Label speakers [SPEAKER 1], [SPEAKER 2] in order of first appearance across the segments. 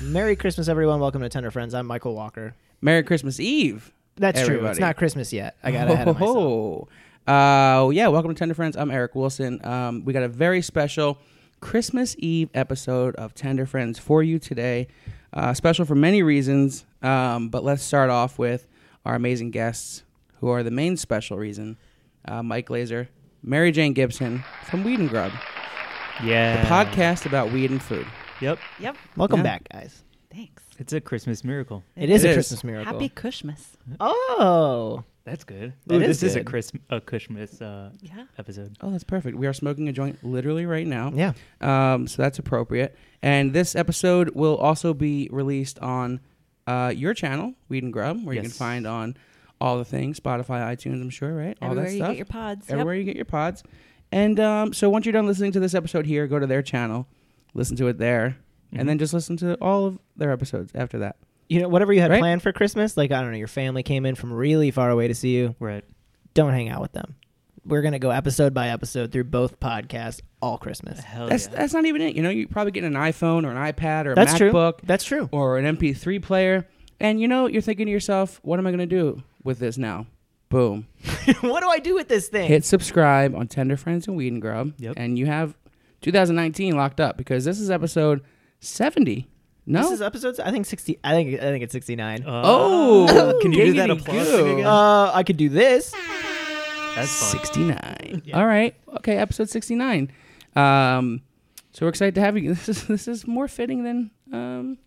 [SPEAKER 1] Merry Christmas, everyone. Welcome to Tender Friends. I'm Michael Walker.
[SPEAKER 2] Merry Christmas Eve.
[SPEAKER 1] That's true. It's
[SPEAKER 2] Everybody.
[SPEAKER 1] not Christmas yet. I got ahead of myself.
[SPEAKER 2] Oh, uh, yeah. Welcome to Tender Friends. I'm Eric Wilson. Um, we got a very special Christmas Eve episode of Tender Friends for you today. Uh, special for many reasons, um, but let's start off with our amazing guests, who are the main special reason: uh, Mike Laser, Mary Jane Gibson from Weed and Grub,
[SPEAKER 3] Yeah.
[SPEAKER 2] podcast about weed and food.
[SPEAKER 3] Yep.
[SPEAKER 4] Yep.
[SPEAKER 1] Welcome
[SPEAKER 2] Yeah.
[SPEAKER 1] back, guys.
[SPEAKER 4] Thanks.
[SPEAKER 3] It's a Christmas miracle.
[SPEAKER 1] It is
[SPEAKER 2] It
[SPEAKER 1] a
[SPEAKER 2] is.
[SPEAKER 1] Christmas miracle.
[SPEAKER 4] Happy Christmas.
[SPEAKER 1] oh,
[SPEAKER 3] That's good.
[SPEAKER 1] That
[SPEAKER 3] Ooh,
[SPEAKER 1] is
[SPEAKER 3] this is a
[SPEAKER 1] good.
[SPEAKER 3] Christmas a Christmas uh,
[SPEAKER 4] Yeah.
[SPEAKER 3] episode.
[SPEAKER 2] Oh, that's perfect. We are smoking a joint literally right now.
[SPEAKER 1] yeah.
[SPEAKER 2] Um, so that's appropriate. And this episode will also be released on uh, your channel, Weed and Grub, where you can
[SPEAKER 3] Yes.
[SPEAKER 2] find on all the things Spotify, iTunes, I'm sure, right? all
[SPEAKER 4] Everywhere
[SPEAKER 2] that
[SPEAKER 4] you
[SPEAKER 2] stuff.
[SPEAKER 4] get your pods. Yep.
[SPEAKER 2] Everywhere you get your pods. And um, so once you're done listening to this episode here, go to their channel, listen to it there,
[SPEAKER 1] Mm-hmm.
[SPEAKER 2] and then just listen to all of their episodes after that.
[SPEAKER 1] You know, whatever you had
[SPEAKER 2] Right?
[SPEAKER 1] planned for Christmas, like I don't know, your family came in from really far away to see you.
[SPEAKER 3] Right.
[SPEAKER 1] Don't hang out with them. We're gonna go episode by episode through both podcasts all Christmas.
[SPEAKER 4] Oh,
[SPEAKER 3] Hell
[SPEAKER 2] That's
[SPEAKER 3] yeah.
[SPEAKER 2] that's not even it. You know, you probably get an iPhone or an iPad or a
[SPEAKER 1] That's true.
[SPEAKER 2] MacBook
[SPEAKER 1] That's true.
[SPEAKER 2] or an MP3 player, and you know, you're thinking to yourself, what am I going to do with this now? Boom.
[SPEAKER 1] what do I do with this thing?
[SPEAKER 2] hit subscribe on Tender Friends and Weed and Grub.
[SPEAKER 3] Yep.
[SPEAKER 2] And you have 2019 locked up because this is episode 70. No.
[SPEAKER 1] This is episodes. I think sixty. I think I think it's sixty nine. Uh,
[SPEAKER 2] oh,
[SPEAKER 3] can you do that
[SPEAKER 2] giggity
[SPEAKER 3] applause
[SPEAKER 2] goo.
[SPEAKER 3] thing again?
[SPEAKER 1] I could do this.
[SPEAKER 3] that's fun.
[SPEAKER 2] 69. All right. Okay, episode 69. Um so we're excited to have you. This is this is more fitting than um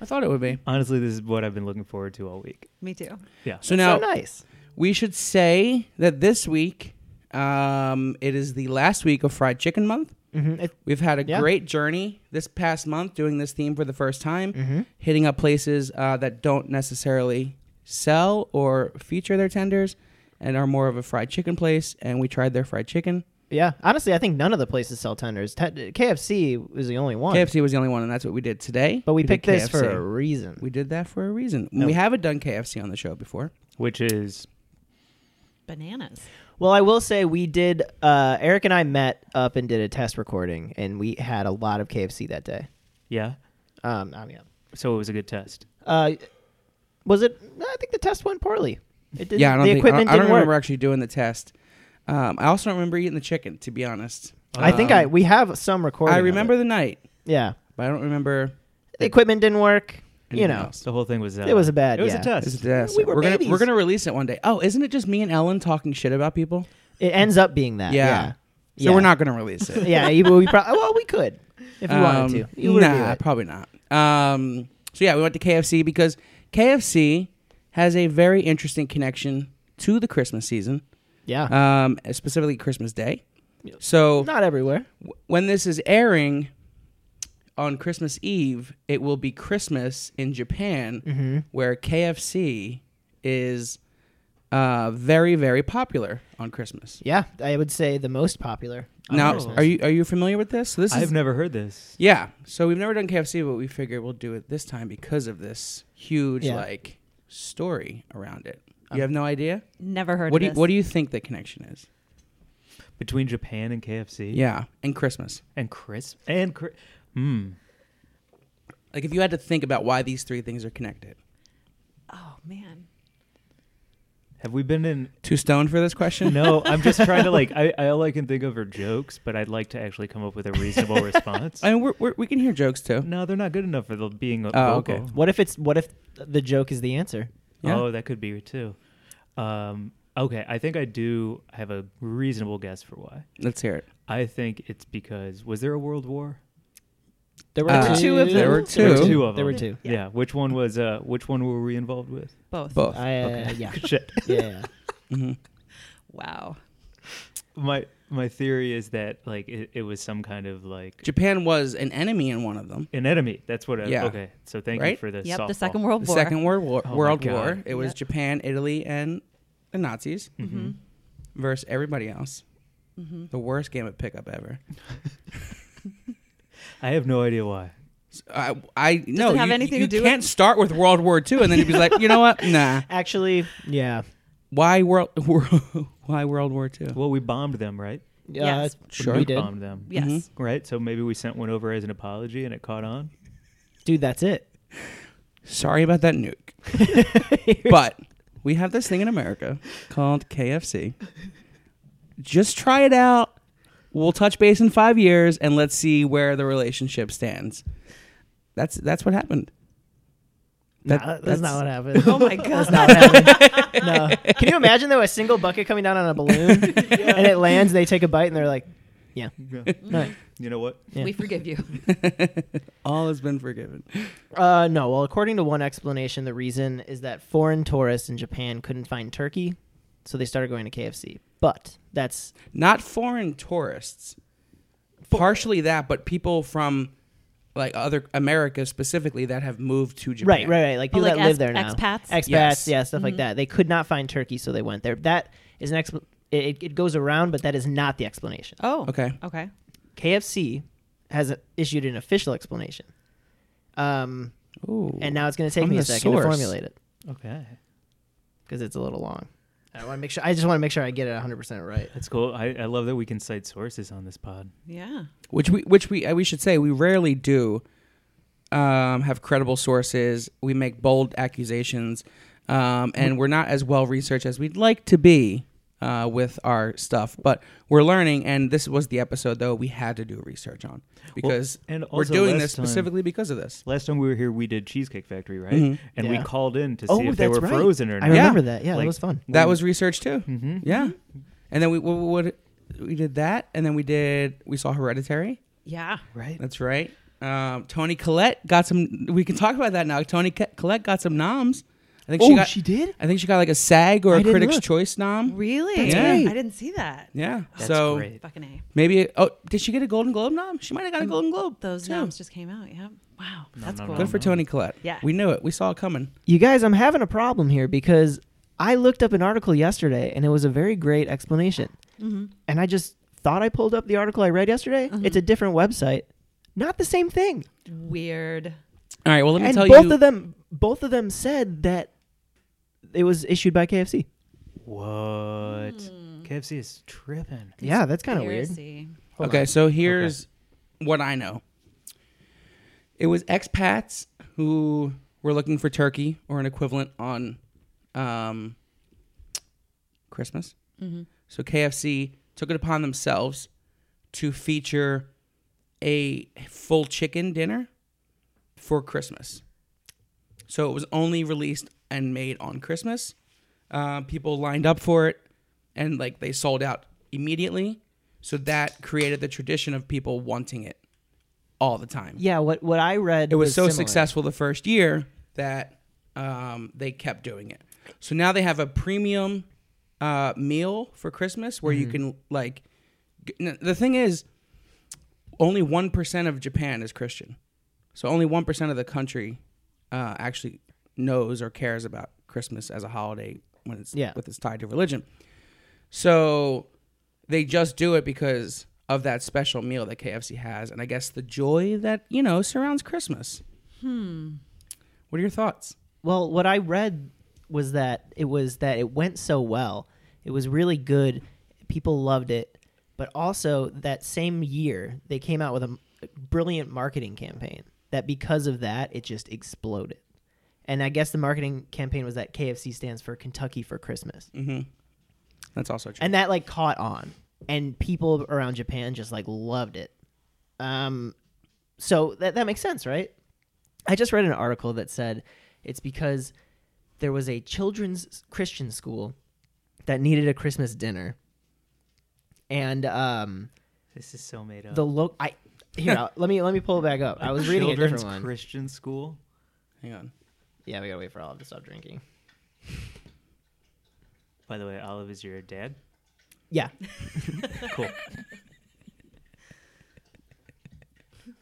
[SPEAKER 2] I thought it would be.
[SPEAKER 3] Honestly, this is what I've been looking forward to all week.
[SPEAKER 4] Me too.
[SPEAKER 3] Yeah.
[SPEAKER 2] So now
[SPEAKER 1] so nice.
[SPEAKER 2] we should say that this week um it is the last week of fried chicken month.
[SPEAKER 1] hmm It,
[SPEAKER 2] We've had a
[SPEAKER 1] Yeah.
[SPEAKER 2] great journey this past month doing this theme for the first time,
[SPEAKER 1] Mhm.
[SPEAKER 2] hitting up places uh, that don't necessarily sell or feature their tenders and are more of a fried chicken place. And we tried their fried chicken.
[SPEAKER 1] yeah. Honestly, I think none of the places sell tenders. Te- KFC was the only one.
[SPEAKER 2] KFC was the only one, and that's what we did today.
[SPEAKER 1] But we,
[SPEAKER 2] did
[SPEAKER 1] picked this for
[SPEAKER 2] KFC.
[SPEAKER 1] a reason.
[SPEAKER 2] We did that for a reason.
[SPEAKER 3] No.
[SPEAKER 2] We haven't done KFC on the show before.
[SPEAKER 3] Which is
[SPEAKER 4] Bananas.
[SPEAKER 1] well, I will say we did. Uh, Eric and I met up and did a test recording, and we had a lot of KFC that day.
[SPEAKER 3] yeah.
[SPEAKER 1] Um, I mean,
[SPEAKER 3] So it was a good test.
[SPEAKER 1] uh, was it? I think the test went poorly. It didn't,
[SPEAKER 2] yeah, I don't
[SPEAKER 1] the
[SPEAKER 2] think
[SPEAKER 1] equipment
[SPEAKER 2] I don't, I don't
[SPEAKER 1] didn't
[SPEAKER 2] remember
[SPEAKER 1] work.
[SPEAKER 2] actually doing the test. Um, I also don't remember eating the chicken, to be honest.
[SPEAKER 1] I think
[SPEAKER 2] Um,
[SPEAKER 1] I we have some recording.
[SPEAKER 2] I
[SPEAKER 1] of
[SPEAKER 2] remember
[SPEAKER 1] it.
[SPEAKER 2] the night,
[SPEAKER 1] Yeah,
[SPEAKER 2] but I don't remember.
[SPEAKER 1] the equipment didn't work. You
[SPEAKER 2] anything
[SPEAKER 1] know,
[SPEAKER 2] else.
[SPEAKER 3] The whole thing was uh,
[SPEAKER 1] It was a bad-
[SPEAKER 3] It was
[SPEAKER 1] yeah.
[SPEAKER 3] a test.
[SPEAKER 2] It's a disaster.
[SPEAKER 1] We were
[SPEAKER 2] are
[SPEAKER 1] babies.
[SPEAKER 2] gonna we're gonna release it one day. Oh, isn't it just me and Ellen talking shit about people?
[SPEAKER 1] it ends up being that.
[SPEAKER 2] Yeah.
[SPEAKER 1] Yeah. Uh,
[SPEAKER 2] So
[SPEAKER 1] Yeah.
[SPEAKER 2] we're not gonna release it.
[SPEAKER 1] yeah, you, we probably well we could if you
[SPEAKER 2] Um,
[SPEAKER 1] wanted to. You would
[SPEAKER 2] nah, probably not. Um, so yeah, we went to KFC because KFC has a very interesting connection to the Christmas season,
[SPEAKER 1] yeah,
[SPEAKER 2] um, specifically Christmas Day.
[SPEAKER 1] Yep.
[SPEAKER 2] So
[SPEAKER 1] not everywhere.
[SPEAKER 2] w- when this is airing on Christmas Eve, it will be Christmas in Japan, where KFC is uh, very, very popular on Christmas.
[SPEAKER 1] Yeah, I would say the most popular. on
[SPEAKER 2] Now,
[SPEAKER 1] Christmas.
[SPEAKER 2] are you are you familiar with this? So this
[SPEAKER 3] I've
[SPEAKER 2] is
[SPEAKER 3] never heard this.
[SPEAKER 2] yeah. So we've never done KFC, but we figure we'll do it this time because of this huge
[SPEAKER 1] Yeah.
[SPEAKER 2] like story around it. You have no idea.
[SPEAKER 4] Never heard
[SPEAKER 2] What
[SPEAKER 4] of
[SPEAKER 2] do you,
[SPEAKER 4] this.
[SPEAKER 2] what do you think the connection is?
[SPEAKER 3] Between Japan and KFC.
[SPEAKER 2] Yeah, and Christmas.
[SPEAKER 3] And Chris and Chris. Hmm.
[SPEAKER 2] Like if you had to think about why these three things are connected.
[SPEAKER 4] oh man.
[SPEAKER 3] Have we been in
[SPEAKER 2] Too stoned for this question?
[SPEAKER 3] No, I'm just trying to like. I, I all I can think of are jokes, but I'd like to actually come up with a reasonable response.
[SPEAKER 2] I mean, we're, we're, we can hear jokes too.
[SPEAKER 3] no, they're not good enough for the being a
[SPEAKER 2] Oh,
[SPEAKER 3] vocal.
[SPEAKER 2] okay.
[SPEAKER 1] What if it's what if the joke is the answer?
[SPEAKER 2] Yeah.
[SPEAKER 3] Oh, that could be it, too. Um, okay, I think I do have a reasonable guess for why.
[SPEAKER 2] Let's hear it.
[SPEAKER 3] I think it's because was there a world war?
[SPEAKER 1] There
[SPEAKER 2] were Uh,
[SPEAKER 1] two of them.
[SPEAKER 2] there were
[SPEAKER 3] There were
[SPEAKER 2] Two.
[SPEAKER 3] two of them.
[SPEAKER 1] There were two.
[SPEAKER 3] Yeah. Which one was? Uh, which one were we involved with?
[SPEAKER 4] Both.
[SPEAKER 2] Both.
[SPEAKER 1] I, uh, yeah.
[SPEAKER 3] Shit.
[SPEAKER 1] yeah, yeah.
[SPEAKER 2] Mhm.
[SPEAKER 4] Wow.
[SPEAKER 3] My my theory is that like it, it was some kind of like
[SPEAKER 2] Japan was an enemy in one of them.
[SPEAKER 3] an enemy. That's what. I,
[SPEAKER 2] Yeah.
[SPEAKER 3] Okay. So thank you
[SPEAKER 2] Right?
[SPEAKER 3] for the
[SPEAKER 4] Yep.
[SPEAKER 3] Softball.
[SPEAKER 4] The Second World
[SPEAKER 2] The
[SPEAKER 4] War.
[SPEAKER 2] Second World War.
[SPEAKER 3] Oh my
[SPEAKER 2] World
[SPEAKER 3] God.
[SPEAKER 2] War. It was
[SPEAKER 4] Yep.
[SPEAKER 2] Japan, Italy, and the Nazis
[SPEAKER 4] hmm
[SPEAKER 2] versus everybody else.
[SPEAKER 4] hmm
[SPEAKER 2] The worst game of pickup ever.
[SPEAKER 3] I have no idea why.
[SPEAKER 2] I, I no,
[SPEAKER 4] it have
[SPEAKER 2] you,
[SPEAKER 4] anything
[SPEAKER 2] you
[SPEAKER 4] to do with-
[SPEAKER 2] can't start with World War II and then you'd be like, you know what? Nah.
[SPEAKER 1] Actually, yeah.
[SPEAKER 2] Why world? why World War II?
[SPEAKER 3] Well, we bombed them, right?
[SPEAKER 4] Yes.
[SPEAKER 1] Uh,
[SPEAKER 2] Sure.
[SPEAKER 1] We
[SPEAKER 3] We
[SPEAKER 1] did.
[SPEAKER 3] bombed them.
[SPEAKER 4] Yes.
[SPEAKER 2] Mhm.
[SPEAKER 3] Right. So maybe we sent one over as an apology, and it caught on.
[SPEAKER 1] dude. That's it.
[SPEAKER 2] Sorry about that nuke. but we have this thing in America called KFC. Just try it out. We'll touch base in five years and let's see where the relationship stands. That's that's what happened.
[SPEAKER 1] Nah,
[SPEAKER 2] That-
[SPEAKER 1] that's, not what
[SPEAKER 2] Mm-hmm.
[SPEAKER 1] happened.
[SPEAKER 4] Oh my god.
[SPEAKER 1] That's not what happened. no. Can you imagine though a single bucket coming down on a balloon and it lands? They take a bite and they're like, "Yeah, no,
[SPEAKER 3] You know what?
[SPEAKER 1] Yeah.
[SPEAKER 4] We forgive you.
[SPEAKER 2] all has been forgiven.
[SPEAKER 1] Uh, no. Well, according to one explanation, the reason is that foreign tourists in Japan couldn't find turkey, so they started going to KFC. But that's
[SPEAKER 2] Not foreign tourists. Partially that, but people from like other America specifically that have moved to
[SPEAKER 1] right,
[SPEAKER 2] Japan.
[SPEAKER 1] right, right. Like
[SPEAKER 4] Oh,
[SPEAKER 1] people
[SPEAKER 4] like
[SPEAKER 1] that live
[SPEAKER 4] ex-
[SPEAKER 1] there now,
[SPEAKER 4] expats? Mm-hmm.
[SPEAKER 1] expats,
[SPEAKER 2] Yes.
[SPEAKER 1] yeah, stuff like that. They could not find turkey, so they went there. That is an expl- it, it- it goes around, but that is not the explanation.
[SPEAKER 4] Oh.
[SPEAKER 2] Okay.
[SPEAKER 4] Okay.
[SPEAKER 1] KFC has uh, issued an official explanation, um,
[SPEAKER 2] Ooh.
[SPEAKER 1] and now it's going to take
[SPEAKER 2] From
[SPEAKER 1] me a
[SPEAKER 2] the
[SPEAKER 1] second
[SPEAKER 2] source.
[SPEAKER 1] to formulate it
[SPEAKER 3] Okay.
[SPEAKER 1] because it's a little long. I want to make sure. I just want to make sure I get it 100 percent right.
[SPEAKER 3] That's cool. I, I love that we can cite sources on this pod.
[SPEAKER 4] Yeah.
[SPEAKER 2] which we which we uh, we should say we rarely do um, have credible sources. We make bold accusations, um, and we're not as well researched as we'd like to be uh, with our stuff. But we're learning, and this was the episode though we had to do research on because
[SPEAKER 3] and
[SPEAKER 2] we're
[SPEAKER 3] also
[SPEAKER 2] doing
[SPEAKER 3] last
[SPEAKER 2] this
[SPEAKER 3] time-
[SPEAKER 2] specifically because of this.
[SPEAKER 3] Last time we were here, we did Cheesecake Factory, right?
[SPEAKER 2] Mhm.
[SPEAKER 3] And
[SPEAKER 1] Mm-hmm. Yeah.
[SPEAKER 3] we called in to see
[SPEAKER 1] Oh,
[SPEAKER 3] if they
[SPEAKER 1] that's
[SPEAKER 3] were
[SPEAKER 1] right.
[SPEAKER 3] frozen or
[SPEAKER 1] I
[SPEAKER 3] not.
[SPEAKER 2] Yeah.
[SPEAKER 1] remember that. Yeah,
[SPEAKER 3] Like-
[SPEAKER 1] that was fun.
[SPEAKER 2] That was research too.
[SPEAKER 3] hmm
[SPEAKER 2] Yeah, and then we what, what we did that, and then we did we saw Hereditary.
[SPEAKER 4] Yeah.
[SPEAKER 3] Right.
[SPEAKER 2] That's right. Um, Tony Collette got some. We can talk about that now. Tony C- Collette got some noms. I think she got.
[SPEAKER 1] Oh, did.
[SPEAKER 2] I think she got like a SAG or
[SPEAKER 1] I
[SPEAKER 2] a
[SPEAKER 1] didn't
[SPEAKER 2] Critics'
[SPEAKER 1] look.
[SPEAKER 2] Choice nom.
[SPEAKER 4] Really?
[SPEAKER 2] That's great.
[SPEAKER 4] I didn't see that.
[SPEAKER 2] Yeah.
[SPEAKER 3] That's
[SPEAKER 2] so
[SPEAKER 3] great.
[SPEAKER 4] Fucking A.
[SPEAKER 2] maybe. Oh, did she get a Golden Globe nom? She might have got a Golden Globe.
[SPEAKER 4] Those
[SPEAKER 2] too.
[SPEAKER 4] noms just came out. Yeah. Wow. That's
[SPEAKER 3] no,
[SPEAKER 4] cool.
[SPEAKER 3] no,
[SPEAKER 2] Good for Tony Collette.
[SPEAKER 4] Yeah.
[SPEAKER 2] We knew it. We saw it coming.
[SPEAKER 1] You guys, I'm having a problem here because I looked up an article yesterday and it was a very great explanation. And I just thought I pulled up the article I read yesterday. It's a different website, not the same thing.
[SPEAKER 4] Weird.
[SPEAKER 2] All right. Well, let me
[SPEAKER 1] and
[SPEAKER 2] tell
[SPEAKER 1] both
[SPEAKER 2] you.
[SPEAKER 1] of them, both of them said that it was issued by KFC.
[SPEAKER 3] What? KFC is tripping.
[SPEAKER 1] Yeah, that's kind of weird.
[SPEAKER 4] Conspiracy.
[SPEAKER 1] Hold
[SPEAKER 2] okay,
[SPEAKER 1] on.
[SPEAKER 2] so here's what I know. It was expats who were looking for turkey or an equivalent on um, Christmas. So KFC took it upon themselves to feature a full chicken dinner for Christmas. So it was only released and made on Christmas. Uh, people lined up for it, and like they sold out immediately. So that created the tradition of people wanting it all the time.
[SPEAKER 1] Yeah, what what I read
[SPEAKER 2] It was, so
[SPEAKER 1] similar.
[SPEAKER 2] successful the first year that um, they kept doing it. So now they have a premium uh, meal for Christmas where you can like. g- n- The thing is, only one percent of Japan is Christian, so only one percent of the country uh, actually knows or cares about Christmas as a holiday when it's
[SPEAKER 1] Yeah.
[SPEAKER 2] with it's tied to religion. So they just do it because of that special meal that KFC has, and I guess the joy that you know surrounds Christmas.
[SPEAKER 4] Hmm.
[SPEAKER 2] What are your thoughts?
[SPEAKER 1] Well, what I read was that it was that it went so well. It was really good. People loved it. But also that same year, they came out with a m- brilliant marketing campaign that because of that, it just exploded. And I guess the marketing campaign was that KFC stands for Kentucky for Christmas.
[SPEAKER 2] That's also true.
[SPEAKER 1] And that like caught on. And people around Japan just like loved it. Um so that that makes sense, right? I just read an article that said it's because there was a children's Christian school that needed a Christmas dinner. And um
[SPEAKER 3] This is so made up.
[SPEAKER 1] the lo- I here I'll- let me let me pull it back up. I was reading a
[SPEAKER 3] Children's
[SPEAKER 1] different one.
[SPEAKER 3] Christian school.
[SPEAKER 2] Hang on.
[SPEAKER 1] yeah, we got to wait for Olive to stop drinking.
[SPEAKER 3] By the way, Olive is your dad.
[SPEAKER 1] Yeah,
[SPEAKER 3] Cool.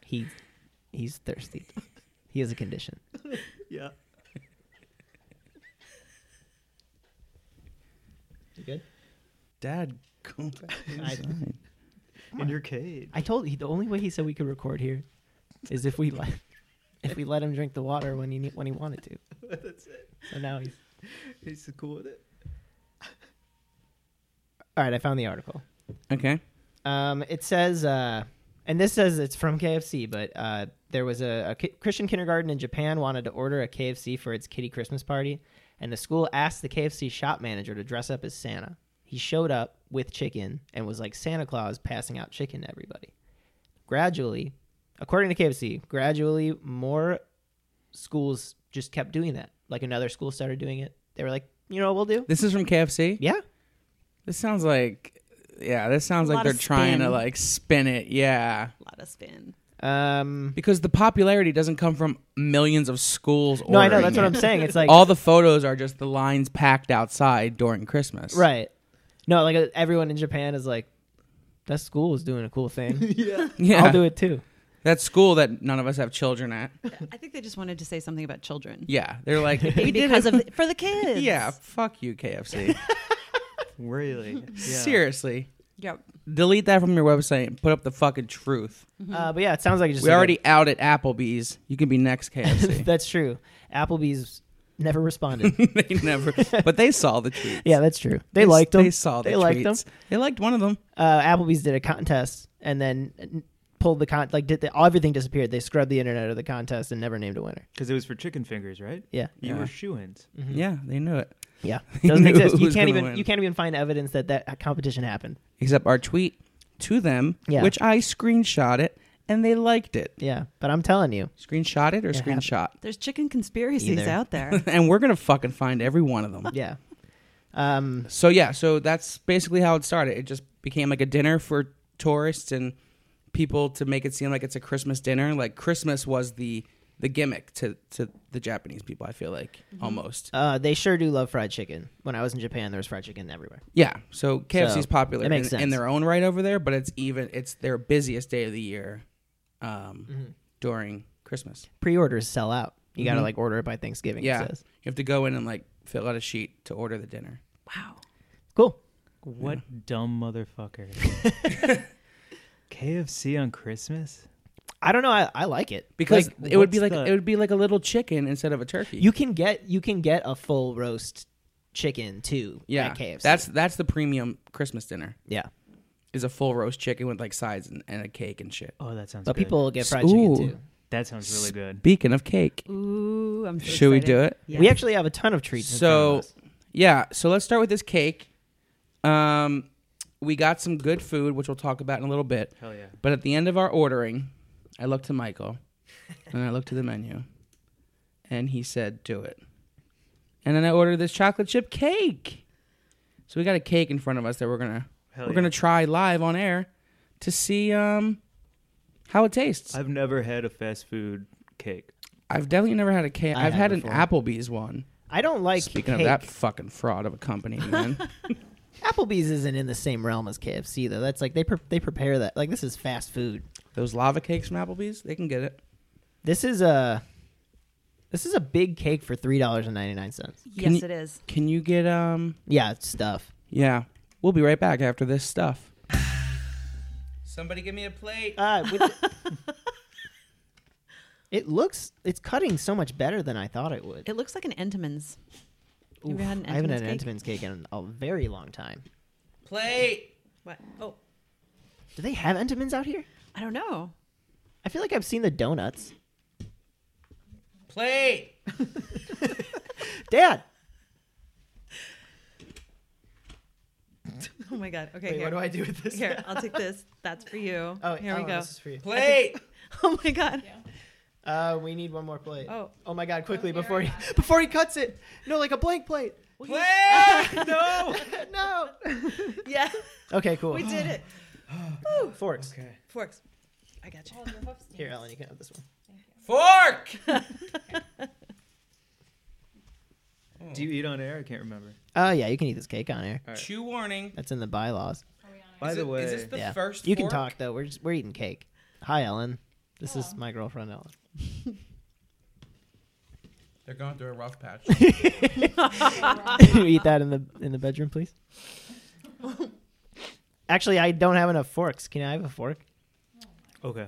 [SPEAKER 1] he he's thirsty. He has a condition.
[SPEAKER 3] yeah.
[SPEAKER 1] You good?
[SPEAKER 2] Dad, go back
[SPEAKER 1] I-
[SPEAKER 2] inside.
[SPEAKER 3] In your cage.
[SPEAKER 1] I told you the only way he said we could record here is if we let if we let him drink the water when he ne- when he wanted to.
[SPEAKER 3] That's it.
[SPEAKER 1] So now he's
[SPEAKER 3] He's so cool with it.
[SPEAKER 1] all right. I found the article.
[SPEAKER 2] Okay.
[SPEAKER 1] Um, it says, uh, and this says it's from KFC, but uh, there was a, a ki- Christian kindergarten in Japan wanted to order a KFC for its kitty Christmas party, and the school asked the KFC shop manager to dress up as Santa. He showed up with chicken and was like Santa Claus passing out chicken to everybody. Gradually, according to KFC, gradually more schools just kept doing that. Like another school started doing it. They were like, you know what we'll do?
[SPEAKER 2] This is from KFC.
[SPEAKER 1] Yeah.
[SPEAKER 2] This sounds like, yeah, this sounds
[SPEAKER 4] A
[SPEAKER 2] like
[SPEAKER 4] lot
[SPEAKER 2] they're
[SPEAKER 4] of
[SPEAKER 2] trying to
[SPEAKER 4] spin.
[SPEAKER 2] like spin it. Yeah,
[SPEAKER 4] A lot of spin.
[SPEAKER 1] Um,
[SPEAKER 2] because the popularity doesn't come from millions of schools.
[SPEAKER 1] no, I know.
[SPEAKER 2] ordering
[SPEAKER 1] That's what I'm
[SPEAKER 2] it.
[SPEAKER 1] saying. It's like
[SPEAKER 2] All the photos are just the lines packed outside during Christmas.
[SPEAKER 1] Right. No, like uh, everyone in Japan is like, that school is doing a cool thing.
[SPEAKER 2] Yeah.
[SPEAKER 1] I'll do it too.
[SPEAKER 2] That school that none of us have children at.
[SPEAKER 4] I think they just wanted to say something about children.
[SPEAKER 2] Yeah, they're like we did
[SPEAKER 4] because
[SPEAKER 2] it.
[SPEAKER 4] of for the kids.
[SPEAKER 2] Yeah, fuck you, KFC.
[SPEAKER 3] Really? Yeah.
[SPEAKER 2] Seriously,
[SPEAKER 4] Yep.
[SPEAKER 2] delete that from your website. and Put up the fucking truth.
[SPEAKER 1] Uh, but yeah, it sounds like it's just
[SPEAKER 2] we
[SPEAKER 1] like a-
[SPEAKER 2] already out at Applebee's. You can be next KFC.
[SPEAKER 1] that's true. Applebee's never responded.
[SPEAKER 2] they never, but they saw the tweets.
[SPEAKER 1] yeah, that's true. They, liked them.
[SPEAKER 2] They saw. The
[SPEAKER 1] They liked
[SPEAKER 2] tweets.
[SPEAKER 1] them.
[SPEAKER 2] They liked one of them.
[SPEAKER 1] Uh, Applebee's did a contest and then n- pulled the con like did the, everything disappeared. They scrubbed the internet of the contest and never named a winner.
[SPEAKER 3] Because it was for chicken fingers, right?
[SPEAKER 1] Yeah,
[SPEAKER 3] You
[SPEAKER 2] Yeah. Mm-hmm.
[SPEAKER 3] were shoe-ins.
[SPEAKER 1] Mm-hmm.
[SPEAKER 2] Yeah, they knew it.
[SPEAKER 1] yeah,
[SPEAKER 2] They
[SPEAKER 1] doesn't
[SPEAKER 2] knew
[SPEAKER 1] exist.
[SPEAKER 2] who
[SPEAKER 1] You
[SPEAKER 2] was
[SPEAKER 1] can't
[SPEAKER 2] gonna
[SPEAKER 1] even
[SPEAKER 2] win.
[SPEAKER 1] you can't even find evidence that that competition happened.
[SPEAKER 2] Except our tweet to them,
[SPEAKER 1] Yeah.
[SPEAKER 2] which I screenshot it, and they liked it.
[SPEAKER 1] Yeah, but I'm telling you,
[SPEAKER 2] Screenshot it or
[SPEAKER 1] It happened.
[SPEAKER 2] screenshot,
[SPEAKER 4] There's chicken conspiracies
[SPEAKER 1] Either.
[SPEAKER 4] out there.
[SPEAKER 2] and we're gonna fucking find every one of them.
[SPEAKER 1] yeah. Um,
[SPEAKER 2] So yeah, so that's basically how it started. It just became like a dinner for tourists and people to make it seem like it's a Christmas dinner. Like Christmas was the the gimmick to to the Japanese people. I feel like almost.
[SPEAKER 1] uh, they sure do love fried chicken. When I was in Japan, there was fried chicken everywhere.
[SPEAKER 2] Yeah. So KFC's
[SPEAKER 1] So,
[SPEAKER 2] popular
[SPEAKER 1] that makes
[SPEAKER 2] in, in
[SPEAKER 1] sense.
[SPEAKER 2] their own right over there, but it's even it's their busiest day of the year um,
[SPEAKER 1] Mm-hmm.
[SPEAKER 2] during Christmas.
[SPEAKER 1] pre-orders sell out. You gotta like order it by Thanksgiving.
[SPEAKER 2] Mm-hmm. Yeah.
[SPEAKER 1] It says.
[SPEAKER 2] You have to go in and like fill out a sheet to order the dinner.
[SPEAKER 4] Wow.
[SPEAKER 1] Cool.
[SPEAKER 3] What dumb motherfucker. KFC on Christmas?
[SPEAKER 1] I don't know. I, I like it
[SPEAKER 2] Because
[SPEAKER 1] Like,
[SPEAKER 2] it would be like
[SPEAKER 3] what's the-
[SPEAKER 2] it would be like a little chicken instead of a turkey.
[SPEAKER 1] you can get you can get a full roast chicken too.
[SPEAKER 2] yeah,
[SPEAKER 1] at KFC.
[SPEAKER 2] that's that's the premium Christmas dinner
[SPEAKER 1] yeah.
[SPEAKER 2] is a full roast chicken with like sides and, and a cake and shit.
[SPEAKER 3] Oh, that sounds
[SPEAKER 1] But
[SPEAKER 3] good.
[SPEAKER 1] people will get fried
[SPEAKER 2] Ooh.
[SPEAKER 1] chicken too.
[SPEAKER 3] That sounds really good.
[SPEAKER 2] Speaking of cake,
[SPEAKER 4] Ooh, I'm so
[SPEAKER 2] should we do
[SPEAKER 4] excited.
[SPEAKER 2] it?
[SPEAKER 4] Yeah.
[SPEAKER 1] We actually have a ton of treats. in front
[SPEAKER 2] So
[SPEAKER 1] of us.
[SPEAKER 2] yeah, so let's start with this cake. Um, we got some good food, which we'll talk about in a little bit.
[SPEAKER 3] Hell yeah.
[SPEAKER 2] But at the end of our ordering, I looked to Michael and I looked to the menu and he said, Do it. And then I ordered this chocolate chip cake. So we got a cake in front of us that we're gonna
[SPEAKER 3] Hell
[SPEAKER 2] we're
[SPEAKER 3] yeah.
[SPEAKER 2] gonna try live on air to see um how it tastes. I've,
[SPEAKER 3] I've never had a fast food cake.
[SPEAKER 2] definitely never had a cake.
[SPEAKER 1] I
[SPEAKER 2] I've
[SPEAKER 1] have
[SPEAKER 2] had an
[SPEAKER 1] before.
[SPEAKER 2] Applebee's one.
[SPEAKER 1] I don't like
[SPEAKER 2] Speaking
[SPEAKER 1] cake.
[SPEAKER 2] of that fucking fraud of a company, man.
[SPEAKER 1] Applebee's isn't in the same realm as KFC though. That's like they pre- they prepare that like this is fast food.
[SPEAKER 2] Those lava cakes from Applebee's, they can get it.
[SPEAKER 1] This is a this is a big cake for three dollars and ninety nine cents.
[SPEAKER 2] Can
[SPEAKER 4] Yes,
[SPEAKER 2] you-
[SPEAKER 4] it is.
[SPEAKER 2] Can you get um
[SPEAKER 1] Yeah, it's stuff.
[SPEAKER 2] Yeah. We'll be right back after this stuff. Somebody give me a plate.
[SPEAKER 1] Uh, with the- it looks it's cutting so much better than I thought it would.
[SPEAKER 4] It looks like an Entenmann's. You ever
[SPEAKER 1] Oof,
[SPEAKER 4] had an
[SPEAKER 1] I haven't had an
[SPEAKER 4] Entenmann's
[SPEAKER 1] Entenmann's cake in a very long time.
[SPEAKER 2] Plate.
[SPEAKER 4] What? Oh,
[SPEAKER 1] Do they have Entenmann's out here?
[SPEAKER 4] I don't know.
[SPEAKER 1] I feel like I've seen the donuts.
[SPEAKER 2] Plate.
[SPEAKER 1] Dad,
[SPEAKER 4] Oh my god. Okay.
[SPEAKER 1] Wait,
[SPEAKER 4] here.
[SPEAKER 1] what do I do with this?
[SPEAKER 4] Here, I'll take this. That's for you.
[SPEAKER 1] oh,
[SPEAKER 4] here we
[SPEAKER 1] oh,
[SPEAKER 4] go.
[SPEAKER 1] This is for you.
[SPEAKER 2] Plate.
[SPEAKER 4] Oh my god.
[SPEAKER 1] Uh, we need one more plate.
[SPEAKER 4] Oh.
[SPEAKER 1] oh my God! Quickly before he before he cuts it. No, like a blank plate.
[SPEAKER 2] Plate. no.
[SPEAKER 1] no.
[SPEAKER 4] Yeah.
[SPEAKER 1] Okay, cool.
[SPEAKER 4] We did it.
[SPEAKER 1] Forks.
[SPEAKER 2] Okay.
[SPEAKER 4] Forks. I got you.
[SPEAKER 1] Here, Ellen, you can have this one.
[SPEAKER 2] Fork. Oh.
[SPEAKER 3] Do you eat on air? I can't remember.
[SPEAKER 1] Oh yeah, you can eat this cake on air.
[SPEAKER 3] All right.
[SPEAKER 2] Chew warning.
[SPEAKER 1] That's in the bylaws.
[SPEAKER 3] By
[SPEAKER 2] is
[SPEAKER 3] the
[SPEAKER 2] it-
[SPEAKER 3] way,
[SPEAKER 2] is this the
[SPEAKER 1] yeah.
[SPEAKER 2] first?
[SPEAKER 1] you can
[SPEAKER 2] fork?
[SPEAKER 1] talk though. We're just, we're eating cake. Hi, Ellen. This is my girlfriend, Ellen.
[SPEAKER 2] They're going through a rough patch.
[SPEAKER 1] Can you eat that in the in the bedroom, please? Actually, I don't have enough forks. Can I have a fork?
[SPEAKER 3] okay.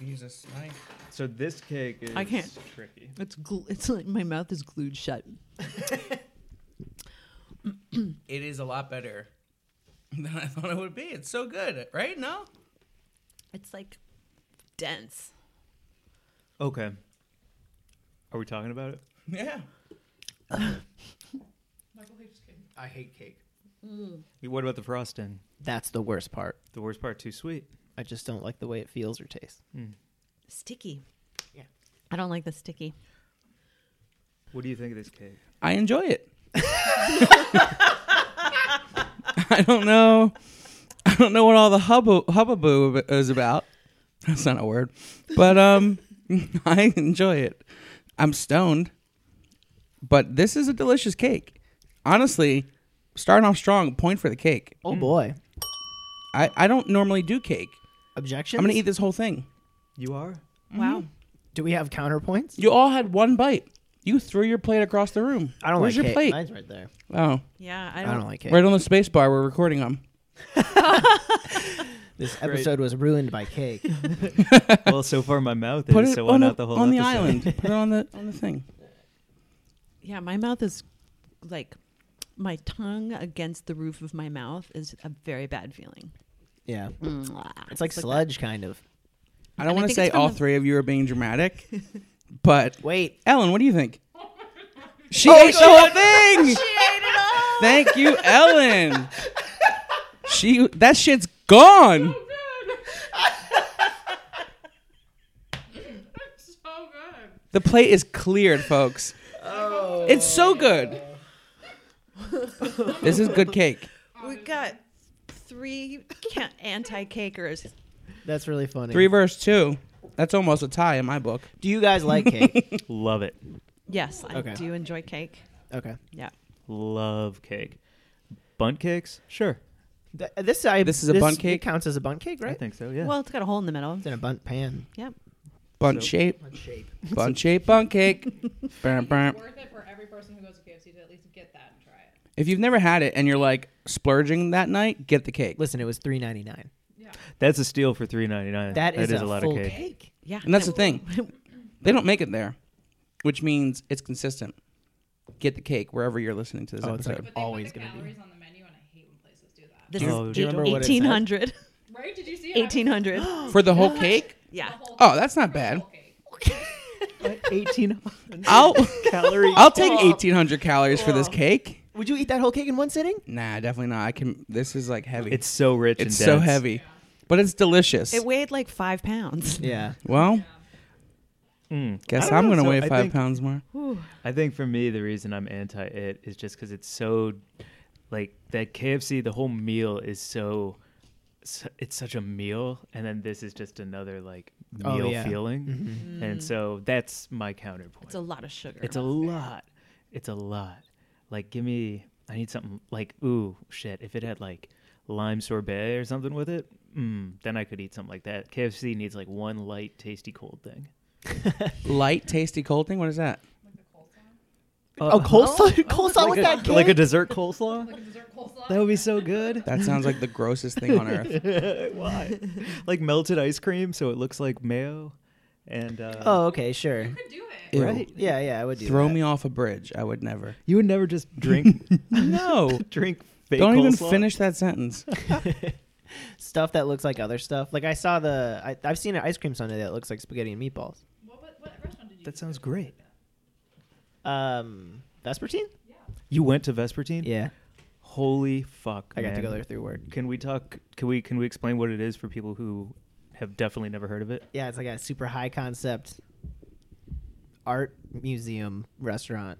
[SPEAKER 2] Use a knife.
[SPEAKER 3] So this cake is
[SPEAKER 4] I can't.
[SPEAKER 3] tricky.
[SPEAKER 4] It's glu- it's like my mouth is glued shut.
[SPEAKER 2] It is a lot better than I thought it would be. It's so good, right? No.
[SPEAKER 4] It's like dense.
[SPEAKER 3] Okay. Are we talking about it?
[SPEAKER 2] Yeah.
[SPEAKER 1] I hate cake.
[SPEAKER 3] What about the frosting?
[SPEAKER 1] That's the worst part.
[SPEAKER 3] The worst part, too sweet.
[SPEAKER 1] I just don't like the way it feels or tastes.
[SPEAKER 3] Mm.
[SPEAKER 4] Sticky.
[SPEAKER 1] Yeah.
[SPEAKER 4] I don't like the sticky.
[SPEAKER 3] What do you think of this cake?
[SPEAKER 2] I enjoy it. I don't know. I don't know what all the hubba hubbaboo is about. That's not a word, but um, I enjoy it. I'm stoned, but this is a delicious cake. Honestly, starting off strong. Point for the cake.
[SPEAKER 1] Oh boy.
[SPEAKER 2] I I don't normally do cake.
[SPEAKER 1] Objections?
[SPEAKER 2] I'm gonna eat this whole thing.
[SPEAKER 3] You are?
[SPEAKER 1] Mm-hmm.
[SPEAKER 4] Wow.
[SPEAKER 1] Do we have counterpoints?
[SPEAKER 2] You all had one bite. You threw your plate across the room.
[SPEAKER 1] I don't
[SPEAKER 2] Where's
[SPEAKER 1] like cake.
[SPEAKER 2] your plate?
[SPEAKER 1] Mine's right there.
[SPEAKER 2] oh,
[SPEAKER 4] Yeah, I
[SPEAKER 1] I
[SPEAKER 4] don't.
[SPEAKER 1] don't, like cake.
[SPEAKER 2] right on the space bar we're recording on.
[SPEAKER 1] This episode was ruined by cake.
[SPEAKER 3] well, so far my mouth
[SPEAKER 2] Put
[SPEAKER 3] is,
[SPEAKER 2] it
[SPEAKER 3] so why
[SPEAKER 2] on,
[SPEAKER 3] not
[SPEAKER 2] the,
[SPEAKER 3] the whole
[SPEAKER 2] on the
[SPEAKER 3] episode?
[SPEAKER 2] island. Put it on the on the thing.
[SPEAKER 4] yeah, my mouth is like my tongue against the roof of my mouth is a very bad feeling.
[SPEAKER 1] Yeah.
[SPEAKER 4] It's
[SPEAKER 1] Mm. It's like
[SPEAKER 4] that.
[SPEAKER 1] sludge kind of.
[SPEAKER 2] I don't
[SPEAKER 4] And I
[SPEAKER 2] want to
[SPEAKER 4] think
[SPEAKER 2] say
[SPEAKER 4] it's from
[SPEAKER 2] all
[SPEAKER 4] the-
[SPEAKER 2] three of you are being dramatic, but
[SPEAKER 1] Wait.
[SPEAKER 2] Ellen, what do you think? She ate the whole thing. Oh, She ate it all. Thank you, Ellen. she that shit's gone. The plate is cleared, folks. It's so good. this is good cake.
[SPEAKER 4] We got three ca- anti-cakers.
[SPEAKER 1] That's really funny.
[SPEAKER 2] Three verse two. That's almost a tie in my book.
[SPEAKER 1] Do you guys like cake?
[SPEAKER 3] Love it.
[SPEAKER 4] Yes, I
[SPEAKER 1] Okay.
[SPEAKER 4] do enjoy cake.
[SPEAKER 1] okay.
[SPEAKER 4] Yeah.
[SPEAKER 3] Love cake. Bunt cakes? Sure.
[SPEAKER 1] Th- uh, this I,
[SPEAKER 2] This is a bundt cake?
[SPEAKER 1] It counts as a bun cake,
[SPEAKER 3] I
[SPEAKER 1] right?
[SPEAKER 3] think so, yeah.
[SPEAKER 4] Well, it's got a hole in the middle.
[SPEAKER 1] It's in a bunt pan.
[SPEAKER 4] Yep.
[SPEAKER 2] Bun
[SPEAKER 3] So-
[SPEAKER 2] shape.
[SPEAKER 1] Bunt shape.
[SPEAKER 2] Bun shape, bun cake. Bam, bam.
[SPEAKER 5] worth it for every person who goes to KFC to at least get that and try it.
[SPEAKER 2] If you've never had it and you're like splurging that night, get the cake.
[SPEAKER 1] Listen, it was three ninety nine.
[SPEAKER 3] That's a steal for three ninety nine.
[SPEAKER 1] That is,
[SPEAKER 3] a, lot
[SPEAKER 1] full
[SPEAKER 3] of cake.
[SPEAKER 4] Yeah.
[SPEAKER 2] And that's the thing. They don't make it there, which means it's consistent. Get the cake wherever you're listening to this
[SPEAKER 1] Oh, it's
[SPEAKER 2] episode.
[SPEAKER 1] like-
[SPEAKER 5] But they
[SPEAKER 1] Always
[SPEAKER 5] put the
[SPEAKER 1] gonna be.
[SPEAKER 5] calories on the menu, and I hate when places do that.
[SPEAKER 4] This
[SPEAKER 3] Oh,
[SPEAKER 4] is
[SPEAKER 3] do you
[SPEAKER 4] eight-
[SPEAKER 1] remember what it said?
[SPEAKER 4] 1800.
[SPEAKER 5] Right? Did you see?
[SPEAKER 4] 1800.
[SPEAKER 2] For the whole cake?
[SPEAKER 4] yeah.
[SPEAKER 2] Oh, that's not bad.
[SPEAKER 1] Eighteen.
[SPEAKER 2] I'll
[SPEAKER 1] calorie.
[SPEAKER 2] I'll take 1800 calories for this cake.
[SPEAKER 1] Would you eat that whole cake in one sitting?
[SPEAKER 2] Nah, definitely not. I can this is like heavy.
[SPEAKER 3] It's so rich
[SPEAKER 2] it's
[SPEAKER 3] and
[SPEAKER 2] so
[SPEAKER 3] dense.
[SPEAKER 2] heavy. But it's delicious.
[SPEAKER 4] It weighed like five pounds.
[SPEAKER 1] Yeah.
[SPEAKER 2] well,
[SPEAKER 3] Mm. I
[SPEAKER 2] guess
[SPEAKER 3] don't
[SPEAKER 2] I'm
[SPEAKER 3] know,
[SPEAKER 2] going to
[SPEAKER 3] so
[SPEAKER 2] weigh
[SPEAKER 3] I
[SPEAKER 2] 5
[SPEAKER 3] think-
[SPEAKER 2] pounds more.
[SPEAKER 3] I think for me, the reason I'm anti it is just because it's so, like that KFC. The whole meal is so, s- it's such a meal, and then this is just another like
[SPEAKER 1] Oh,
[SPEAKER 3] meal
[SPEAKER 1] yeah. Mm-hmm.
[SPEAKER 3] feeling, and so that's my counterpoint.
[SPEAKER 4] It's a lot of sugar.
[SPEAKER 3] It's a lot. It's a lot. Like, give me. I need something like ooh shit. If it had like lime sorbet or something with it, mm, then I could eat something like that. KFC needs like one light, tasty, cold thing.
[SPEAKER 2] Light, tasty cold thing. What is that?
[SPEAKER 1] Oh, coleslaw. coleslaw with
[SPEAKER 3] like,
[SPEAKER 1] that
[SPEAKER 3] a,
[SPEAKER 1] cake.
[SPEAKER 3] like a dessert
[SPEAKER 1] Oh
[SPEAKER 3] coleslaw. That
[SPEAKER 5] That
[SPEAKER 3] would be so good.
[SPEAKER 2] That sounds like the grossest thing on earth.
[SPEAKER 3] Why? like melted ice cream, so it looks like mayo. And uh,
[SPEAKER 1] oh, okay, sure.
[SPEAKER 5] could do it.
[SPEAKER 2] Ew.
[SPEAKER 3] Right?
[SPEAKER 1] Yeah, yeah, I would do.
[SPEAKER 2] Throw
[SPEAKER 1] that.
[SPEAKER 2] me off a bridge. I would never.
[SPEAKER 3] you would never just drink
[SPEAKER 2] No.
[SPEAKER 3] drink fake.
[SPEAKER 2] Don't even
[SPEAKER 3] coleslaw?
[SPEAKER 2] finish that sentence.
[SPEAKER 1] stuff that looks like other stuff. Like I saw the I, I've seen an ice cream sundae that looks like spaghetti and meatballs.
[SPEAKER 5] What, what, what restaurant did you?
[SPEAKER 3] That
[SPEAKER 5] go
[SPEAKER 3] sounds
[SPEAKER 5] to?
[SPEAKER 3] great.
[SPEAKER 1] Um, Vespertine.
[SPEAKER 3] You went to Vespertine.
[SPEAKER 1] Yeah,
[SPEAKER 3] Holy fuck!
[SPEAKER 1] I got to
[SPEAKER 3] man.
[SPEAKER 1] go there through work.
[SPEAKER 3] Can we talk? Can we can we explain what it is for people who have definitely never heard of it?
[SPEAKER 1] Yeah, it's like a super high concept art museum restaurant.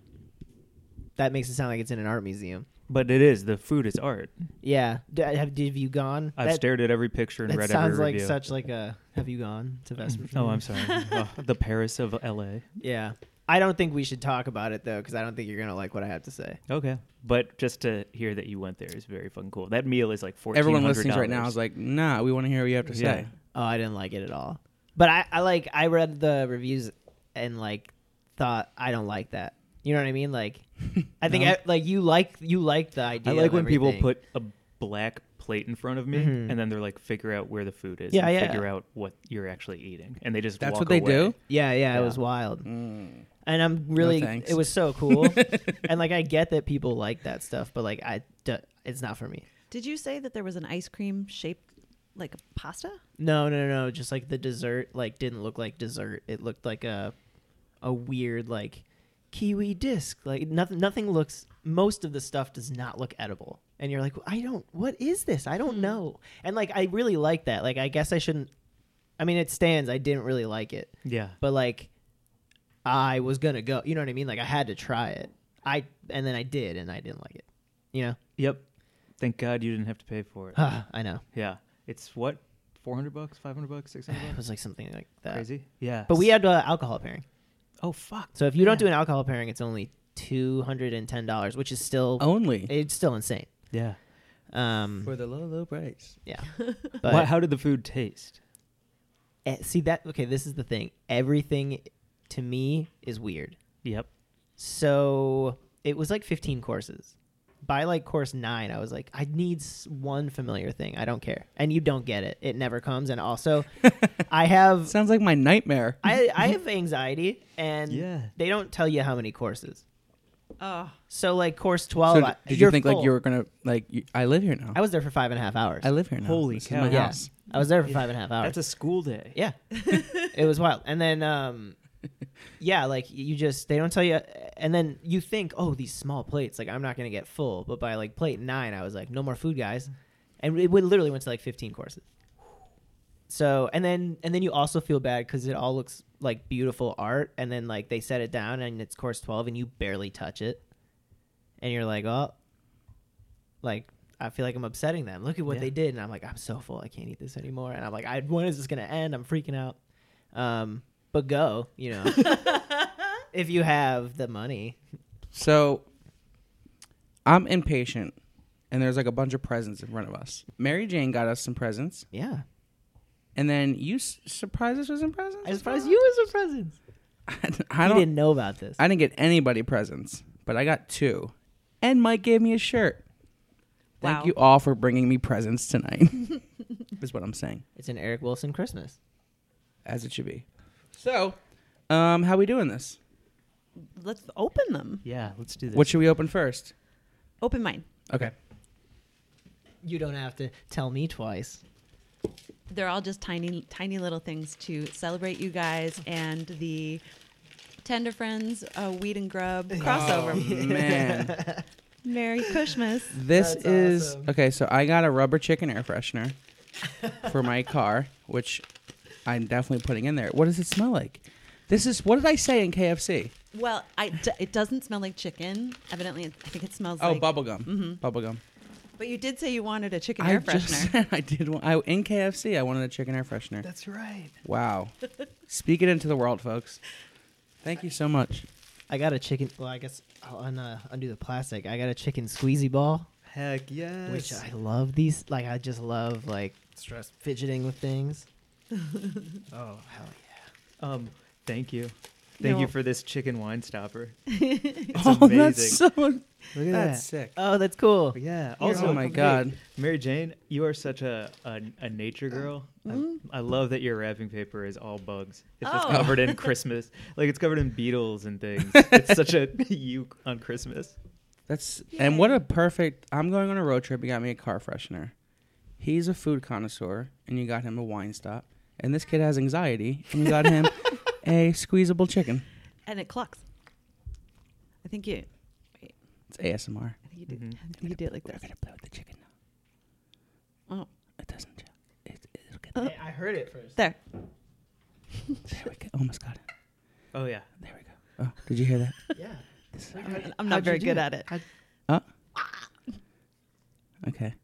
[SPEAKER 1] That makes it sound like it's in an art museum.
[SPEAKER 3] But it is the food is art.
[SPEAKER 1] Yeah, D- have, have you gone?
[SPEAKER 3] I've
[SPEAKER 1] that,
[SPEAKER 3] stared at every picture and
[SPEAKER 1] That
[SPEAKER 3] read
[SPEAKER 1] sounds
[SPEAKER 3] every
[SPEAKER 1] like
[SPEAKER 3] review.
[SPEAKER 1] such like a. Have you gone to Vespertine?
[SPEAKER 3] oh, I'm sorry. Oh, the Paris of L.A.
[SPEAKER 1] Yeah, I don't think we should talk about it though, because I don't think you're gonna like what I have to say.
[SPEAKER 3] Okay, but just to hear that you went there is very fucking cool. That meal is like fourteen.
[SPEAKER 2] Everyone listening right now is like, nah, we want to hear what you have to say.
[SPEAKER 3] Yeah.
[SPEAKER 1] Oh, I didn't like it at all. But I, I like I read the reviews and like thought I don't like that. You know what I mean? Like I think
[SPEAKER 2] No.
[SPEAKER 1] I, like you like you like the
[SPEAKER 3] I
[SPEAKER 1] idea.
[SPEAKER 3] like
[SPEAKER 1] of
[SPEAKER 3] when people
[SPEAKER 1] everything.
[SPEAKER 3] put a black plate in front of me
[SPEAKER 1] Mhm.
[SPEAKER 3] and then they're like, figure out where the food is.
[SPEAKER 1] Yeah,
[SPEAKER 3] and
[SPEAKER 1] yeah.
[SPEAKER 3] Figure out what you're actually eating, and they just
[SPEAKER 2] That's
[SPEAKER 3] walk
[SPEAKER 2] what they
[SPEAKER 3] away.
[SPEAKER 2] do?
[SPEAKER 1] Yeah, yeah,
[SPEAKER 3] Yeah.
[SPEAKER 1] it was wild. And I'm really
[SPEAKER 2] thanks.
[SPEAKER 1] it was so cool. and like I get that people like that stuff, but like I d- it's not for me.
[SPEAKER 4] Did you say that there was an ice cream shaped like a pasta?
[SPEAKER 1] No, no, no, no. Just like the dessert, like didn't look like dessert. It looked like a, a weird like, kiwi disc. Like nothing. Nothing looks. Most of the stuff does not look edible. And you're like, I don't. What is this? I don't know. And like, I really like that. Like, I guess I shouldn't. I mean, it stands. I didn't really like it,
[SPEAKER 3] Yeah.
[SPEAKER 1] but like, I was gonna go. You know what I mean? Like, I had to try it. I and then I did, and I didn't like it. You know?
[SPEAKER 3] Yep. Thank God you didn't have to pay for it.
[SPEAKER 1] Ah, I know.
[SPEAKER 3] yeah. It's what? 400 bucks, 500 bucks, 600
[SPEAKER 1] It
[SPEAKER 3] bucks?
[SPEAKER 1] was like something like that.
[SPEAKER 3] Crazy? Yeah.
[SPEAKER 1] But we had uh, alcohol pairing.
[SPEAKER 3] Oh, fuck.
[SPEAKER 1] So if you don't do
[SPEAKER 3] Yeah.
[SPEAKER 1] an alcohol pairing, it's only two hundred and ten dollars, which is still
[SPEAKER 3] Oh.
[SPEAKER 2] Only
[SPEAKER 1] it's still insane.
[SPEAKER 3] Yeah.
[SPEAKER 1] Um,
[SPEAKER 2] for the low, low price.
[SPEAKER 1] yeah.
[SPEAKER 3] Wha-
[SPEAKER 1] But
[SPEAKER 3] how did the food taste?
[SPEAKER 1] eh, see that okay, this is the thing. Everything to me is weird.
[SPEAKER 3] Yep.
[SPEAKER 1] So it was like fifteen courses. By like course nine, I was like, I need s- one familiar thing. I don't care, and you don't get it. It never comes. And also, I have
[SPEAKER 2] Sounds like my nightmare.
[SPEAKER 1] I, I have anxiety, and
[SPEAKER 3] Yeah.
[SPEAKER 1] they don't tell you how many courses.
[SPEAKER 4] Oh,
[SPEAKER 1] So like course
[SPEAKER 2] So
[SPEAKER 1] twelve,
[SPEAKER 2] d-
[SPEAKER 1] I-
[SPEAKER 2] did you
[SPEAKER 1] you're
[SPEAKER 2] think like
[SPEAKER 1] full.
[SPEAKER 2] you were gonna like you, I live here now.
[SPEAKER 1] I was there for five and a half hours.
[SPEAKER 2] I live here now.
[SPEAKER 3] Holy
[SPEAKER 2] This is
[SPEAKER 3] cow.
[SPEAKER 2] my
[SPEAKER 1] Yeah.
[SPEAKER 2] house.
[SPEAKER 1] I was there for five and a half hours.
[SPEAKER 3] That's a school day.
[SPEAKER 1] yeah, it was wild. And then, um, yeah, like you just they don't tell you. And then you think, oh, these small plates, like I'm not gonna get full. But by like plate nine, I was like, no more food, guys. And it would literally went to like 15 courses. So and then and then you also feel bad because it all looks like beautiful art, and then like they set it down and it's course 12, and you barely touch it, and you're like, oh, like. I feel like I'm upsetting them. Look at what
[SPEAKER 3] Yeah.
[SPEAKER 1] they did, and I'm like, I'm so full, I can't eat this anymore. And I'm like, I, when is this gonna end? I'm freaking out. Um, but go, you know, if you have the money.
[SPEAKER 2] So I'm impatient, and there's like a bunch of presents in front of us. Mary Jane got us some presents,
[SPEAKER 1] Yeah,
[SPEAKER 2] and then you s- surprised us with some presents.
[SPEAKER 1] I surprised you with some presents.
[SPEAKER 2] I
[SPEAKER 1] I
[SPEAKER 2] don't.
[SPEAKER 1] didn't know about this.
[SPEAKER 2] I didn't get anybody presents, but I got two, and Mike gave me a shirt. Thank
[SPEAKER 4] Wow.
[SPEAKER 2] you all for bringing me presents tonight. is what I'm saying,
[SPEAKER 1] It's an Eric Wilson Christmas.
[SPEAKER 2] as it should be. So, um, how we doing this?
[SPEAKER 4] let's open them.
[SPEAKER 3] Yeah, let's do this.
[SPEAKER 2] What should we open first?
[SPEAKER 4] Open mine.
[SPEAKER 2] Okay.
[SPEAKER 1] You don't have to tell me twice.
[SPEAKER 4] They're all just tiny, tiny little things to celebrate you guys and the Tender Friends uh, Weed and Grub crossover.
[SPEAKER 2] Oh, man,
[SPEAKER 4] Merry Christmas.
[SPEAKER 2] this
[SPEAKER 1] That's
[SPEAKER 2] is
[SPEAKER 1] awesome.
[SPEAKER 2] okay. So I got a rubber chicken air freshener for my car, which I'm definitely putting in there. What does it smell like? This is what did I say in KFC?
[SPEAKER 4] Well, I d- it doesn't smell like chicken. Evidently, it- I think it smells
[SPEAKER 2] Oh,
[SPEAKER 4] like. Mm-hmm.
[SPEAKER 2] bubble gum. Bubble gum.
[SPEAKER 4] But you did say you wanted a chicken
[SPEAKER 2] I
[SPEAKER 4] air
[SPEAKER 2] just
[SPEAKER 4] freshener.
[SPEAKER 2] said I did. Want, I in KFC. I wanted a chicken air freshener.
[SPEAKER 3] That's right.
[SPEAKER 2] Wow. Speak it into the world, folks. Thank you so much.
[SPEAKER 1] I got a chicken. Well, I guess I'll un, uh, undo the plastic. I got a chicken squeezy ball,
[SPEAKER 3] Heck yes.
[SPEAKER 1] which I love these. Like I just love like stress fidgeting with things. oh hell
[SPEAKER 3] um, thank you. Thank
[SPEAKER 4] You're
[SPEAKER 3] you
[SPEAKER 4] wel-
[SPEAKER 3] for this chicken wine stopper. It's
[SPEAKER 2] oh,
[SPEAKER 3] amazing.
[SPEAKER 2] that's so.
[SPEAKER 3] Look at
[SPEAKER 2] That's
[SPEAKER 3] that.
[SPEAKER 2] sick.
[SPEAKER 1] yeah! Oh, that's cool.
[SPEAKER 3] Yeah.
[SPEAKER 2] Oh
[SPEAKER 3] Also,
[SPEAKER 2] my
[SPEAKER 3] hey,
[SPEAKER 2] God.
[SPEAKER 3] Mary Jane, you are such a a, a nature
[SPEAKER 1] Uh,
[SPEAKER 3] girl.
[SPEAKER 1] mm-hmm.
[SPEAKER 3] I, I love that your wrapping paper is all bugs. It's just
[SPEAKER 4] Oh.
[SPEAKER 3] covered in Christmas, like it's covered in beetles and things. it's such a you on Christmas.
[SPEAKER 2] That's and what a perfect. I'm going on a road trip. You got me a car freshener. He's a food connoisseur, and you got him a wine stop. And this kid has anxiety, and you got him a squeezable chicken.
[SPEAKER 4] and it clucks. I think you. Wait,
[SPEAKER 2] It's ASMR.
[SPEAKER 4] I think you did.
[SPEAKER 3] Mhm.
[SPEAKER 4] I think you did it like
[SPEAKER 2] We're
[SPEAKER 4] this.
[SPEAKER 2] gonna blow the chicken now.
[SPEAKER 4] Oh.
[SPEAKER 2] It doesn't. chill. It, it'll get
[SPEAKER 4] Uh.
[SPEAKER 2] there.
[SPEAKER 1] I heard it first.
[SPEAKER 4] There.
[SPEAKER 2] we go. Almost got it.
[SPEAKER 3] Oh yeah.
[SPEAKER 2] There we go. Oh, did you hear that?
[SPEAKER 1] Yeah.
[SPEAKER 4] I'm, I'm not very good at it.
[SPEAKER 2] Okay.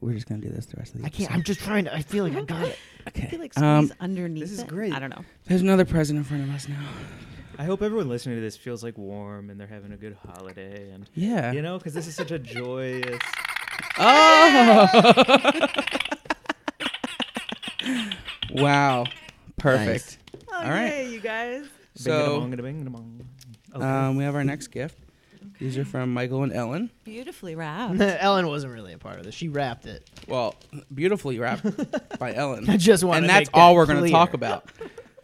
[SPEAKER 2] We're just gonna do this the rest of the
[SPEAKER 1] I can't. I'm just trying to. I feel like I got it.
[SPEAKER 2] Okay.
[SPEAKER 4] I feel like
[SPEAKER 2] um,
[SPEAKER 4] squeeze underneath.
[SPEAKER 3] this is
[SPEAKER 4] it.
[SPEAKER 3] great.
[SPEAKER 4] I don't know.
[SPEAKER 2] there's another present in front of us now.
[SPEAKER 3] I hope everyone listening to this feels like warm and they're having a good holiday and
[SPEAKER 2] Yeah.
[SPEAKER 3] you know because this is such a joyous.
[SPEAKER 2] Oh! Wow. Perfect.
[SPEAKER 4] Oh,
[SPEAKER 2] All right.
[SPEAKER 4] you guys.
[SPEAKER 2] So
[SPEAKER 3] Bing-a-da-bong-a-da-bing-a-da-bong. Okay.
[SPEAKER 2] um, we have our next gift. These are from Michael and Ellen.
[SPEAKER 4] Beautifully wrapped.
[SPEAKER 1] Ellen wasn't really a part of this. She wrapped it.
[SPEAKER 2] Well, beautifully wrapped by Ellen.
[SPEAKER 1] I just wanted.
[SPEAKER 2] and
[SPEAKER 1] to
[SPEAKER 2] that's
[SPEAKER 1] make that
[SPEAKER 2] all we're going to
[SPEAKER 1] clear.
[SPEAKER 2] talk about.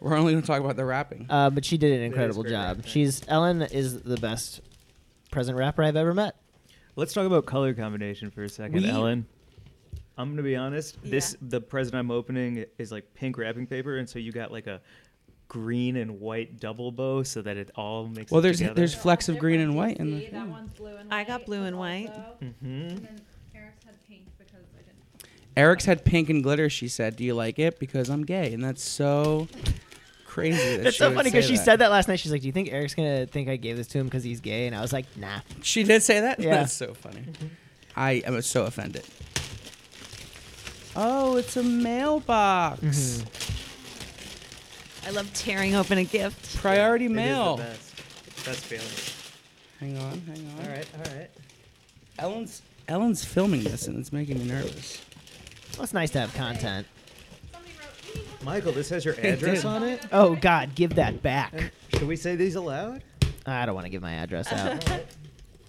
[SPEAKER 2] We're only going to talk about the wrapping.
[SPEAKER 1] Uh, but she did an incredible
[SPEAKER 3] great
[SPEAKER 1] job.
[SPEAKER 3] rapping.
[SPEAKER 1] She's Ellen is the best present rapper I've ever met.
[SPEAKER 3] Let's talk about color combination for a second,
[SPEAKER 1] We-
[SPEAKER 3] Ellen. I'm gonna be honest. This
[SPEAKER 4] Yeah.
[SPEAKER 3] the present I'm opening is like pink wrapping paper, and so you got like a green and white double bow, so that it all makes.
[SPEAKER 2] Well,
[SPEAKER 3] it
[SPEAKER 2] there's-
[SPEAKER 3] together.
[SPEAKER 2] there's
[SPEAKER 5] They're all
[SPEAKER 2] flecks of green
[SPEAKER 5] different.
[SPEAKER 2] and
[SPEAKER 5] You
[SPEAKER 2] white in
[SPEAKER 5] see
[SPEAKER 2] the- Mm.
[SPEAKER 5] that
[SPEAKER 2] yeah.
[SPEAKER 5] one's blue and
[SPEAKER 4] I got blue
[SPEAKER 5] was
[SPEAKER 4] and white.
[SPEAKER 5] also-
[SPEAKER 3] Mhm.
[SPEAKER 5] And then Eric's had pink because I didn't.
[SPEAKER 2] Eric's had pink and glitter. She said, "Do you like it?" Because I'm gay, and that's so crazy. That
[SPEAKER 1] That's
[SPEAKER 2] she
[SPEAKER 1] so
[SPEAKER 2] would
[SPEAKER 1] funny
[SPEAKER 2] say
[SPEAKER 1] because she said that last night. She's like, "Do you think Eric's gonna think I gave this to him because he's gay?" And I was like, "Nah."
[SPEAKER 2] She did say that.
[SPEAKER 1] Yeah. Mm-hmm.
[SPEAKER 2] that's so funny. I am so offended. Oh, it's a mailbox.
[SPEAKER 4] I love tearing open a gift.
[SPEAKER 2] Priority
[SPEAKER 3] It is the
[SPEAKER 2] mail.
[SPEAKER 3] best. That's feeling.
[SPEAKER 2] Hang on, hang on.
[SPEAKER 3] All right, all right.
[SPEAKER 2] Ellen's Ellen's filming this, and it's making me nervous.
[SPEAKER 1] Well, it's nice to have content.
[SPEAKER 5] Somebody wrote, "We need more
[SPEAKER 3] Michael, this has your
[SPEAKER 2] did.
[SPEAKER 3] address on it.
[SPEAKER 1] Oh God, give that back.
[SPEAKER 3] Should we say these aloud?
[SPEAKER 1] I don't want to give my address out.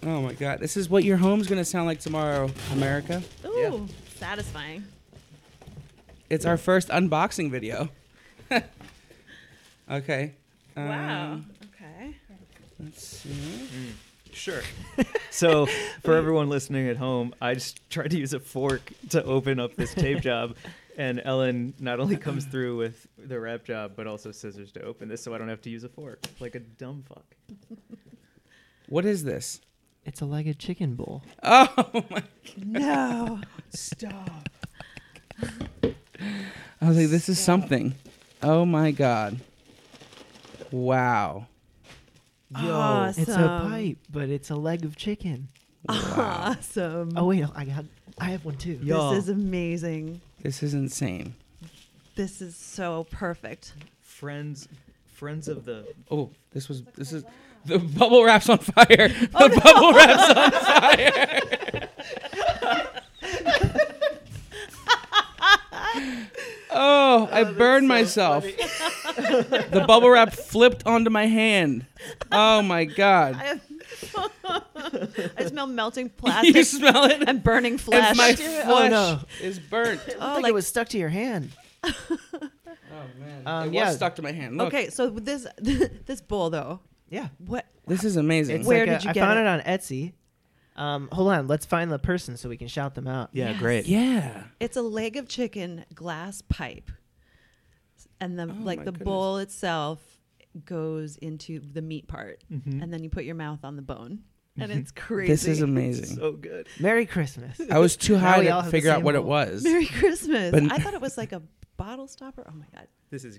[SPEAKER 2] Oh my God, this is what your home's gonna sound like tomorrow, America.
[SPEAKER 4] Ooh,
[SPEAKER 3] Yeah.
[SPEAKER 4] satisfying.
[SPEAKER 2] It's our first unboxing video. okay.
[SPEAKER 4] wow.
[SPEAKER 2] Um,
[SPEAKER 4] Okay.
[SPEAKER 2] let's see.
[SPEAKER 3] Sure. so, for everyone listening at home, I just tried to use a fork to open up this tape job, and Ellen not only comes through with the wrap job, but also scissors to open this, so I don't have to use a fork like a dumb fuck.
[SPEAKER 2] What is this?
[SPEAKER 1] It's a legged chicken bowl.
[SPEAKER 2] Oh my!
[SPEAKER 4] No.
[SPEAKER 3] Stop.
[SPEAKER 2] I was like, this is something. Oh my God. Wow.
[SPEAKER 1] Yo,
[SPEAKER 3] Oh, Ah.
[SPEAKER 4] Awesome.
[SPEAKER 1] it's a pipe, but it's a leg of chicken.
[SPEAKER 4] Awesome.
[SPEAKER 1] Oh wait, I got, I have one too.
[SPEAKER 3] Yo. y'all.
[SPEAKER 4] This is amazing.
[SPEAKER 2] This is insane.
[SPEAKER 4] This is so perfect.
[SPEAKER 3] Friends, friends of the.
[SPEAKER 2] Oh, this was this is the bubble wraps on fire. The bubble wraps on fire. oh, I burned myself. the bubble wrap flipped onto my hand. Oh my god.
[SPEAKER 4] I, I smell melting
[SPEAKER 2] you
[SPEAKER 4] plastic
[SPEAKER 2] smell it?
[SPEAKER 4] and burning flesh.
[SPEAKER 2] And my
[SPEAKER 1] Dude,
[SPEAKER 2] flesh
[SPEAKER 1] oh no.
[SPEAKER 2] is burnt.
[SPEAKER 1] I
[SPEAKER 4] Oh,
[SPEAKER 1] think
[SPEAKER 4] like-
[SPEAKER 1] it was stuck to your hand.
[SPEAKER 2] Oh man.
[SPEAKER 1] Um,
[SPEAKER 2] it
[SPEAKER 1] yeah.
[SPEAKER 2] was stuck to my hand. Look.
[SPEAKER 4] okay, so this this bowl though,
[SPEAKER 1] Yeah.
[SPEAKER 4] what?
[SPEAKER 2] This is amazing.
[SPEAKER 1] It's
[SPEAKER 4] Where
[SPEAKER 1] like a-
[SPEAKER 4] did you
[SPEAKER 1] I
[SPEAKER 4] get
[SPEAKER 1] found
[SPEAKER 4] it?
[SPEAKER 1] it? on Etsy. Um, hold on, let's find the person so we can shout them out.
[SPEAKER 3] Yeah,
[SPEAKER 4] Yes.
[SPEAKER 3] great.
[SPEAKER 2] yeah.
[SPEAKER 4] It's a leg of chicken glass pipe, and the like
[SPEAKER 2] my
[SPEAKER 4] the
[SPEAKER 2] goodness.
[SPEAKER 4] bowl itself goes into the meat part, and then you put your mouth on the bone, and it's crazy.
[SPEAKER 2] This is amazing.
[SPEAKER 3] So good.
[SPEAKER 1] Merry Christmas.
[SPEAKER 2] I was too
[SPEAKER 1] Now
[SPEAKER 2] high
[SPEAKER 1] we all
[SPEAKER 2] to
[SPEAKER 1] have the
[SPEAKER 2] figure out
[SPEAKER 1] same
[SPEAKER 2] what it
[SPEAKER 1] bowl.
[SPEAKER 2] was.
[SPEAKER 4] Merry Christmas.
[SPEAKER 2] But-
[SPEAKER 4] I thought it was like a bottle stopper. Oh my god.
[SPEAKER 3] This is.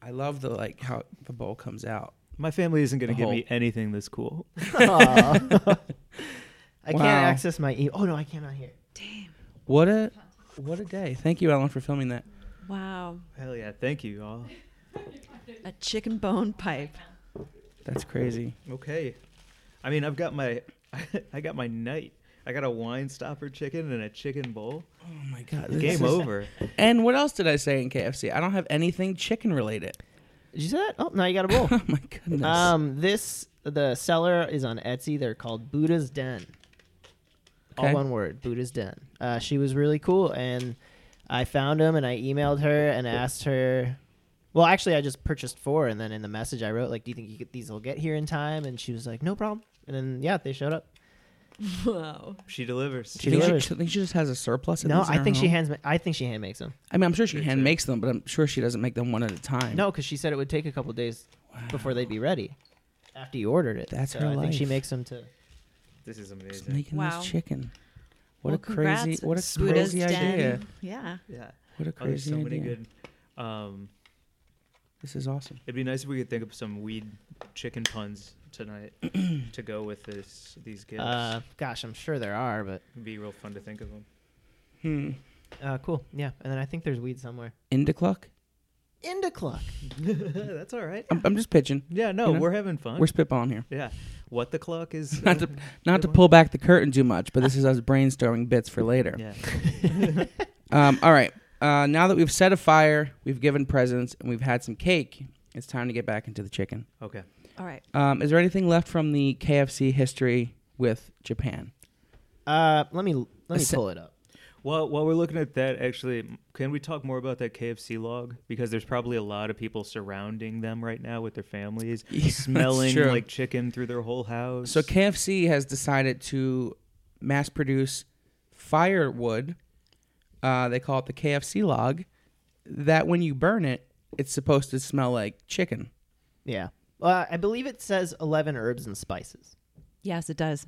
[SPEAKER 2] I love the like how the bowl comes out.
[SPEAKER 3] My family isn't going
[SPEAKER 2] The
[SPEAKER 3] to give
[SPEAKER 2] whole-
[SPEAKER 3] me anything this cool.
[SPEAKER 1] Aw. I
[SPEAKER 2] Wow.
[SPEAKER 1] can't access my e- Oh no, I cannot hear.
[SPEAKER 4] Damn.
[SPEAKER 2] What a what a day. Thank you, Ellen, for filming that.
[SPEAKER 4] Wow.
[SPEAKER 3] Hell yeah! Thank you all.
[SPEAKER 4] A chicken bone pipe.
[SPEAKER 2] That's crazy.
[SPEAKER 3] Okay. I mean, I've got my, I got my night. I got a wine stopper chicken and a chicken bowl.
[SPEAKER 2] Oh my god. this
[SPEAKER 3] Game
[SPEAKER 2] is-
[SPEAKER 3] over.
[SPEAKER 2] And what else did I say in KFC? I don't have anything chicken related.
[SPEAKER 1] Did you see that? Oh, now you got a bowl.
[SPEAKER 2] Oh my goodness.
[SPEAKER 1] Um, this the seller is on Etsy. They're called Buddha's Den.
[SPEAKER 2] Okay.
[SPEAKER 1] All one word, Buddha's Den. Uh, she was really cool, and I found him, and I emailed her and asked her. Well, actually, I just purchased four, and then in the message I wrote like, "Do you think you get these will get here in time?" And she was like, "No problem." And then yeah, they showed up.
[SPEAKER 4] Wow.
[SPEAKER 3] She delivers.
[SPEAKER 1] She
[SPEAKER 2] Do you think
[SPEAKER 1] delivers.
[SPEAKER 2] she, think she just has a surplus. Of
[SPEAKER 1] No,
[SPEAKER 2] these in
[SPEAKER 1] I
[SPEAKER 2] her
[SPEAKER 1] think she
[SPEAKER 2] home?
[SPEAKER 1] hands. ma- I think she hand makes them.
[SPEAKER 2] I mean, I'm sure she
[SPEAKER 3] Me
[SPEAKER 2] hand
[SPEAKER 3] too.
[SPEAKER 2] makes them, but I'm sure she doesn't make them one at a time.
[SPEAKER 1] No, because she said it would take a couple days before they'd be ready. After you ordered it,
[SPEAKER 2] That's
[SPEAKER 1] So
[SPEAKER 2] her
[SPEAKER 1] I think she
[SPEAKER 2] life.
[SPEAKER 1] makes them to.
[SPEAKER 3] This is
[SPEAKER 2] She's
[SPEAKER 3] amazing.
[SPEAKER 2] making
[SPEAKER 4] Wow.
[SPEAKER 2] this chicken. What
[SPEAKER 4] Well,
[SPEAKER 2] a crazy,
[SPEAKER 4] congrats,
[SPEAKER 2] what a
[SPEAKER 4] Buddha's
[SPEAKER 2] crazy
[SPEAKER 4] Den.
[SPEAKER 2] idea!
[SPEAKER 4] Yeah.
[SPEAKER 3] Yeah.
[SPEAKER 2] What a
[SPEAKER 3] Oh, there's
[SPEAKER 2] crazy
[SPEAKER 3] so
[SPEAKER 2] idea!
[SPEAKER 3] many good. Um,
[SPEAKER 2] This is awesome.
[SPEAKER 3] it'd be nice if we could think of some weed chicken puns tonight to go with this these gifts.
[SPEAKER 1] Uh, gosh, I'm sure there are, but
[SPEAKER 3] It'd be real fun to think of them.
[SPEAKER 2] Hmm.
[SPEAKER 1] uh, cool. Yeah, and then I think there's weed somewhere.
[SPEAKER 2] Indicluck.
[SPEAKER 1] Into clock.
[SPEAKER 3] That's all right.
[SPEAKER 2] I'm, I'm just pitching.
[SPEAKER 3] Yeah. No,
[SPEAKER 2] You know?
[SPEAKER 3] we're having fun.
[SPEAKER 2] We're spitballing here.
[SPEAKER 3] yeah. What the clock is.
[SPEAKER 2] Not to
[SPEAKER 3] uh,
[SPEAKER 2] not
[SPEAKER 3] good
[SPEAKER 2] to
[SPEAKER 3] one.
[SPEAKER 2] pull back the curtain too much, but this is us brainstorming bits for later.
[SPEAKER 3] Yeah.
[SPEAKER 2] Um, all right. Uh, now that we've set a fire, we've given presents, and we've had some cake, it's time to get back into the chicken.
[SPEAKER 3] Okay.
[SPEAKER 4] All right.
[SPEAKER 2] Um, is there anything left from the KFC history with Japan?
[SPEAKER 1] Uh, let me let me
[SPEAKER 2] Asse-
[SPEAKER 1] pull it up.
[SPEAKER 3] Well, while we're looking at that, actually, m- can we talk more about that KFC log? Because there's probably a lot of people surrounding them right now with their families,
[SPEAKER 2] Yeah, that's
[SPEAKER 3] smelling
[SPEAKER 2] true.
[SPEAKER 3] like chicken through their whole house.
[SPEAKER 2] So KFC has decided to mass produce firewood uh, they call it the KFC log, that when you burn it, it's supposed to smell like chicken.
[SPEAKER 1] Yeah. Well, I believe it says 11 herbs and spices.
[SPEAKER 4] Yes, it does.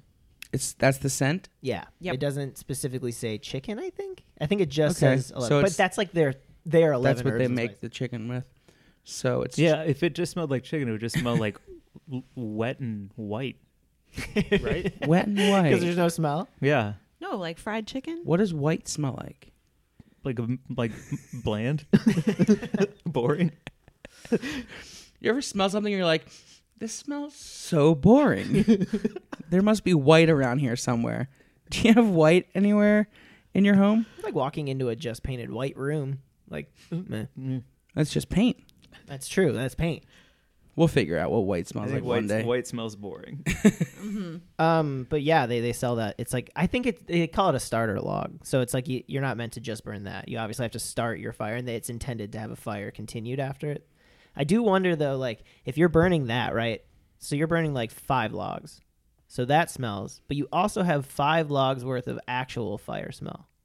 [SPEAKER 2] It's that's the scent.
[SPEAKER 1] Yeah.
[SPEAKER 4] Yep.
[SPEAKER 1] It doesn't specifically say chicken, I think. I think it just
[SPEAKER 2] Okay.
[SPEAKER 1] says 11.
[SPEAKER 2] So
[SPEAKER 1] but
[SPEAKER 2] it's-
[SPEAKER 1] that's like their their 11
[SPEAKER 2] That's what
[SPEAKER 1] herbs
[SPEAKER 2] they
[SPEAKER 1] and
[SPEAKER 2] make
[SPEAKER 1] spices.
[SPEAKER 2] the chicken with. So it's
[SPEAKER 3] Yeah, if it just smelled like chicken, it would just smell like l- wet and white, right?
[SPEAKER 2] wet and
[SPEAKER 1] Because there's
[SPEAKER 2] white.
[SPEAKER 1] no smell.
[SPEAKER 3] Yeah,
[SPEAKER 4] No, like fried chicken.
[SPEAKER 2] What does white smell like?
[SPEAKER 3] like a, like bland, boring.
[SPEAKER 2] You ever smell something and you're like, this smells so boring. there must be white around here somewhere. Do you have white anywhere in your home?
[SPEAKER 1] It's like walking into a just painted white room. Like, meh.
[SPEAKER 2] That's just paint.
[SPEAKER 1] that's true. That's paint.
[SPEAKER 2] We'll figure out what white smells like one
[SPEAKER 3] white,
[SPEAKER 2] day.
[SPEAKER 3] white smells boring.
[SPEAKER 1] Um, but yeah, they, they sell that. It's like I think it they call it a starter log. So it's like you, you're not meant to just burn that. You obviously have to start your fire, and it's intended to have a fire continued after it. I do wonder though, like if you're burning that right, so you're burning like five logs, so that smells, but you also have five logs worth of actual fire smell.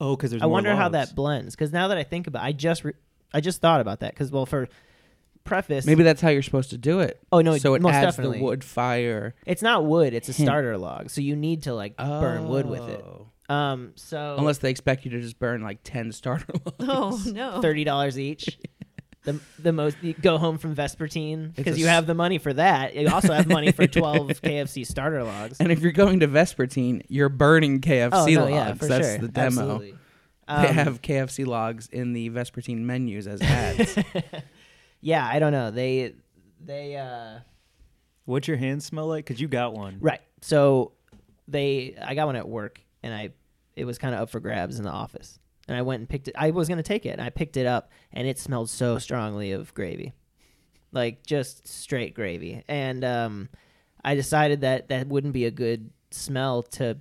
[SPEAKER 3] Oh, because there's.
[SPEAKER 1] I wonder how that blends. Because now that I think about, I just re- I just thought about that. Because well, for preface,
[SPEAKER 2] Maybe that's how you're supposed to do it.
[SPEAKER 1] Oh, no,
[SPEAKER 2] so it
[SPEAKER 1] most
[SPEAKER 2] adds
[SPEAKER 1] definitely.
[SPEAKER 2] the wood fire.
[SPEAKER 1] it's not wood; it's a
[SPEAKER 2] Hint.
[SPEAKER 1] starter log. So you need to like burn wood with it.
[SPEAKER 2] Oh.
[SPEAKER 1] Um, so
[SPEAKER 2] Unless they expect you to just burn like ten starter logs.
[SPEAKER 4] Oh no.
[SPEAKER 1] thirty dollars each. The, the most you go home from Vespertine
[SPEAKER 2] It's
[SPEAKER 1] because
[SPEAKER 2] a
[SPEAKER 1] you
[SPEAKER 2] s-
[SPEAKER 1] have the money for that. You also have money for twelve KFC starter logs.
[SPEAKER 2] And if you're going to Vespertine, you're burning KFC
[SPEAKER 1] oh no,
[SPEAKER 2] logs.
[SPEAKER 1] yeah, for
[SPEAKER 2] That's
[SPEAKER 1] sure.
[SPEAKER 2] the demo.
[SPEAKER 1] Absolutely.
[SPEAKER 2] they
[SPEAKER 1] Um,
[SPEAKER 2] have KFC logs in the Vespertine menus as ads.
[SPEAKER 1] yeah, I don't know. They they uh
[SPEAKER 3] What's your hand smell like? Because you got one.
[SPEAKER 1] right. So they I got one at work and I it was kind of up for grabs in the office and I went and picked it. I was gonna take it and I picked it up and it smelled so strongly of gravy. like just straight gravy. And um, I decided that that wouldn't be a good smell to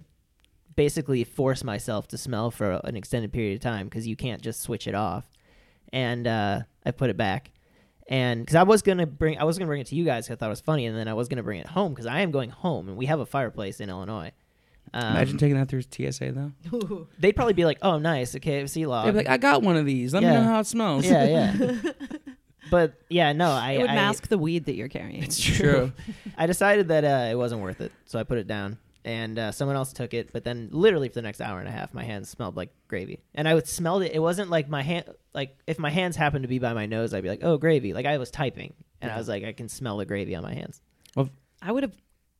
[SPEAKER 1] basically force myself to smell for an extended period of time because you can't just switch it off. And uh, I put it back, and because I was gonna bring, I was gonna bring it to you guys 'cause I thought it was funny, and then I was gonna bring it home because I am going home, and we have a fireplace in Illinois. Um,
[SPEAKER 2] Imagine taking that through TSA though.
[SPEAKER 4] Ooh.
[SPEAKER 1] they'd probably be like, "Oh, nice, a KFC log."
[SPEAKER 2] They'd be like, I got one of these. Let me
[SPEAKER 1] uh, Yeah.
[SPEAKER 2] know how it smells.
[SPEAKER 1] yeah, yeah. but yeah, no, I
[SPEAKER 4] it would
[SPEAKER 1] I-
[SPEAKER 4] mask the weed that you're carrying.
[SPEAKER 2] It's true.
[SPEAKER 1] I decided that uh, it wasn't worth it, so I put it down. And uh, someone else took it, but then literally for the next hour and a half, my hands smelled like gravy. And I would smelled it. It wasn't like my hand, like if my hands happened to be by my nose, I'd be like, "Oh, gravy!" Like I was typing, and I was like, "I can smell the gravy on my hands."
[SPEAKER 4] I would have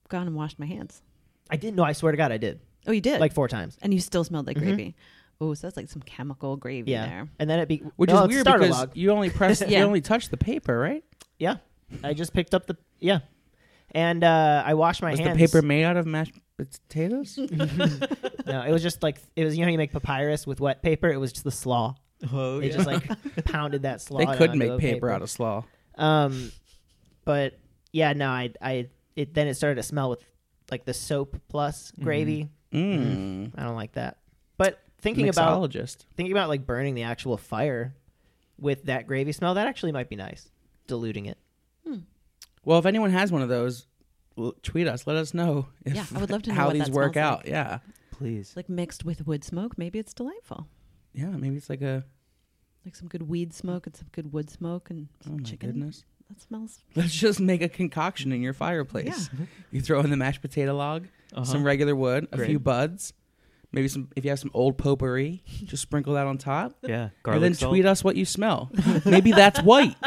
[SPEAKER 4] gone and washed my hands.
[SPEAKER 1] I didn't know. I swear to God, I did
[SPEAKER 4] Oh, you did.
[SPEAKER 1] like four times.
[SPEAKER 4] and you still smelled like
[SPEAKER 2] Mm-hmm.
[SPEAKER 4] gravy. Oh, so that's like some chemical gravy
[SPEAKER 1] Yeah,
[SPEAKER 4] there.
[SPEAKER 1] and then it be
[SPEAKER 2] Which
[SPEAKER 1] well,
[SPEAKER 2] is
[SPEAKER 1] it's
[SPEAKER 2] weird
[SPEAKER 1] starter
[SPEAKER 2] because
[SPEAKER 1] log.
[SPEAKER 2] you only press
[SPEAKER 4] Yeah.
[SPEAKER 2] you only touch the paper, right?
[SPEAKER 1] yeah, I just picked up the yeah, and uh, I washed my
[SPEAKER 2] Was
[SPEAKER 1] hands.
[SPEAKER 2] the paper made out of mashed potatoes?
[SPEAKER 1] No, it was just like it was. You know, how you make papyrus with wet paper. It was just the slaw.
[SPEAKER 3] Oh,
[SPEAKER 1] They just like pounded that slaw.
[SPEAKER 2] they could
[SPEAKER 1] onto
[SPEAKER 2] make
[SPEAKER 1] the
[SPEAKER 2] paper, out of slaw.
[SPEAKER 1] Um, but yeah, no, I, I, it then it started to smell with like the soap plus
[SPEAKER 2] Mm-hmm.
[SPEAKER 1] gravy.
[SPEAKER 2] Mm.
[SPEAKER 1] I don't like that. But thinking about
[SPEAKER 2] Mixologist.
[SPEAKER 1] thinking about like burning the actual fire with that gravy smell, that actually might be nice. Diluting it.
[SPEAKER 2] Well, if anyone has one of those, l- tweet us. Let us know. If,
[SPEAKER 4] Yeah, I would love to know
[SPEAKER 2] how
[SPEAKER 4] what
[SPEAKER 2] these
[SPEAKER 4] that
[SPEAKER 2] work
[SPEAKER 4] smells
[SPEAKER 2] out.
[SPEAKER 4] like.
[SPEAKER 2] Yeah,
[SPEAKER 3] please.
[SPEAKER 4] Like mixed with wood smoke, maybe it's delightful.
[SPEAKER 2] yeah. Maybe it's like a
[SPEAKER 4] Like some good weed smoke and some good wood smoke and
[SPEAKER 2] oh
[SPEAKER 4] some
[SPEAKER 2] my
[SPEAKER 4] chicken.
[SPEAKER 2] goodness.
[SPEAKER 4] That smells.
[SPEAKER 2] Let's just make a concoction in your fireplace. You throw in the mashed potato log,
[SPEAKER 3] Uh-huh.
[SPEAKER 2] some regular wood, a
[SPEAKER 3] Great.
[SPEAKER 2] few buds, maybe some. If you have some old potpourri, just sprinkle that on top.
[SPEAKER 3] yeah, garlic
[SPEAKER 2] and then
[SPEAKER 3] salt.
[SPEAKER 2] tweet us what you smell. Maybe that's white.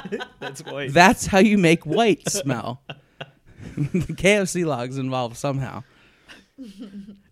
[SPEAKER 3] That's white.
[SPEAKER 2] That's how you make white smell. the KFC logs involved somehow.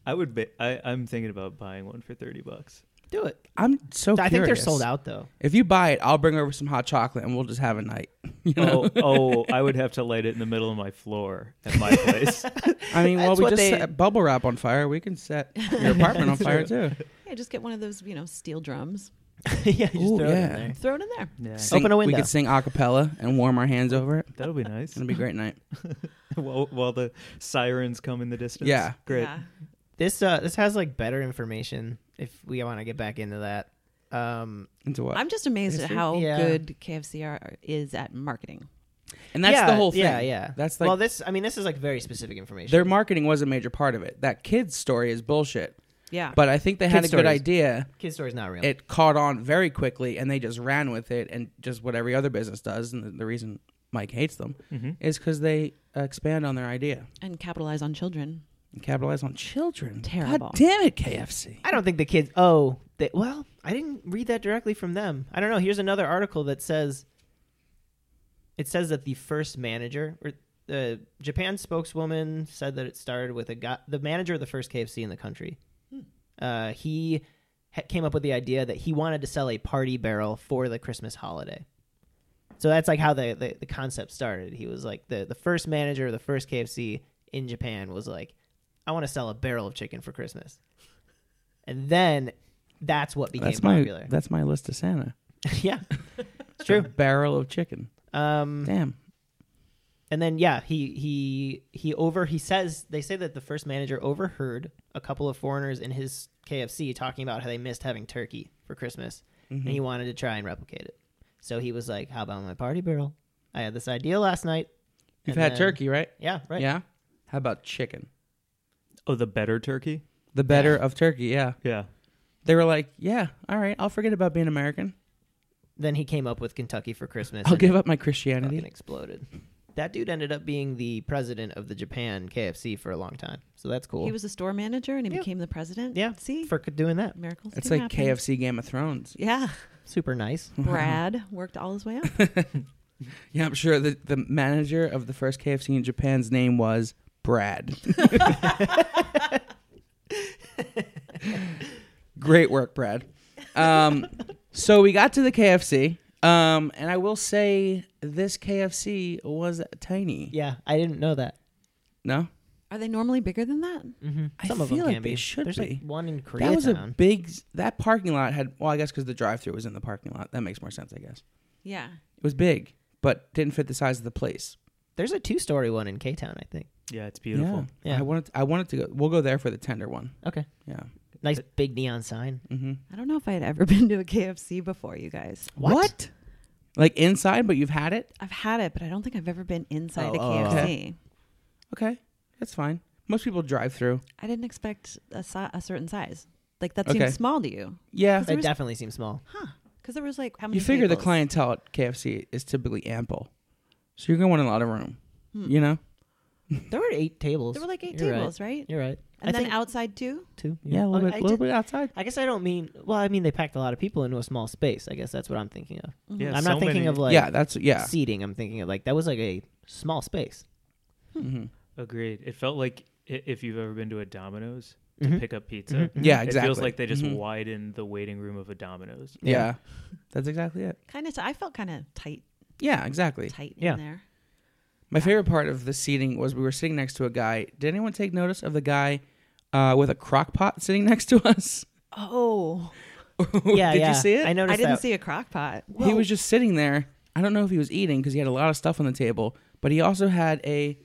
[SPEAKER 3] I would. Ba- I, I'm thinking about buying one for thirty bucks.
[SPEAKER 1] Do it.
[SPEAKER 2] I'm so.
[SPEAKER 1] I think they're
[SPEAKER 2] curious.
[SPEAKER 1] sold out though.
[SPEAKER 2] If you buy it, I'll bring over some hot chocolate and we'll just have a night. You know?
[SPEAKER 3] Oh, oh, I would have to light it in the middle of my floor at my place.
[SPEAKER 2] I mean, while
[SPEAKER 1] that's
[SPEAKER 2] we
[SPEAKER 1] what
[SPEAKER 2] just
[SPEAKER 1] they-
[SPEAKER 2] set bubble wrap on fire, we can set your apartment on fire too.
[SPEAKER 4] Yeah, just get one of those, you know, steel drums.
[SPEAKER 1] yeah, you just
[SPEAKER 2] Ooh,
[SPEAKER 1] throw it in
[SPEAKER 2] yeah.
[SPEAKER 1] there.
[SPEAKER 4] Throw it in there.
[SPEAKER 3] yeah,
[SPEAKER 2] Sing-
[SPEAKER 1] Open a
[SPEAKER 2] We
[SPEAKER 1] window.
[SPEAKER 2] could sing a cappella and warm our hands over it.
[SPEAKER 3] that'll be nice.
[SPEAKER 2] It'll be a great night.
[SPEAKER 3] while, while the sirens come in the distance.
[SPEAKER 2] Yeah.
[SPEAKER 3] great.
[SPEAKER 4] Yeah.
[SPEAKER 1] This uh, this has like better information if we want to get back into that. Um,
[SPEAKER 2] Into what?
[SPEAKER 4] I'm just amazed at
[SPEAKER 2] History?
[SPEAKER 4] how
[SPEAKER 1] Yeah.
[SPEAKER 4] good KFCR is at marketing.
[SPEAKER 2] and that's
[SPEAKER 1] yeah,
[SPEAKER 2] the whole thing.
[SPEAKER 1] Yeah, yeah.
[SPEAKER 2] That's like
[SPEAKER 1] well, this. I mean, this is like very specific information.
[SPEAKER 2] their marketing was a major part of it. That kid's story is bullshit.
[SPEAKER 4] Yeah.
[SPEAKER 2] But I think they
[SPEAKER 1] Kid
[SPEAKER 2] had a good
[SPEAKER 1] stories.
[SPEAKER 2] idea.
[SPEAKER 1] Kid story's not real.
[SPEAKER 2] It caught on very quickly, and they just ran with it, and just what every other business does. And the, the reason Mike hates them
[SPEAKER 1] Mm-hmm.
[SPEAKER 3] Mhm.
[SPEAKER 2] is because they expand on their idea
[SPEAKER 4] and capitalize on children.
[SPEAKER 2] and capitalize on children.
[SPEAKER 4] Terrible.
[SPEAKER 2] God damn it, KFC.
[SPEAKER 1] I don't think the kids. Oh, they, well, I didn't read that directly from them. I don't know. Here's another article that says it says that the first manager or the Japan spokeswoman said that it started with a guy, the manager of the first KFC in the country. Uh, he ha- came up with the idea that he wanted to sell a party barrel for the Christmas holiday. So that's like how the, the, the concept started. He was like the, the first manager of the first KFC in Japan was like, I want to sell a barrel of chicken for Christmas. And then that's what became
[SPEAKER 2] That's my
[SPEAKER 1] popular.
[SPEAKER 2] that's my list of Santa.
[SPEAKER 1] yeah. It's true.
[SPEAKER 2] barrel of chicken.
[SPEAKER 1] Um,
[SPEAKER 2] Damn.
[SPEAKER 1] and then yeah he he he over he says they say that the first manager overheard a couple of foreigners in his kfc talking about how they missed having turkey for christmas and
[SPEAKER 2] Mm-hmm.
[SPEAKER 1] he wanted to try and replicate it so he was like how about my party barrel i had this idea last night
[SPEAKER 2] You've
[SPEAKER 1] And
[SPEAKER 2] had
[SPEAKER 1] then-
[SPEAKER 2] turkey, right?
[SPEAKER 1] yeah right
[SPEAKER 2] Yeah. How about chicken?
[SPEAKER 3] Oh, the better turkey.
[SPEAKER 2] The better of turkey, yeah.
[SPEAKER 3] Yeah.
[SPEAKER 2] They were like, yeah, all right, I'll forget about being American.
[SPEAKER 1] then he came up with kentucky for christmas
[SPEAKER 2] I'll
[SPEAKER 1] and
[SPEAKER 2] give
[SPEAKER 1] it
[SPEAKER 2] up my
[SPEAKER 1] fucking
[SPEAKER 2] Christianity.
[SPEAKER 1] exploded that dude ended up being the president of the japan kfc for a long time so that's cool
[SPEAKER 4] He was a store manager and he
[SPEAKER 1] Yeah.
[SPEAKER 4] became the president.
[SPEAKER 1] yeah
[SPEAKER 4] See?
[SPEAKER 1] for doing that
[SPEAKER 4] Miracles.
[SPEAKER 2] It's
[SPEAKER 4] do
[SPEAKER 2] like
[SPEAKER 4] happen.
[SPEAKER 2] KFC Game of Thrones.
[SPEAKER 4] Yeah.
[SPEAKER 1] super nice
[SPEAKER 4] Brad worked all his way up.
[SPEAKER 2] Yeah, I'm sure the, the manager of the first KFC in Japan's name was Brad. Great work, Brad. Um, so we got to the KFC, um, and I will say this KFC was tiny.
[SPEAKER 1] yeah i didn't know that
[SPEAKER 2] No,
[SPEAKER 4] Are they normally bigger than that?
[SPEAKER 1] Mm-hmm.
[SPEAKER 2] I
[SPEAKER 1] Some of
[SPEAKER 2] feel
[SPEAKER 1] them
[SPEAKER 2] like
[SPEAKER 1] can
[SPEAKER 2] they
[SPEAKER 1] be.
[SPEAKER 2] should
[SPEAKER 1] There's
[SPEAKER 2] be.
[SPEAKER 1] like one in Koreatown.
[SPEAKER 2] that was a big. That parking lot had. Well, I guess because the drive-through was in the parking lot. That makes more sense, I guess.
[SPEAKER 4] Yeah.
[SPEAKER 2] It was big, but didn't fit the size of the place.
[SPEAKER 1] There's a two-story one in K Town, I think.
[SPEAKER 3] Yeah, it's beautiful.
[SPEAKER 2] Yeah.
[SPEAKER 1] Yeah.
[SPEAKER 2] I wanted. I wanted to go. We'll go there for the tender one.
[SPEAKER 1] Okay.
[SPEAKER 2] Yeah.
[SPEAKER 1] Nice big neon sign.
[SPEAKER 2] Mm-hmm.
[SPEAKER 4] I don't know if I had ever been to a KFC before, you guys.
[SPEAKER 1] What?
[SPEAKER 2] Like inside, but you've had it.
[SPEAKER 4] I've had it, but I don't think I've ever been inside
[SPEAKER 2] Oh,
[SPEAKER 4] a
[SPEAKER 2] oh,
[SPEAKER 4] KFC.
[SPEAKER 2] Okay, that's fine. Most people drive through.
[SPEAKER 4] I didn't expect a, si- a certain size. Like that
[SPEAKER 2] Okay.
[SPEAKER 4] seems small to you,
[SPEAKER 2] Yeah,
[SPEAKER 1] That
[SPEAKER 4] was-
[SPEAKER 1] definitely seems small.
[SPEAKER 4] huh? Because there was like how many?
[SPEAKER 2] you figure the
[SPEAKER 4] tables?
[SPEAKER 2] clientele at KFC is typically ample, so you're gonna want a lot of room. You know.
[SPEAKER 1] There were eight tables.
[SPEAKER 4] There were like 8
[SPEAKER 1] You're right.
[SPEAKER 4] tables, right?
[SPEAKER 1] You're right.
[SPEAKER 4] And
[SPEAKER 1] I
[SPEAKER 4] then
[SPEAKER 1] think
[SPEAKER 4] outside too.
[SPEAKER 1] two.
[SPEAKER 2] Yeah, a little
[SPEAKER 1] Okay,
[SPEAKER 2] bit.
[SPEAKER 1] I
[SPEAKER 2] A little
[SPEAKER 1] did-
[SPEAKER 2] bit outside.
[SPEAKER 1] I guess I don't mean. Well, I mean they packed a lot of people into a small space. I guess that's what I'm thinking of.
[SPEAKER 3] Yeah,
[SPEAKER 1] Mm-hmm. I'm
[SPEAKER 3] so
[SPEAKER 1] not thinking
[SPEAKER 3] many-
[SPEAKER 1] of like
[SPEAKER 2] yeah, that's yeah.
[SPEAKER 1] seating. I'm thinking of like that was like a small space.
[SPEAKER 2] Mhm.
[SPEAKER 3] Agreed. It felt like i- if you've ever been to a Domino's
[SPEAKER 1] Mhm.
[SPEAKER 3] to pick up pizza,
[SPEAKER 1] Mhm, mhm.
[SPEAKER 2] Yeah,
[SPEAKER 3] it
[SPEAKER 2] exactly.
[SPEAKER 3] feels like they just
[SPEAKER 2] Mhm.
[SPEAKER 3] widened the waiting room of a Domino's.
[SPEAKER 2] Yeah.
[SPEAKER 1] Yeah.
[SPEAKER 2] that's exactly it.
[SPEAKER 4] Kind of. T- I felt kind of tight,
[SPEAKER 2] Yeah, exactly.
[SPEAKER 4] tight
[SPEAKER 1] Yeah.
[SPEAKER 4] in there.
[SPEAKER 2] My favorite part of the seating was we were sitting next to a guy. Did anyone take notice of the guy uh, with a crock pot sitting next to us?
[SPEAKER 4] Oh,
[SPEAKER 1] yeah.
[SPEAKER 2] Did
[SPEAKER 1] yeah.
[SPEAKER 2] you see it?
[SPEAKER 1] I noticed.
[SPEAKER 4] I didn't
[SPEAKER 1] that.
[SPEAKER 4] see a crock pot.
[SPEAKER 2] he was just sitting there. I don't know if he was eating because he had a lot of stuff on the table, but he also had a,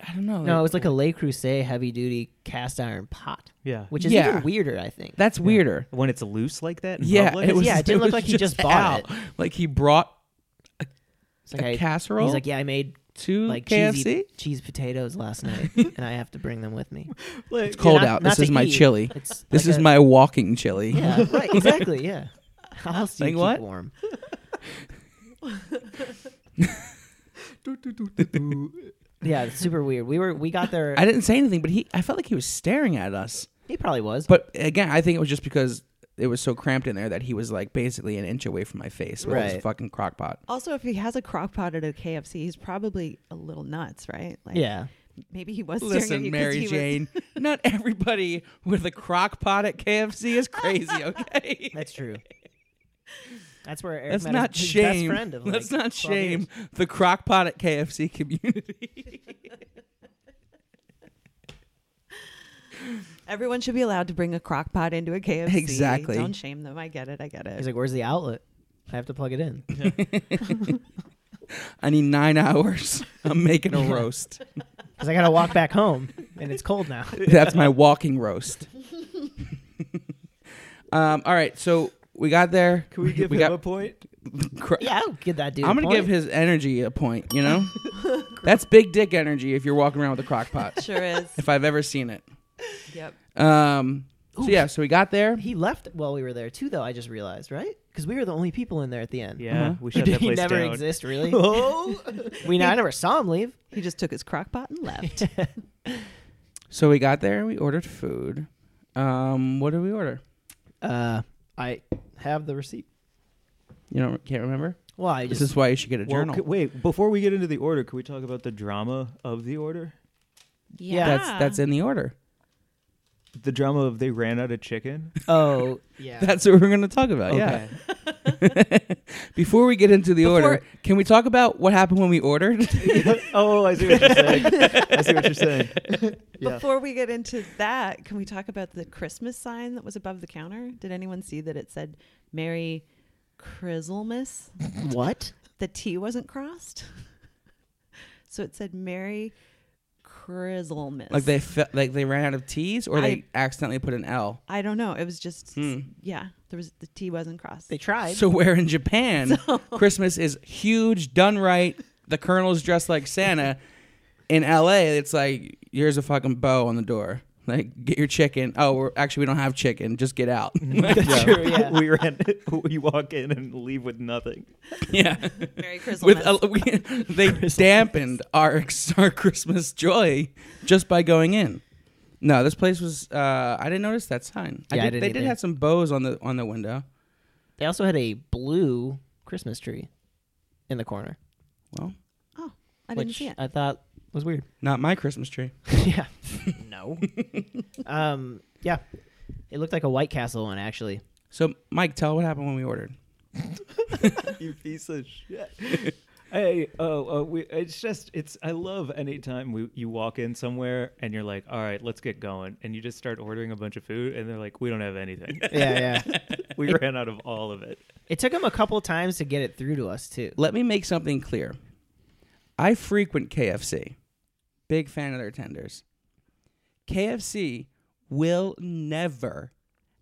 [SPEAKER 2] I don't know.
[SPEAKER 1] No, it was like a Le Creuset heavy-duty cast iron pot,
[SPEAKER 3] Yeah.
[SPEAKER 1] which is
[SPEAKER 2] Yeah.
[SPEAKER 1] even weirder. I think.
[SPEAKER 2] That's weirder.
[SPEAKER 3] when it's loose like that. In
[SPEAKER 2] Yeah,
[SPEAKER 3] public,
[SPEAKER 2] it was.
[SPEAKER 1] Yeah, it didn't look
[SPEAKER 2] was
[SPEAKER 1] like he just bought
[SPEAKER 2] out. Like he brought
[SPEAKER 1] It's like
[SPEAKER 2] a
[SPEAKER 1] I-
[SPEAKER 2] casserole.
[SPEAKER 1] He's like, yeah, I made
[SPEAKER 2] to
[SPEAKER 1] like
[SPEAKER 2] KFC.
[SPEAKER 1] cheesy cheese potatoes last night, and I have to bring them with me.
[SPEAKER 2] It's cold
[SPEAKER 1] not-
[SPEAKER 2] out.
[SPEAKER 1] not
[SPEAKER 2] This is
[SPEAKER 1] to
[SPEAKER 2] my
[SPEAKER 1] eat.
[SPEAKER 2] chili.
[SPEAKER 1] It's
[SPEAKER 2] This
[SPEAKER 1] like
[SPEAKER 2] is
[SPEAKER 1] a-
[SPEAKER 2] my walking chili.
[SPEAKER 1] yeah, right, exactly, yeah. How else do you
[SPEAKER 2] Like
[SPEAKER 1] keep
[SPEAKER 2] what?
[SPEAKER 1] warm? Yeah, it's super weird. We were we got there.
[SPEAKER 2] I didn't say anything, but he. I felt like he was staring at us.
[SPEAKER 1] he probably was.
[SPEAKER 2] But again, I think it was just because it was so cramped in there that he was like basically an inch away from my face with his
[SPEAKER 1] Right.
[SPEAKER 2] fucking crock pot.
[SPEAKER 4] Also, if he has a crock pot at a KFC, he's probably a little nuts, right? Like,
[SPEAKER 1] yeah,
[SPEAKER 4] Maybe he was staring at
[SPEAKER 2] Listen,
[SPEAKER 4] you 'cause
[SPEAKER 2] Mary
[SPEAKER 4] he was-
[SPEAKER 2] Jane, not everybody with a crock pot at KFC is crazy, okay?
[SPEAKER 1] that's true. That's where Eric
[SPEAKER 2] Let's
[SPEAKER 1] met
[SPEAKER 2] not
[SPEAKER 1] his, his
[SPEAKER 2] shame.
[SPEAKER 1] Best friend of,
[SPEAKER 2] Let's
[SPEAKER 1] like,
[SPEAKER 2] not
[SPEAKER 1] 12
[SPEAKER 2] shame
[SPEAKER 1] years.
[SPEAKER 2] the crock pot at KFC community.
[SPEAKER 4] Everyone should be allowed to bring a crock pot into a KFC.
[SPEAKER 2] Exactly.
[SPEAKER 4] Don't shame them. I get it. I get it.
[SPEAKER 1] He's like, "Where's the outlet? I have to plug it in."
[SPEAKER 2] I need nine hours. I'm making a roast.
[SPEAKER 1] Because I gotta walk back home, and it's cold now.
[SPEAKER 2] That's my walking roast. um, all right, so we got there.
[SPEAKER 3] Can we give
[SPEAKER 2] we
[SPEAKER 3] him
[SPEAKER 2] got
[SPEAKER 3] a point?
[SPEAKER 2] cro-
[SPEAKER 1] Yeah, I'll give that dude.
[SPEAKER 2] I'm
[SPEAKER 1] a
[SPEAKER 2] gonna give
[SPEAKER 1] point.
[SPEAKER 2] his energy a point. You know, that's big dick energy if you're walking around with a crock pot.
[SPEAKER 4] Sure is.
[SPEAKER 2] If I've ever seen it.
[SPEAKER 4] yep.
[SPEAKER 2] Um, So yeah, so we got there.
[SPEAKER 1] He left while we were there too, though. I just realized, right? Because we were the only people in there at the end.
[SPEAKER 3] Yeah, we shut
[SPEAKER 1] Did
[SPEAKER 3] that
[SPEAKER 1] he
[SPEAKER 3] place
[SPEAKER 1] never
[SPEAKER 3] down.
[SPEAKER 1] exist, really? oh, we I never saw him leave.
[SPEAKER 4] He just took his crock pot and left.
[SPEAKER 2] So we got there and we ordered food. Um, what did we order?
[SPEAKER 1] Uh, I have the receipt.
[SPEAKER 2] You don't can't remember.
[SPEAKER 1] Well, I
[SPEAKER 2] This
[SPEAKER 1] just
[SPEAKER 2] is why you should get a
[SPEAKER 3] Well,
[SPEAKER 2] journal.
[SPEAKER 3] c- wait, before we get into the order, can we talk about the drama of the order?
[SPEAKER 1] Yeah.
[SPEAKER 2] That's that's in the order.
[SPEAKER 3] The drama of they ran out of chicken.
[SPEAKER 1] oh yeah.
[SPEAKER 2] That's what we're going to talk about. Oh, Yeah. Before we get into the order,
[SPEAKER 4] Before-
[SPEAKER 2] can we talk about what happened when we ordered?
[SPEAKER 3] oh, I see what you're saying. I see what you're saying. Yeah.
[SPEAKER 4] Before we get into that, can we talk about the Christmas sign that was above the counter? Did anyone see that it said "Merry Christmas"?
[SPEAKER 1] what?
[SPEAKER 4] The T wasn't crossed, so it said "Merry Christmas."
[SPEAKER 2] like they fe- like they ran out of T's, or they accidentally put an L.
[SPEAKER 4] I don't know. It was just
[SPEAKER 2] Hmm.
[SPEAKER 4] yeah. There was the T wasn't crossed.
[SPEAKER 1] They tried.
[SPEAKER 2] So where in Japan, Christmas is huge, done right. The Colonel's dressed like Santa. In LA, it's like here's a fucking bow on the door. Like get your chicken. Oh, we're actually we don't have chicken. Just get out.
[SPEAKER 3] Yeah.
[SPEAKER 1] true, yeah.
[SPEAKER 3] we ran. We walk in and leave with nothing.
[SPEAKER 2] yeah.
[SPEAKER 4] Merry Christmas.
[SPEAKER 2] With a, we, they dampened our ex- our Christmas joy just by going in. No, this place was. Uh, I didn't notice that sign.
[SPEAKER 1] Yeah, I
[SPEAKER 2] did,
[SPEAKER 1] didn't
[SPEAKER 2] they did
[SPEAKER 1] either.
[SPEAKER 2] have some bows on the on the window.
[SPEAKER 1] They also had a blue Christmas tree in the corner,
[SPEAKER 2] Well,
[SPEAKER 4] oh, I didn't
[SPEAKER 1] which
[SPEAKER 4] see it.
[SPEAKER 1] I thought was weird.
[SPEAKER 2] not my Christmas tree.
[SPEAKER 1] yeah. no. um. Yeah. It looked like a White Castle one, actually.
[SPEAKER 2] So, Mike, tell what happened when we ordered.
[SPEAKER 3] you piece of shit. Hey, oh, uh, we, it's just, it's, I love anytime we, you walk in somewhere and you're like, all right, let's get going. And you just start ordering a bunch of food and they're like, we don't have anything.
[SPEAKER 1] Yeah, yeah.
[SPEAKER 3] we ran out of all of it.
[SPEAKER 1] it took him a couple times to get it through to us too.
[SPEAKER 2] Let me make something clear. I frequent KFC. Big fan of their tenders. KFC will never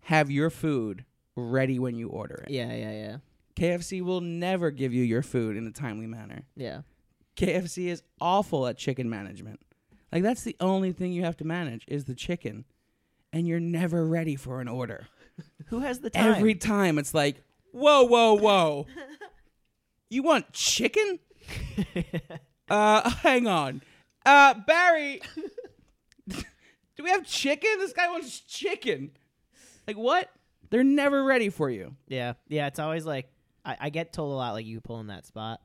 [SPEAKER 2] have your food ready when you order it.
[SPEAKER 1] Yeah, yeah, yeah,
[SPEAKER 2] KFC will never give you your food in a timely manner.
[SPEAKER 1] yeah.
[SPEAKER 2] KFC is awful at chicken management. Like that's the only thing you have to manage is the chicken, and you're never ready for an order.
[SPEAKER 1] Who has the time?
[SPEAKER 2] Every time it's like, whoa, whoa, whoa. you want chicken? uh, hang on. Uh, Barry, do we have chicken? This guy wants chicken. Like what? They're never ready for you.
[SPEAKER 1] yeah, yeah. It's always like I, I get told a lot, like you pull in that spot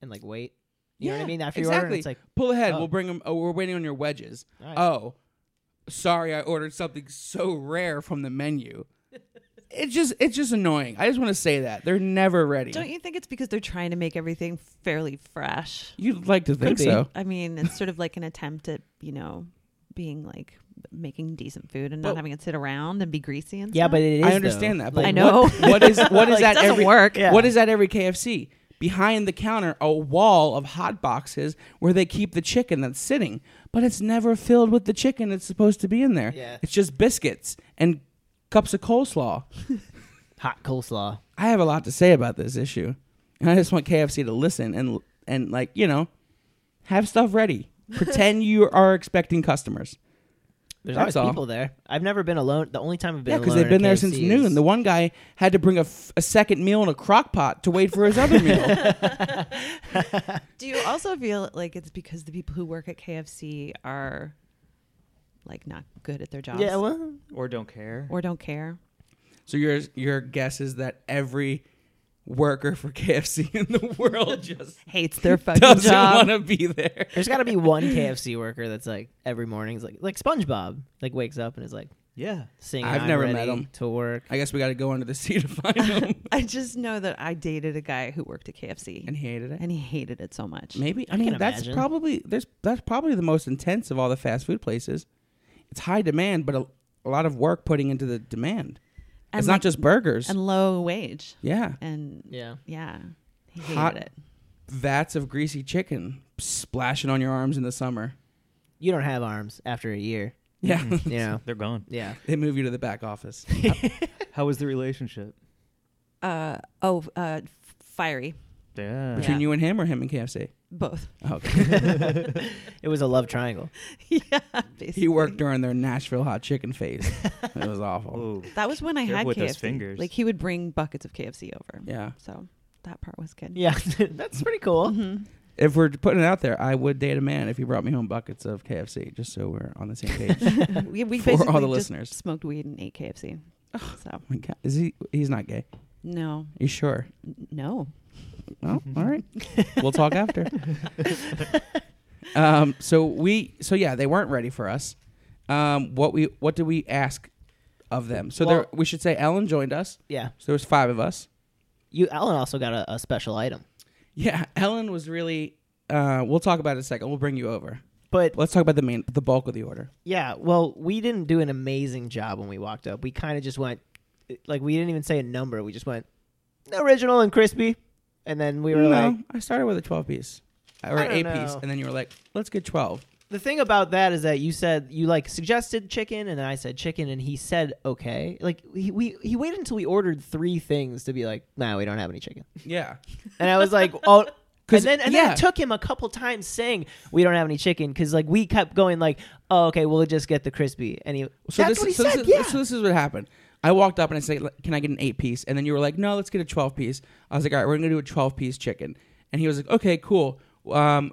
[SPEAKER 1] and like wait. You know what I mean? After
[SPEAKER 2] exactly.
[SPEAKER 1] you order, it's like
[SPEAKER 2] pull ahead.
[SPEAKER 1] oh.
[SPEAKER 2] We'll bring them. Oh, we're waiting on your wedges.
[SPEAKER 1] All right.
[SPEAKER 2] Oh, sorry, I ordered something so rare from the menu. it's just, it's just annoying. I just want to say that they're never ready.
[SPEAKER 4] Don't you think it's because they're trying to make everything fairly fresh?
[SPEAKER 2] You'd like to think
[SPEAKER 1] be.
[SPEAKER 2] so.
[SPEAKER 4] I mean, it's sort of like an attempt at you know being like making decent food and
[SPEAKER 2] Well-
[SPEAKER 4] not having it sit around and be greasy and
[SPEAKER 1] yeah,
[SPEAKER 4] stuff.
[SPEAKER 1] but it is.
[SPEAKER 2] I understand
[SPEAKER 1] though.
[SPEAKER 2] that. But
[SPEAKER 4] I know.
[SPEAKER 2] what- what is what is
[SPEAKER 4] Like,
[SPEAKER 2] that
[SPEAKER 4] doesn't
[SPEAKER 2] every
[SPEAKER 4] work.
[SPEAKER 1] Yeah.
[SPEAKER 2] What is that every KFC? Behind the counter, a wall of hot boxes where they keep the chicken that's sitting, but it's never filled with the chicken that's supposed to be in there.
[SPEAKER 1] Yeah.
[SPEAKER 2] It's just biscuits and cups of coleslaw.
[SPEAKER 1] Hot coleslaw.
[SPEAKER 2] I have a lot to say about this issue, and I just want KFC to listen and and like you know, have stuff ready. Pretend you are expecting customers.
[SPEAKER 1] There's
[SPEAKER 2] That's
[SPEAKER 1] always
[SPEAKER 2] all.
[SPEAKER 1] people there. I've never been alone. The only time I've been
[SPEAKER 2] Yeah,
[SPEAKER 1] because
[SPEAKER 2] because they've been there since noon. The one guy had to bring a, f- a second meal in a crock pot to wait for his other meal.
[SPEAKER 4] Do you also feel like it's because the people who work at KFC are like not good at their jobs
[SPEAKER 1] yeah, well,
[SPEAKER 3] Or don't care.
[SPEAKER 4] or don't care?
[SPEAKER 2] So your your guess is that every worker for KFC in the world just
[SPEAKER 4] Hates their fucking
[SPEAKER 2] doesn't want
[SPEAKER 4] job.
[SPEAKER 2] to be there.
[SPEAKER 1] there's got to be one KFC worker that's like every morning is like like SpongeBob like wakes up and is like
[SPEAKER 3] yeah.
[SPEAKER 1] singing.
[SPEAKER 2] I've
[SPEAKER 1] "I'm
[SPEAKER 2] never
[SPEAKER 1] ready
[SPEAKER 2] met him."
[SPEAKER 1] to work.
[SPEAKER 2] I guess we got to go under the sea to find him.
[SPEAKER 4] I just know that I dated a guy who worked at KFC
[SPEAKER 2] and he hated it.
[SPEAKER 4] and he hated it so much.
[SPEAKER 2] Maybe I,
[SPEAKER 1] I
[SPEAKER 2] mean
[SPEAKER 1] can
[SPEAKER 2] that's
[SPEAKER 1] imagine.
[SPEAKER 2] probably there's that's probably the most intense of all the fast food places. It's high demand, but a, a lot of work putting into the demand.
[SPEAKER 4] And
[SPEAKER 2] it's
[SPEAKER 4] like-
[SPEAKER 2] not just burgers.
[SPEAKER 4] and low wage
[SPEAKER 2] yeah,
[SPEAKER 4] and yeah,
[SPEAKER 1] Yeah.
[SPEAKER 4] he hated
[SPEAKER 2] Hot-
[SPEAKER 4] it.
[SPEAKER 2] vats of greasy chicken splashing on your arms in the summer.
[SPEAKER 1] You don't have arms after a year.
[SPEAKER 2] Yeah,
[SPEAKER 1] You know.
[SPEAKER 3] They're gone.
[SPEAKER 1] yeah.
[SPEAKER 2] they move you to the back office.
[SPEAKER 3] How was the relationship?
[SPEAKER 4] Uh oh, uh, fiery.
[SPEAKER 3] Yeah.
[SPEAKER 2] Between you and him, or him and KFC.
[SPEAKER 4] Both.
[SPEAKER 2] Oh, Okay.
[SPEAKER 1] It was a love triangle.
[SPEAKER 4] yeah. Basically.
[SPEAKER 2] he worked during their Nashville hot chicken phase. it was awful.
[SPEAKER 3] Ooh.
[SPEAKER 4] That was when I
[SPEAKER 3] Careful
[SPEAKER 4] had
[SPEAKER 3] with
[SPEAKER 4] KFC.
[SPEAKER 3] those fingers.
[SPEAKER 4] Like he would bring buckets of KFC over.
[SPEAKER 2] Yeah.
[SPEAKER 4] So that part was good.
[SPEAKER 1] Yeah, that's pretty cool.
[SPEAKER 4] Mhm.
[SPEAKER 2] If we're putting it out there, I would date a man if he brought me home buckets of KFC, just so we're on the same page. oh
[SPEAKER 4] we we
[SPEAKER 2] For all the
[SPEAKER 4] basically just
[SPEAKER 2] listeners.
[SPEAKER 4] smoked weed and ate KFC. so
[SPEAKER 2] my God. Is he? He's not gay.
[SPEAKER 4] no,
[SPEAKER 2] You sure?
[SPEAKER 4] N- no.
[SPEAKER 2] Well, all right. We'll talk after. um, so we, so yeah, they weren't ready for us. Um, what we, what did we ask of them? So there,
[SPEAKER 1] Well-
[SPEAKER 2] we should say Ellen joined us.
[SPEAKER 1] Yeah,
[SPEAKER 2] So there was five of us.
[SPEAKER 1] you Alan also got a, a special item,
[SPEAKER 2] Yeah, Ellen was really. Uh, we'll talk about it in a second. We'll bring you over.
[SPEAKER 1] but
[SPEAKER 2] Let's talk about the main, the bulk of the order.
[SPEAKER 1] yeah, well, we didn't do an amazing job when we walked up. We kind of just went, like, we didn't even say a number. We just went original and crispy, and then we were
[SPEAKER 2] no,
[SPEAKER 1] like,
[SPEAKER 2] I started with a twelve piece or
[SPEAKER 1] I
[SPEAKER 2] an
[SPEAKER 1] don't
[SPEAKER 2] eight piece,
[SPEAKER 1] know.
[SPEAKER 2] and then you were like, "Let's get 12.
[SPEAKER 1] the thing about that is that you said you like suggested chicken and then i said chicken and he said okay like he, we he waited until we ordered three things to be like nah we don't have any chicken
[SPEAKER 2] Yeah,
[SPEAKER 1] and i was like oh and
[SPEAKER 2] 'Cause-
[SPEAKER 1] then and
[SPEAKER 2] yeah.
[SPEAKER 1] then it took him a couple times saying we don't have any chicken because like we kept going like oh okay we'll just get the crispy and he
[SPEAKER 2] so
[SPEAKER 1] that's
[SPEAKER 2] this,
[SPEAKER 1] what he
[SPEAKER 2] so
[SPEAKER 1] said
[SPEAKER 2] this is,
[SPEAKER 1] yeah
[SPEAKER 2] so this is what happened. I walked up and I said, "Like, "Can I get an eight piece?" And then you were like, "No, let's get a twelve piece." I was like, "All right, we're gonna do a twelve piece chicken," and he was like, "Okay, cool. Um,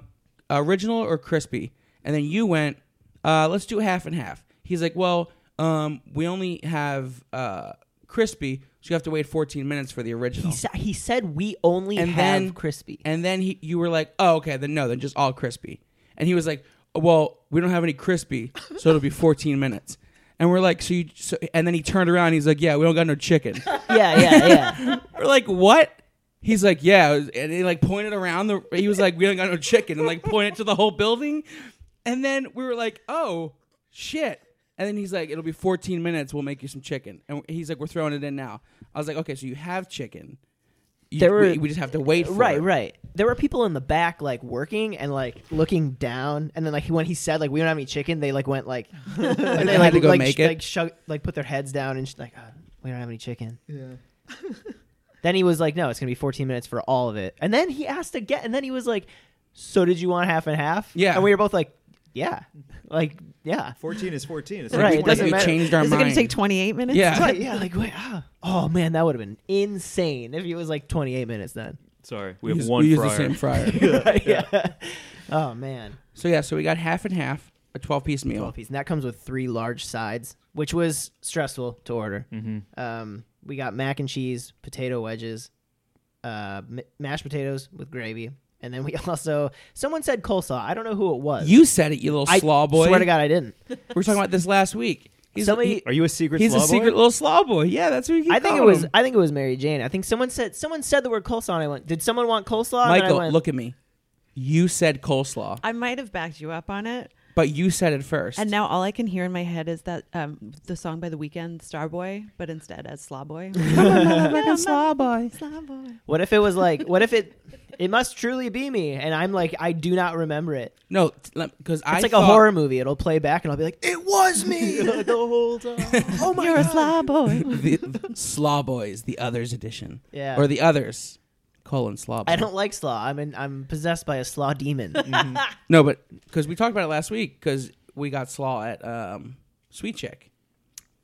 [SPEAKER 2] original or crispy?" And then you went, uh, "Let's do half and half." He's like, "Well, um, we only have uh, crispy, so you have to wait fourteen minutes for the original."
[SPEAKER 1] he, sa- he said we only
[SPEAKER 2] And
[SPEAKER 1] have
[SPEAKER 2] then-
[SPEAKER 1] crispy
[SPEAKER 2] And then he, you were like, oh, okay, then no, then just all crispy. And he was like, well, we don't have any crispy, so it'll be 14 minutes. And we're like, so you, so, and then he turned around, he's like, yeah, we don't got no chicken.
[SPEAKER 1] yeah yeah yeah
[SPEAKER 2] we're like, what? He's like, yeah. And he like pointed around the, he was like, we don't got no chicken, and like pointed to the whole building. And then we were like, oh, shit. And then he's like, it'll be 14 minutes, we'll make you some chicken. And he's like, we're throwing it in now. I was like, okay, so you have chicken. You,
[SPEAKER 1] There were-
[SPEAKER 2] we, we just have to wait for
[SPEAKER 1] right
[SPEAKER 2] it.
[SPEAKER 1] right there were people in the back like working and like looking down and then like when he said like we don't have any chicken they like went like and
[SPEAKER 2] they had to go make it?
[SPEAKER 1] like, shug, like put their heads down and sh- like "Uh, we don't have any chicken yeah then he was like no it's gonna be 14 minutes for all of it and then he asked again and then he was like so did you want half and half
[SPEAKER 2] Yeah.
[SPEAKER 1] and we were both like yeah like yeah
[SPEAKER 6] 14 is 14. It's
[SPEAKER 1] Right,
[SPEAKER 6] like
[SPEAKER 1] it doesn't
[SPEAKER 6] we-
[SPEAKER 2] we
[SPEAKER 1] matter.
[SPEAKER 2] changed our
[SPEAKER 4] Is it
[SPEAKER 2] mind.
[SPEAKER 4] going to take 28 minutes?
[SPEAKER 2] Yeah.
[SPEAKER 1] Right, yeah, like wait, ah. oh man, that would have been insane if it was like 28 minutes then.
[SPEAKER 3] Sorry, we have
[SPEAKER 2] use-
[SPEAKER 3] one
[SPEAKER 2] we
[SPEAKER 3] fryer.
[SPEAKER 2] use the same fryer.
[SPEAKER 1] yeah. Oh man.
[SPEAKER 2] so yeah, so we got half and half, a twelve piece meal.
[SPEAKER 1] 12 piece. And that comes with three large sides, which was stressful to order.
[SPEAKER 3] hmm
[SPEAKER 2] Mm-hmm.
[SPEAKER 1] Um, we got mac and cheese, potato wedges, uh, m- mashed potatoes with gravy. And then we also, someone said coleslaw. I don't know who it was.
[SPEAKER 2] You said it, you little
[SPEAKER 1] I
[SPEAKER 2] slaw boy.
[SPEAKER 1] swear to God, I didn't.
[SPEAKER 2] we were talking about this last week. He's
[SPEAKER 1] Somebody-
[SPEAKER 2] he-
[SPEAKER 6] Are you a secret
[SPEAKER 2] he's
[SPEAKER 6] slaw
[SPEAKER 2] a
[SPEAKER 6] boy?
[SPEAKER 2] secret little slaw boy. Yeah, that's what you. keep
[SPEAKER 1] I think it
[SPEAKER 2] calling
[SPEAKER 1] was.
[SPEAKER 2] him.
[SPEAKER 1] I think it was Mary Jane. I think someone said someone said the word coleslaw. And I went, did someone want coleslaw? And I
[SPEAKER 2] Michael.
[SPEAKER 1] went,
[SPEAKER 2] Look at me. You said coleslaw,
[SPEAKER 4] I might have backed you up on it,
[SPEAKER 2] but you said it first.
[SPEAKER 4] and now all I can hear in my head is that um, the song by The Weeknd, Starboy, but instead as Slaw Boy.
[SPEAKER 2] like a slaw boy.
[SPEAKER 4] Slaw Boy.
[SPEAKER 1] What if it was like? What if it? It must truly be me. And I'm like, I do not remember it.
[SPEAKER 2] No, because I
[SPEAKER 1] It's like
[SPEAKER 2] thought-
[SPEAKER 1] a horror movie. It'll play back, and I'll be like, it was me the whole time. Oh my
[SPEAKER 4] You're a
[SPEAKER 1] God.
[SPEAKER 4] Slaw Boy.
[SPEAKER 2] the, the slaw boys, the others edition,
[SPEAKER 1] Yeah.
[SPEAKER 2] or the others colon slaw. Boy.
[SPEAKER 1] I don't like slaw. I'm in, I'm possessed by a slaw demon.
[SPEAKER 2] No, but because we talked about it last week, because we got slaw at um, Sweet Chick,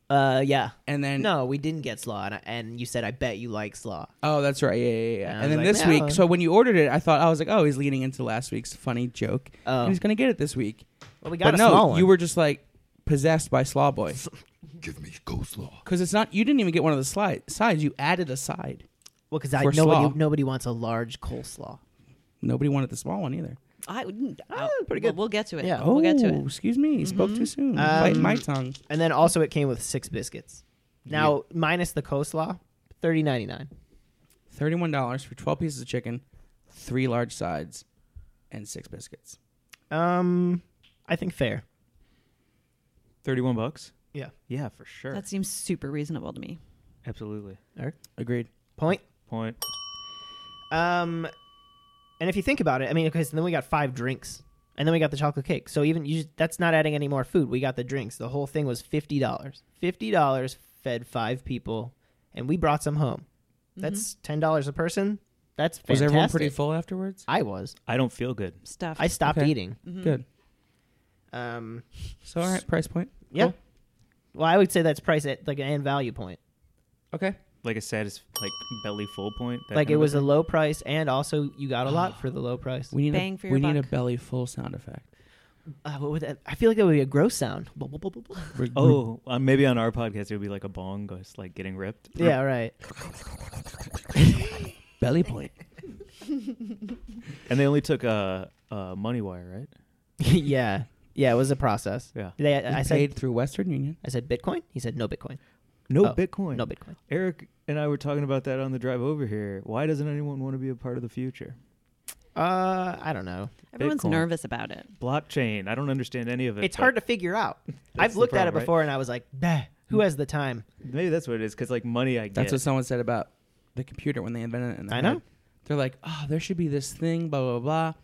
[SPEAKER 1] uh, yeah.
[SPEAKER 2] and then
[SPEAKER 1] No, we didn't get slaw, and, I, and you said I bet you like slaw.
[SPEAKER 2] Oh, that's right. Yeah, yeah, yeah.
[SPEAKER 1] And I
[SPEAKER 2] And,
[SPEAKER 1] was
[SPEAKER 2] then
[SPEAKER 1] like,
[SPEAKER 2] this
[SPEAKER 1] no.
[SPEAKER 2] week, so when you ordered it, I thought I was like, oh, he's leaning into last week's funny joke.
[SPEAKER 1] Oh.
[SPEAKER 2] And he's gonna get it this week.
[SPEAKER 1] Well, we got
[SPEAKER 2] but
[SPEAKER 1] a
[SPEAKER 2] no,
[SPEAKER 1] small one.
[SPEAKER 2] you were just like possessed by Slaw Boy
[SPEAKER 7] Give me coleslaw.
[SPEAKER 2] because it's not. You didn't even get one of the slide, sides. You added a side.
[SPEAKER 1] well because I
[SPEAKER 2] for
[SPEAKER 1] nobody
[SPEAKER 2] slaw.
[SPEAKER 1] nobody wants a large coleslaw.
[SPEAKER 2] Nobody wanted the small one either.
[SPEAKER 4] I wouldn't.
[SPEAKER 1] Ah, pretty
[SPEAKER 4] Oh, well,
[SPEAKER 1] good.
[SPEAKER 4] we'll get to it.
[SPEAKER 1] Yeah.
[SPEAKER 4] We'll get to
[SPEAKER 2] Oh,
[SPEAKER 4] it.
[SPEAKER 2] Excuse me, spoke too soon. Bite
[SPEAKER 1] Um,
[SPEAKER 2] my tongue.
[SPEAKER 1] And then also it came with six biscuits. Now minus the coleslaw, thirty ninety nine.
[SPEAKER 2] Thirty-one dollars for twelve pieces of chicken, three large sides, and six biscuits.
[SPEAKER 1] Um, I think fair.
[SPEAKER 3] 31 bucks?
[SPEAKER 1] Yeah.
[SPEAKER 3] Yeah, for sure.
[SPEAKER 4] That seems super reasonable to me.
[SPEAKER 3] Absolutely.
[SPEAKER 2] Agreed.
[SPEAKER 1] Point.
[SPEAKER 3] Point.
[SPEAKER 1] Um, and if you think about it, I mean, because then we got five drinks, and then we got the chocolate cake. So even you, that's not adding any more food. We got the drinks. The whole thing was fifty dollars. Fifty dollars fed five people, and we brought some home. That's ten dollars a person. that's fantastic.
[SPEAKER 2] Was everyone pretty full afterwards?
[SPEAKER 1] I was.
[SPEAKER 3] I don't feel good.
[SPEAKER 4] Stuff.
[SPEAKER 1] I stopped
[SPEAKER 2] Okay.
[SPEAKER 1] eating.
[SPEAKER 2] Good.
[SPEAKER 1] Um,
[SPEAKER 2] So all right, price point.
[SPEAKER 1] yeah.
[SPEAKER 2] Cool.
[SPEAKER 1] Well, I would say that's price at like and value point.
[SPEAKER 2] Okay.
[SPEAKER 3] Like a satis- like belly full point. that
[SPEAKER 1] like
[SPEAKER 3] kind
[SPEAKER 1] it
[SPEAKER 3] of
[SPEAKER 1] was a
[SPEAKER 3] thing?
[SPEAKER 1] low price, and also you got a lot for the low price.
[SPEAKER 2] We need a
[SPEAKER 4] Bang for your
[SPEAKER 2] we need a
[SPEAKER 4] buck.
[SPEAKER 2] belly full sound effect.
[SPEAKER 1] Uh, what would that? I feel like that would be a gross sound.
[SPEAKER 2] We're- we're-
[SPEAKER 3] Oh, uh, maybe on our podcast it would be like a bong, just like getting ripped.
[SPEAKER 1] Yeah, right.
[SPEAKER 2] belly point.
[SPEAKER 3] And they only took uh, uh, money wire, right?
[SPEAKER 1] yeah, yeah. It was a process.
[SPEAKER 3] Yeah.
[SPEAKER 1] They, I,
[SPEAKER 2] I,
[SPEAKER 1] I
[SPEAKER 2] paid
[SPEAKER 1] said,
[SPEAKER 2] through Western Union.
[SPEAKER 1] I said Bitcoin. He said no Bitcoin.
[SPEAKER 3] No
[SPEAKER 1] Oh,
[SPEAKER 3] Bitcoin.
[SPEAKER 1] No Bitcoin.
[SPEAKER 3] Eric and I were talking about that on the drive over here. Why doesn't anyone want to be a part of the future?
[SPEAKER 1] Uh, I don't know.
[SPEAKER 4] Everyone's
[SPEAKER 3] Bitcoin.
[SPEAKER 4] nervous about it.
[SPEAKER 3] Blockchain. I don't understand any of it.
[SPEAKER 1] It's
[SPEAKER 3] but
[SPEAKER 1] hard to figure out. I've
[SPEAKER 3] the
[SPEAKER 1] looked at it
[SPEAKER 3] problem, right?
[SPEAKER 1] before, and I was like, bah, who has the time?
[SPEAKER 3] Maybe that's what it is. Because like money, I get.
[SPEAKER 2] That's what someone said about the computer when they invented it. In their
[SPEAKER 1] I know.
[SPEAKER 2] head. They're like, oh, there should be this thing, blah blah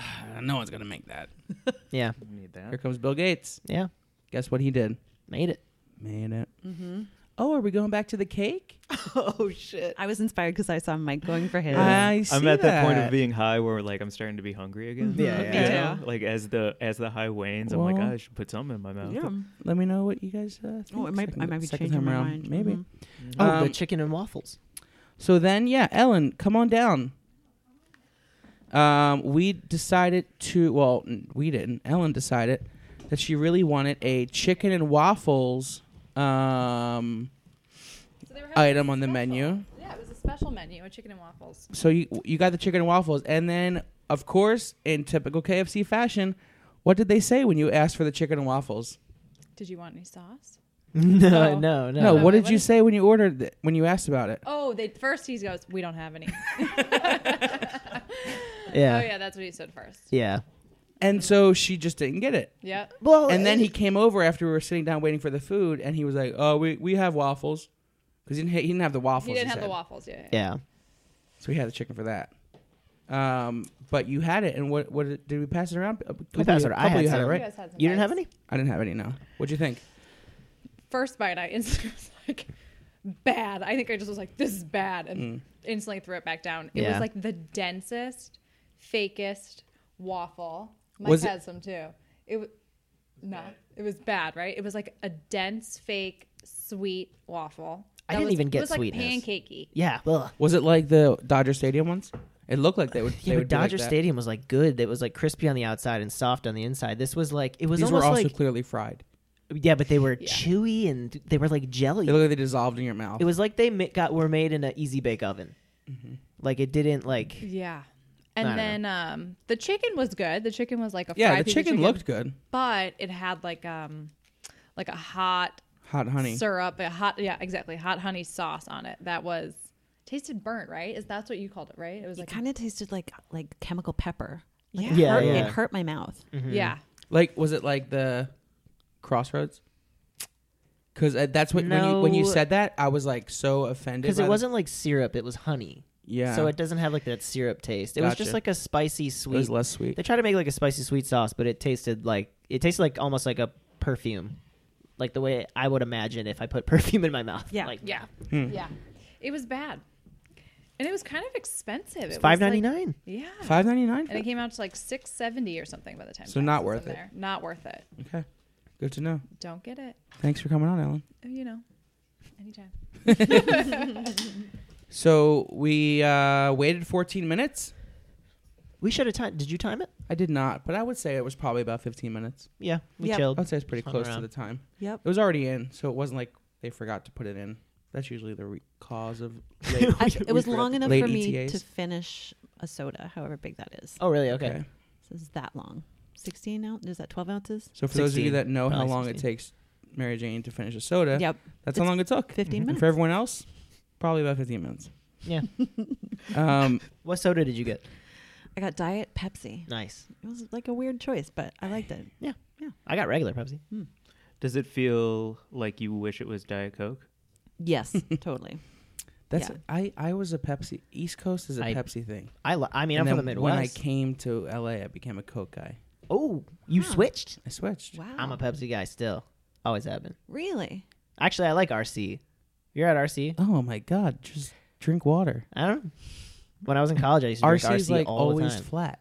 [SPEAKER 2] blah. no one's gonna make that.
[SPEAKER 1] Yeah,
[SPEAKER 3] We need
[SPEAKER 2] Here
[SPEAKER 3] that.
[SPEAKER 2] comes Bill Gates.
[SPEAKER 1] yeah.
[SPEAKER 2] Guess what he did?
[SPEAKER 1] Made it.
[SPEAKER 2] Made it. Mm-hmm. Oh, are we going back to the cake?
[SPEAKER 4] Oh shit! I was inspired because I saw Mike going for his.
[SPEAKER 2] I see
[SPEAKER 3] I'm at that point of
[SPEAKER 2] that.
[SPEAKER 3] being high where like I'm starting to be hungry again.
[SPEAKER 1] Yeah,
[SPEAKER 3] You
[SPEAKER 4] yeah.
[SPEAKER 3] know? Like as the as the high wanes, I'm like
[SPEAKER 2] Well-
[SPEAKER 3] I should put something in my mouth.
[SPEAKER 4] yeah.
[SPEAKER 2] Let me know what you guys uh, think.
[SPEAKER 4] Oh, it might. I
[SPEAKER 2] second-
[SPEAKER 4] might be
[SPEAKER 2] second
[SPEAKER 4] changing
[SPEAKER 2] time
[SPEAKER 4] my
[SPEAKER 2] around.
[SPEAKER 4] mind.
[SPEAKER 2] Maybe.
[SPEAKER 4] Mhm.
[SPEAKER 1] Oh, the
[SPEAKER 2] Um,
[SPEAKER 1] chicken and waffles.
[SPEAKER 2] So then, yeah, Ellen, come on down. Um, we decided to. Well, n- we didn't. Ellen decided that she really wanted a chicken and waffles um,
[SPEAKER 5] So they were having
[SPEAKER 2] item
[SPEAKER 5] a
[SPEAKER 2] on the
[SPEAKER 5] special.
[SPEAKER 2] menu.
[SPEAKER 5] Yeah, it was a special menu with chicken and waffles.
[SPEAKER 2] So you you got the chicken and waffles, and then of course, in typical KFC fashion, what did they say when you asked for the chicken and waffles?
[SPEAKER 5] Did you want any sauce?
[SPEAKER 1] no,
[SPEAKER 5] Oh.
[SPEAKER 1] no, no.
[SPEAKER 2] No,
[SPEAKER 5] okay,
[SPEAKER 2] what did
[SPEAKER 5] what
[SPEAKER 2] you
[SPEAKER 5] is-
[SPEAKER 2] say when you ordered th- when you asked about it?
[SPEAKER 5] Oh, they first he goes, "We don't have any."
[SPEAKER 1] Yeah.
[SPEAKER 5] Oh yeah, that's what he said first.
[SPEAKER 1] Yeah.
[SPEAKER 2] And so she just didn't get it.
[SPEAKER 5] Yeah.
[SPEAKER 1] Well,
[SPEAKER 2] and then
[SPEAKER 1] it-
[SPEAKER 2] he came over after we were sitting down waiting for the food, and he was like, "Oh, we we have waffles," because he didn't ha- he didn't have the waffles.
[SPEAKER 5] He didn't have the
[SPEAKER 2] said.
[SPEAKER 5] waffles. Yeah. yeah.
[SPEAKER 1] Yeah.
[SPEAKER 2] so he had the chicken for that. Um, but you had it, and what what did did we pass it around? A couple
[SPEAKER 1] We passed
[SPEAKER 2] of
[SPEAKER 1] it.
[SPEAKER 2] you-
[SPEAKER 1] I
[SPEAKER 2] couple of
[SPEAKER 1] had,
[SPEAKER 2] you had it
[SPEAKER 1] some.
[SPEAKER 2] right.
[SPEAKER 5] You guys had some
[SPEAKER 1] You didn't have
[SPEAKER 5] bites.
[SPEAKER 1] any?
[SPEAKER 2] I didn't have any. No, what'd you think?
[SPEAKER 5] First bite, I instantly was like, "Bad." I think I just was like, "This is bad," and instantly threw it back down. It
[SPEAKER 1] Mm. Yeah.
[SPEAKER 5] was like the densest, fakest waffle. Mike
[SPEAKER 2] Was it-
[SPEAKER 5] had some too. It was no, it was bad, right? It was like a dense, fake, sweet waffle.
[SPEAKER 1] I
[SPEAKER 5] that
[SPEAKER 1] didn't
[SPEAKER 5] was-
[SPEAKER 1] even
[SPEAKER 5] it
[SPEAKER 1] get
[SPEAKER 5] was like
[SPEAKER 1] sweetness.
[SPEAKER 5] Pancakey.
[SPEAKER 1] Yeah. Well,
[SPEAKER 2] Was it like the Dodger Stadium ones? It looked like they would. They
[SPEAKER 1] yeah, but
[SPEAKER 2] would be like
[SPEAKER 1] Dodger
[SPEAKER 2] that.
[SPEAKER 1] Stadium was like good. It was like crispy on the outside and soft on the inside. This was like it was
[SPEAKER 2] These were
[SPEAKER 1] almost
[SPEAKER 2] also
[SPEAKER 1] like
[SPEAKER 2] clearly fried.
[SPEAKER 1] yeah, but they were
[SPEAKER 5] Yeah.
[SPEAKER 1] chewy and they were like jelly.
[SPEAKER 2] They looked like they dissolved in your mouth.
[SPEAKER 1] It was like they ma- got were made in an easy bake oven.
[SPEAKER 2] Mm-hmm.
[SPEAKER 1] Like it didn't like
[SPEAKER 5] Yeah.
[SPEAKER 1] I
[SPEAKER 5] And
[SPEAKER 1] don't
[SPEAKER 5] then um, the chicken was good. The chicken was like a
[SPEAKER 2] yeah,
[SPEAKER 5] fried
[SPEAKER 2] the
[SPEAKER 5] piece of
[SPEAKER 2] chicken, looked good.
[SPEAKER 5] but it had like um like a hot
[SPEAKER 2] Hot honey.
[SPEAKER 5] syrup, a hot yeah, exactly, hot honey sauce on it. That was tasted burnt, right? Is that's what you called it, right? It was
[SPEAKER 4] It
[SPEAKER 5] like
[SPEAKER 4] kind of tasted like like chemical pepper. Like it,
[SPEAKER 1] Yeah,
[SPEAKER 4] hurt,
[SPEAKER 1] yeah.
[SPEAKER 4] it hurt my mouth.
[SPEAKER 2] Mm-hmm.
[SPEAKER 5] yeah.
[SPEAKER 2] Like, was it like the crossroads? Because uh, that's what when you when you
[SPEAKER 1] No.
[SPEAKER 2] said that, I was like so offended
[SPEAKER 1] because
[SPEAKER 2] by
[SPEAKER 1] it
[SPEAKER 2] the-
[SPEAKER 1] wasn't like syrup. It was honey.
[SPEAKER 2] Yeah.
[SPEAKER 1] So it doesn't have like that syrup taste. It was
[SPEAKER 2] Gotcha.
[SPEAKER 1] just like a spicy
[SPEAKER 2] It was
[SPEAKER 1] sweet.
[SPEAKER 2] less sweet.
[SPEAKER 1] They tried to make like a spicy sweet sauce, but it tasted like it tasted like almost like a perfume, like the way I would imagine if I put perfume in my mouth.
[SPEAKER 4] Yeah.
[SPEAKER 1] Like,
[SPEAKER 5] Yeah.
[SPEAKER 2] Hmm.
[SPEAKER 5] Yeah. It was bad. And it was kind of expensive. It was
[SPEAKER 1] Five
[SPEAKER 5] like-
[SPEAKER 1] ninety nine.
[SPEAKER 5] yeah.
[SPEAKER 2] Five ninety nine.
[SPEAKER 5] And it came out to like six seventy or something by the time.
[SPEAKER 2] So
[SPEAKER 5] taxes
[SPEAKER 2] not
[SPEAKER 5] and
[SPEAKER 2] worth
[SPEAKER 5] stuff
[SPEAKER 2] it.
[SPEAKER 5] There. Not worth it.
[SPEAKER 2] Okay, good to know.
[SPEAKER 5] Don't get it.
[SPEAKER 2] Thanks for coming on, Ellen.
[SPEAKER 5] You know. Anytime.
[SPEAKER 2] So we uh, waited fourteen minutes.
[SPEAKER 1] We should have timed. Did you time it?
[SPEAKER 2] I did not, but I would say it was probably about fifteen minutes.
[SPEAKER 1] Yeah, we
[SPEAKER 4] Yep.
[SPEAKER 1] chilled.
[SPEAKER 2] I'd say it's pretty
[SPEAKER 1] Hung
[SPEAKER 2] close
[SPEAKER 1] around.
[SPEAKER 2] to the time.
[SPEAKER 4] Yep.
[SPEAKER 2] It was already in, so it wasn't like they forgot to put it in. That's usually the re- cause of.
[SPEAKER 4] I, it was long enough
[SPEAKER 2] Late E
[SPEAKER 4] for
[SPEAKER 3] E
[SPEAKER 4] me
[SPEAKER 2] ETAs.
[SPEAKER 4] to finish a soda, however big that is.
[SPEAKER 1] Oh, really? Okay.
[SPEAKER 4] This is that long. 16 ounce? Is that 12 ounces?
[SPEAKER 2] So for those of you
[SPEAKER 1] 16,
[SPEAKER 2] that know how
[SPEAKER 1] probably
[SPEAKER 2] long it
[SPEAKER 1] 16.
[SPEAKER 2] takes Mary Jane to finish a soda,
[SPEAKER 4] Yep.
[SPEAKER 2] that's how
[SPEAKER 4] It's
[SPEAKER 2] long it took.
[SPEAKER 4] 15
[SPEAKER 2] And
[SPEAKER 4] minutes.
[SPEAKER 2] for everyone else, probably about fifteen minutes.
[SPEAKER 1] Yeah.
[SPEAKER 2] Um,
[SPEAKER 1] what soda did you get?
[SPEAKER 4] I got Diet Pepsi.
[SPEAKER 1] Nice.
[SPEAKER 4] It was like a weird choice, but I liked it.
[SPEAKER 1] I got regular Pepsi.
[SPEAKER 3] Does it feel like you wish it was Diet Coke?
[SPEAKER 4] Yes, totally.
[SPEAKER 2] that's
[SPEAKER 4] Yeah.
[SPEAKER 2] I. I was a Pepsi. East Coast is a
[SPEAKER 1] I-
[SPEAKER 2] Pepsi thing.
[SPEAKER 1] I li- I mean,
[SPEAKER 2] And
[SPEAKER 1] I'm from the
[SPEAKER 2] then When I
[SPEAKER 1] Midwest.
[SPEAKER 2] came to LA, I became a Coke guy.
[SPEAKER 1] oh, you switched?
[SPEAKER 2] I switched.
[SPEAKER 4] Wow.
[SPEAKER 1] I'm a Pepsi guy still. Always have been.
[SPEAKER 4] really?
[SPEAKER 1] Actually, I like RC. You're at RC.
[SPEAKER 2] Oh my god, just drink water.
[SPEAKER 1] I don't. When I was in college, I used to drink
[SPEAKER 2] RC's
[SPEAKER 1] RC
[SPEAKER 2] like
[SPEAKER 1] all
[SPEAKER 2] always
[SPEAKER 1] the time.
[SPEAKER 2] flat.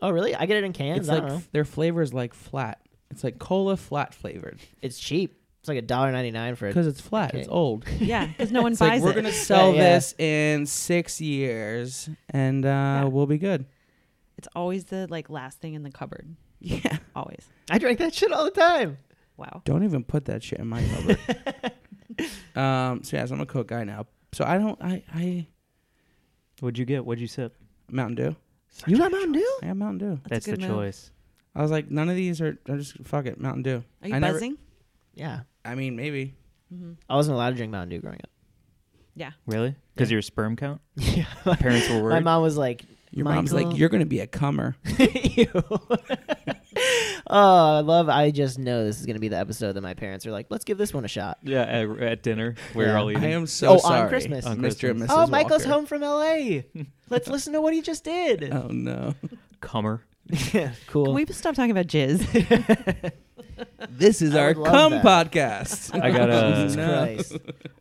[SPEAKER 1] oh, really? I get it in cans.
[SPEAKER 2] It's
[SPEAKER 1] I
[SPEAKER 2] like
[SPEAKER 1] don't know.
[SPEAKER 2] f- their flavor is like flat. It's like cola flat flavored
[SPEAKER 1] It's cheap. It's like a dollar ninety nine for it.
[SPEAKER 2] because it's flat. It's
[SPEAKER 1] Okay.
[SPEAKER 2] old.
[SPEAKER 4] Yeah, because no one
[SPEAKER 2] It's like
[SPEAKER 4] buys
[SPEAKER 2] we're
[SPEAKER 4] it.
[SPEAKER 2] gonna sell
[SPEAKER 1] Yeah, yeah.
[SPEAKER 2] this in six years, and uh, we'll be good.
[SPEAKER 4] It's always the like last thing in the cupboard.
[SPEAKER 2] Yeah.
[SPEAKER 4] Always.
[SPEAKER 1] I drink that shit all the time.
[SPEAKER 4] Wow.
[SPEAKER 2] Don't even put that shit in my cupboard. um. So yeah, so I'm a Coke guy now. So I don't. I. I
[SPEAKER 3] What'd you get? What'd you sip?
[SPEAKER 2] Mountain Dew.
[SPEAKER 1] You got Mountain Dew?
[SPEAKER 2] I have Mountain Dew.
[SPEAKER 4] That's
[SPEAKER 3] That's,
[SPEAKER 4] a
[SPEAKER 3] the
[SPEAKER 4] good move.
[SPEAKER 3] choice.
[SPEAKER 2] I was like, none of these are. I just fuck it. Mountain Dew.
[SPEAKER 4] Are you
[SPEAKER 2] I never-
[SPEAKER 4] buzzing?
[SPEAKER 1] Yeah.
[SPEAKER 2] I mean, maybe.
[SPEAKER 4] hmm
[SPEAKER 1] I wasn't allowed to drink Mountain Dew growing up.
[SPEAKER 3] Really? Because your sperm count?
[SPEAKER 1] Yeah.
[SPEAKER 3] Parents were
[SPEAKER 1] My
[SPEAKER 3] worried.
[SPEAKER 1] mom was like,
[SPEAKER 2] Your mom's
[SPEAKER 1] Michael.
[SPEAKER 2] like, you're gonna be a comer.
[SPEAKER 1] Ew. oh, I love. I just know this is gonna be the episode that my parents are like, let's give this one a shot.
[SPEAKER 3] yeah, at, at dinner. We're
[SPEAKER 1] Yeah.
[SPEAKER 3] all
[SPEAKER 2] I
[SPEAKER 3] eating.
[SPEAKER 2] am so
[SPEAKER 1] Oh, on
[SPEAKER 2] sorry,
[SPEAKER 1] Christmas.
[SPEAKER 2] Mr.
[SPEAKER 1] On
[SPEAKER 2] and Mrs.
[SPEAKER 3] Christmas.
[SPEAKER 1] oh, Michael's
[SPEAKER 2] Walker.
[SPEAKER 1] home from L.A. Let's listen to what he just did.
[SPEAKER 2] Oh no!
[SPEAKER 3] Comer.
[SPEAKER 1] cool.
[SPEAKER 4] Can we stop talking about jizz?
[SPEAKER 2] This is
[SPEAKER 1] I
[SPEAKER 2] our
[SPEAKER 1] would love
[SPEAKER 2] cum
[SPEAKER 1] that.
[SPEAKER 2] podcast.
[SPEAKER 3] I got a-
[SPEAKER 1] Jesus
[SPEAKER 2] No.
[SPEAKER 1] Christ.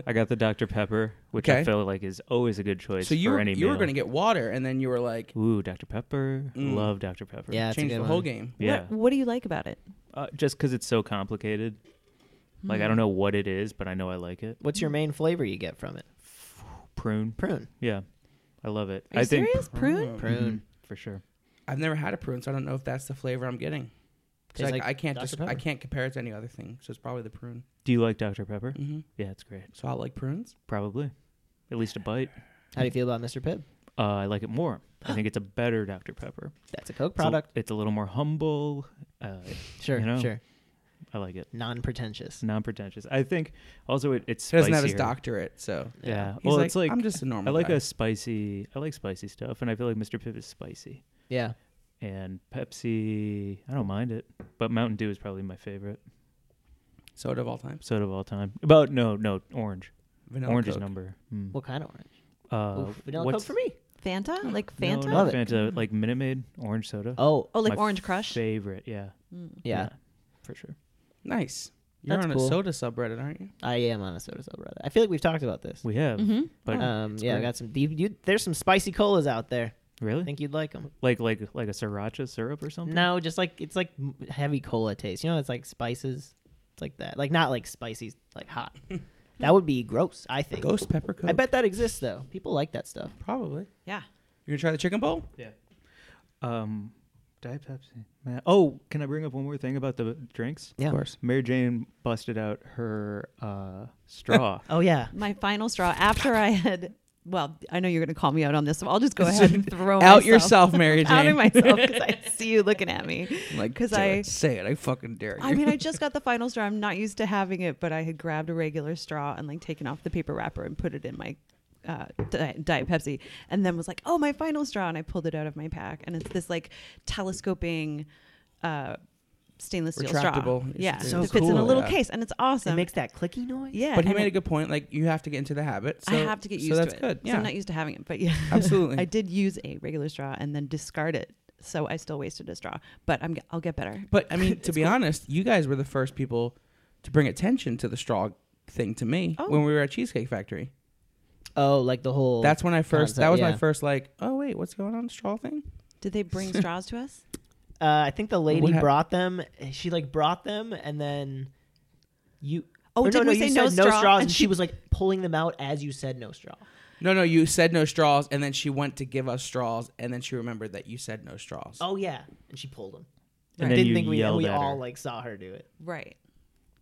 [SPEAKER 3] I got the Dr. Pepper, which I
[SPEAKER 2] Okay.
[SPEAKER 3] feel like is always a good choice
[SPEAKER 2] So you
[SPEAKER 3] for
[SPEAKER 2] were,
[SPEAKER 3] any
[SPEAKER 2] you were
[SPEAKER 3] meal.
[SPEAKER 2] gonna get water, and then you were like,
[SPEAKER 3] Ooh, Dr. Pepper.
[SPEAKER 2] Mm.
[SPEAKER 3] Love Dr. Pepper.
[SPEAKER 1] Yeah, it's a
[SPEAKER 2] changed
[SPEAKER 1] good
[SPEAKER 2] the
[SPEAKER 1] one.
[SPEAKER 2] whole game.
[SPEAKER 3] Yeah.
[SPEAKER 4] What, what do you like about it?
[SPEAKER 3] Uh, just because it's so complicated. Like, I don't know what it is, but I know I like it.
[SPEAKER 1] What's your main flavor you get from it?
[SPEAKER 3] Prune.
[SPEAKER 1] Prune.
[SPEAKER 3] Yeah. I love it.
[SPEAKER 4] Are you
[SPEAKER 3] I think Mm-hmm.
[SPEAKER 4] serious? Prune?
[SPEAKER 2] Oh.
[SPEAKER 1] Prune.
[SPEAKER 3] for sure.
[SPEAKER 2] I've never had a prune, so I don't know if that's the flavor I'm getting. 'Cause
[SPEAKER 1] Tastes
[SPEAKER 2] I,
[SPEAKER 1] like
[SPEAKER 2] I can't
[SPEAKER 1] Dr.
[SPEAKER 2] just, I
[SPEAKER 1] Pepper.
[SPEAKER 2] can't compare it to any other thing, so it's probably the prune.
[SPEAKER 3] Do you like Dr. Pepper?
[SPEAKER 2] Mm-hmm.
[SPEAKER 3] Yeah, it's great.
[SPEAKER 2] So I like prunes.
[SPEAKER 3] Probably. At least a bite.
[SPEAKER 1] How do you feel about Mr. Pibb?
[SPEAKER 3] Uh, I like it more. I think it's a better Dr. Pepper.
[SPEAKER 1] That's a Coke
[SPEAKER 3] It's a-
[SPEAKER 1] product.
[SPEAKER 3] It's a, little more humble. Uh,
[SPEAKER 1] Sure,
[SPEAKER 3] you know?
[SPEAKER 1] sure.
[SPEAKER 3] I like it.
[SPEAKER 1] Non-pretentious.
[SPEAKER 3] It's non pretentious. I think also it, it's
[SPEAKER 2] He doesn't have his
[SPEAKER 3] spicier.
[SPEAKER 2] doctorate, so
[SPEAKER 3] Yeah.
[SPEAKER 2] he's
[SPEAKER 3] Well, it's like
[SPEAKER 2] I'm just a
[SPEAKER 3] I
[SPEAKER 2] normal.
[SPEAKER 3] like
[SPEAKER 2] guy.
[SPEAKER 3] a spicy. I like spicy stuff, and I feel like Mr. Pibb is spicy.
[SPEAKER 1] Yeah.
[SPEAKER 3] And Pepsi, I don't mind it, but Mountain Dew is probably my favorite
[SPEAKER 2] soda of all time.
[SPEAKER 3] soda of all time. About no, no, orange.
[SPEAKER 2] Vanilla
[SPEAKER 3] orange is
[SPEAKER 2] Coke.
[SPEAKER 3] number. Mm.
[SPEAKER 1] What kind of orange?
[SPEAKER 3] Uh,
[SPEAKER 1] Oof, vanilla
[SPEAKER 3] what's-
[SPEAKER 1] Coke for me.
[SPEAKER 4] Fanta? Like
[SPEAKER 3] No,
[SPEAKER 4] Fanta?
[SPEAKER 3] not
[SPEAKER 1] Love it.
[SPEAKER 3] Fanta, like Minute Maid orange soda.
[SPEAKER 1] Oh,
[SPEAKER 4] Oh, like
[SPEAKER 3] My
[SPEAKER 4] Orange Crush?
[SPEAKER 3] Favorite, yeah,
[SPEAKER 4] Mm.
[SPEAKER 1] yeah.
[SPEAKER 3] for sure.
[SPEAKER 2] Nice. You're
[SPEAKER 1] That's
[SPEAKER 2] on
[SPEAKER 1] cool.
[SPEAKER 2] a soda subreddit, aren't you?
[SPEAKER 1] I am on a soda soda brother. I feel like we've talked about this.
[SPEAKER 3] We have,
[SPEAKER 4] Mhm.
[SPEAKER 3] but
[SPEAKER 1] um, yeah, I
[SPEAKER 2] great.
[SPEAKER 1] got some. You, you, there's some spicy colas out there. I
[SPEAKER 3] really,
[SPEAKER 1] think you'd like them.
[SPEAKER 3] like like like a sriracha syrup or something.
[SPEAKER 1] No, just like it's like m- heavy cola taste. You know, it's like spices. It's like that. Like not like spicy, like hot. that would be gross. I think.
[SPEAKER 2] Ghost pepper Coke.
[SPEAKER 1] I bet that exists though. People like that stuff.
[SPEAKER 2] probably.
[SPEAKER 4] Yeah.
[SPEAKER 2] You're gonna try the chicken bowl?
[SPEAKER 3] Um, Diet Pepsi. Man. Oh, can I bring up one more thing about the drinks?
[SPEAKER 1] Yeah.
[SPEAKER 2] Of course.
[SPEAKER 3] Mary Jane busted out her uh, straw.
[SPEAKER 1] Oh yeah.
[SPEAKER 4] My final straw after I had. Well, I know you're going to call me out on this, so I'll just go ahead and throw
[SPEAKER 2] Out
[SPEAKER 4] myself-
[SPEAKER 2] yourself, Mary Jane.
[SPEAKER 4] Outing myself because I see you looking at me.
[SPEAKER 2] like,
[SPEAKER 4] 'Cause
[SPEAKER 2] do
[SPEAKER 4] I-
[SPEAKER 2] it. say it. I fucking dare you.
[SPEAKER 4] I mean, I just got the final straw. I'm not used to having it, but I had grabbed a regular straw and like taken off the paper wrapper and put it in my uh, Di- Diet Pepsi, and then was like, "Oh, my final straw!" And I pulled it out of my pack, and it's this like telescoping. Uh, Stainless steel straw,
[SPEAKER 2] Retractable.
[SPEAKER 4] yeah,
[SPEAKER 2] So
[SPEAKER 4] it fits in a
[SPEAKER 1] cool.
[SPEAKER 4] little
[SPEAKER 2] Yeah.
[SPEAKER 4] case, and it's awesome.
[SPEAKER 1] It makes that clicky noise.
[SPEAKER 4] yeah,
[SPEAKER 2] but he
[SPEAKER 4] and
[SPEAKER 2] made
[SPEAKER 4] it-
[SPEAKER 2] a good point. Like you have to get into the habit. So,
[SPEAKER 4] I have to get used
[SPEAKER 2] so that's
[SPEAKER 4] to it.
[SPEAKER 2] good.
[SPEAKER 4] So
[SPEAKER 2] Yeah,
[SPEAKER 4] I'm not used to having it, but yeah,
[SPEAKER 2] absolutely.
[SPEAKER 4] I did use a regular straw and then discard it, so I still wasted a straw. But I'm I'll get better.
[SPEAKER 2] But I mean, to be honest, you guys were the first people to bring attention to the straw thing to me
[SPEAKER 4] Oh.
[SPEAKER 2] when we were at Cheesecake Factory.
[SPEAKER 1] Oh, like the whole.
[SPEAKER 2] That's when I
[SPEAKER 1] Concept,
[SPEAKER 2] first. that was my
[SPEAKER 1] yeah.
[SPEAKER 2] first like. Oh wait, what's going on? Straw thing.
[SPEAKER 4] Did they bring straws to us?
[SPEAKER 1] Uh, I think the
[SPEAKER 2] What
[SPEAKER 1] lady
[SPEAKER 2] hap-
[SPEAKER 1] brought them. She like brought them, and then you.
[SPEAKER 4] Oh,
[SPEAKER 1] or
[SPEAKER 4] did
[SPEAKER 1] no,
[SPEAKER 4] we
[SPEAKER 1] no,
[SPEAKER 4] say
[SPEAKER 1] you
[SPEAKER 4] no
[SPEAKER 1] said
[SPEAKER 4] straw?
[SPEAKER 1] no straws?
[SPEAKER 4] And
[SPEAKER 1] And
[SPEAKER 4] she-
[SPEAKER 1] she was like pulling them out as you said no straw.
[SPEAKER 2] No, no, you said no straws, and then she went to give us straws, and then she remembered that you said no straws.
[SPEAKER 1] Oh yeah, and she pulled them.
[SPEAKER 3] And
[SPEAKER 1] I
[SPEAKER 3] then
[SPEAKER 1] didn't
[SPEAKER 3] you
[SPEAKER 1] think we and
[SPEAKER 3] yelled
[SPEAKER 1] we
[SPEAKER 3] at
[SPEAKER 1] all
[SPEAKER 3] her.
[SPEAKER 1] like saw her do it.
[SPEAKER 4] Right.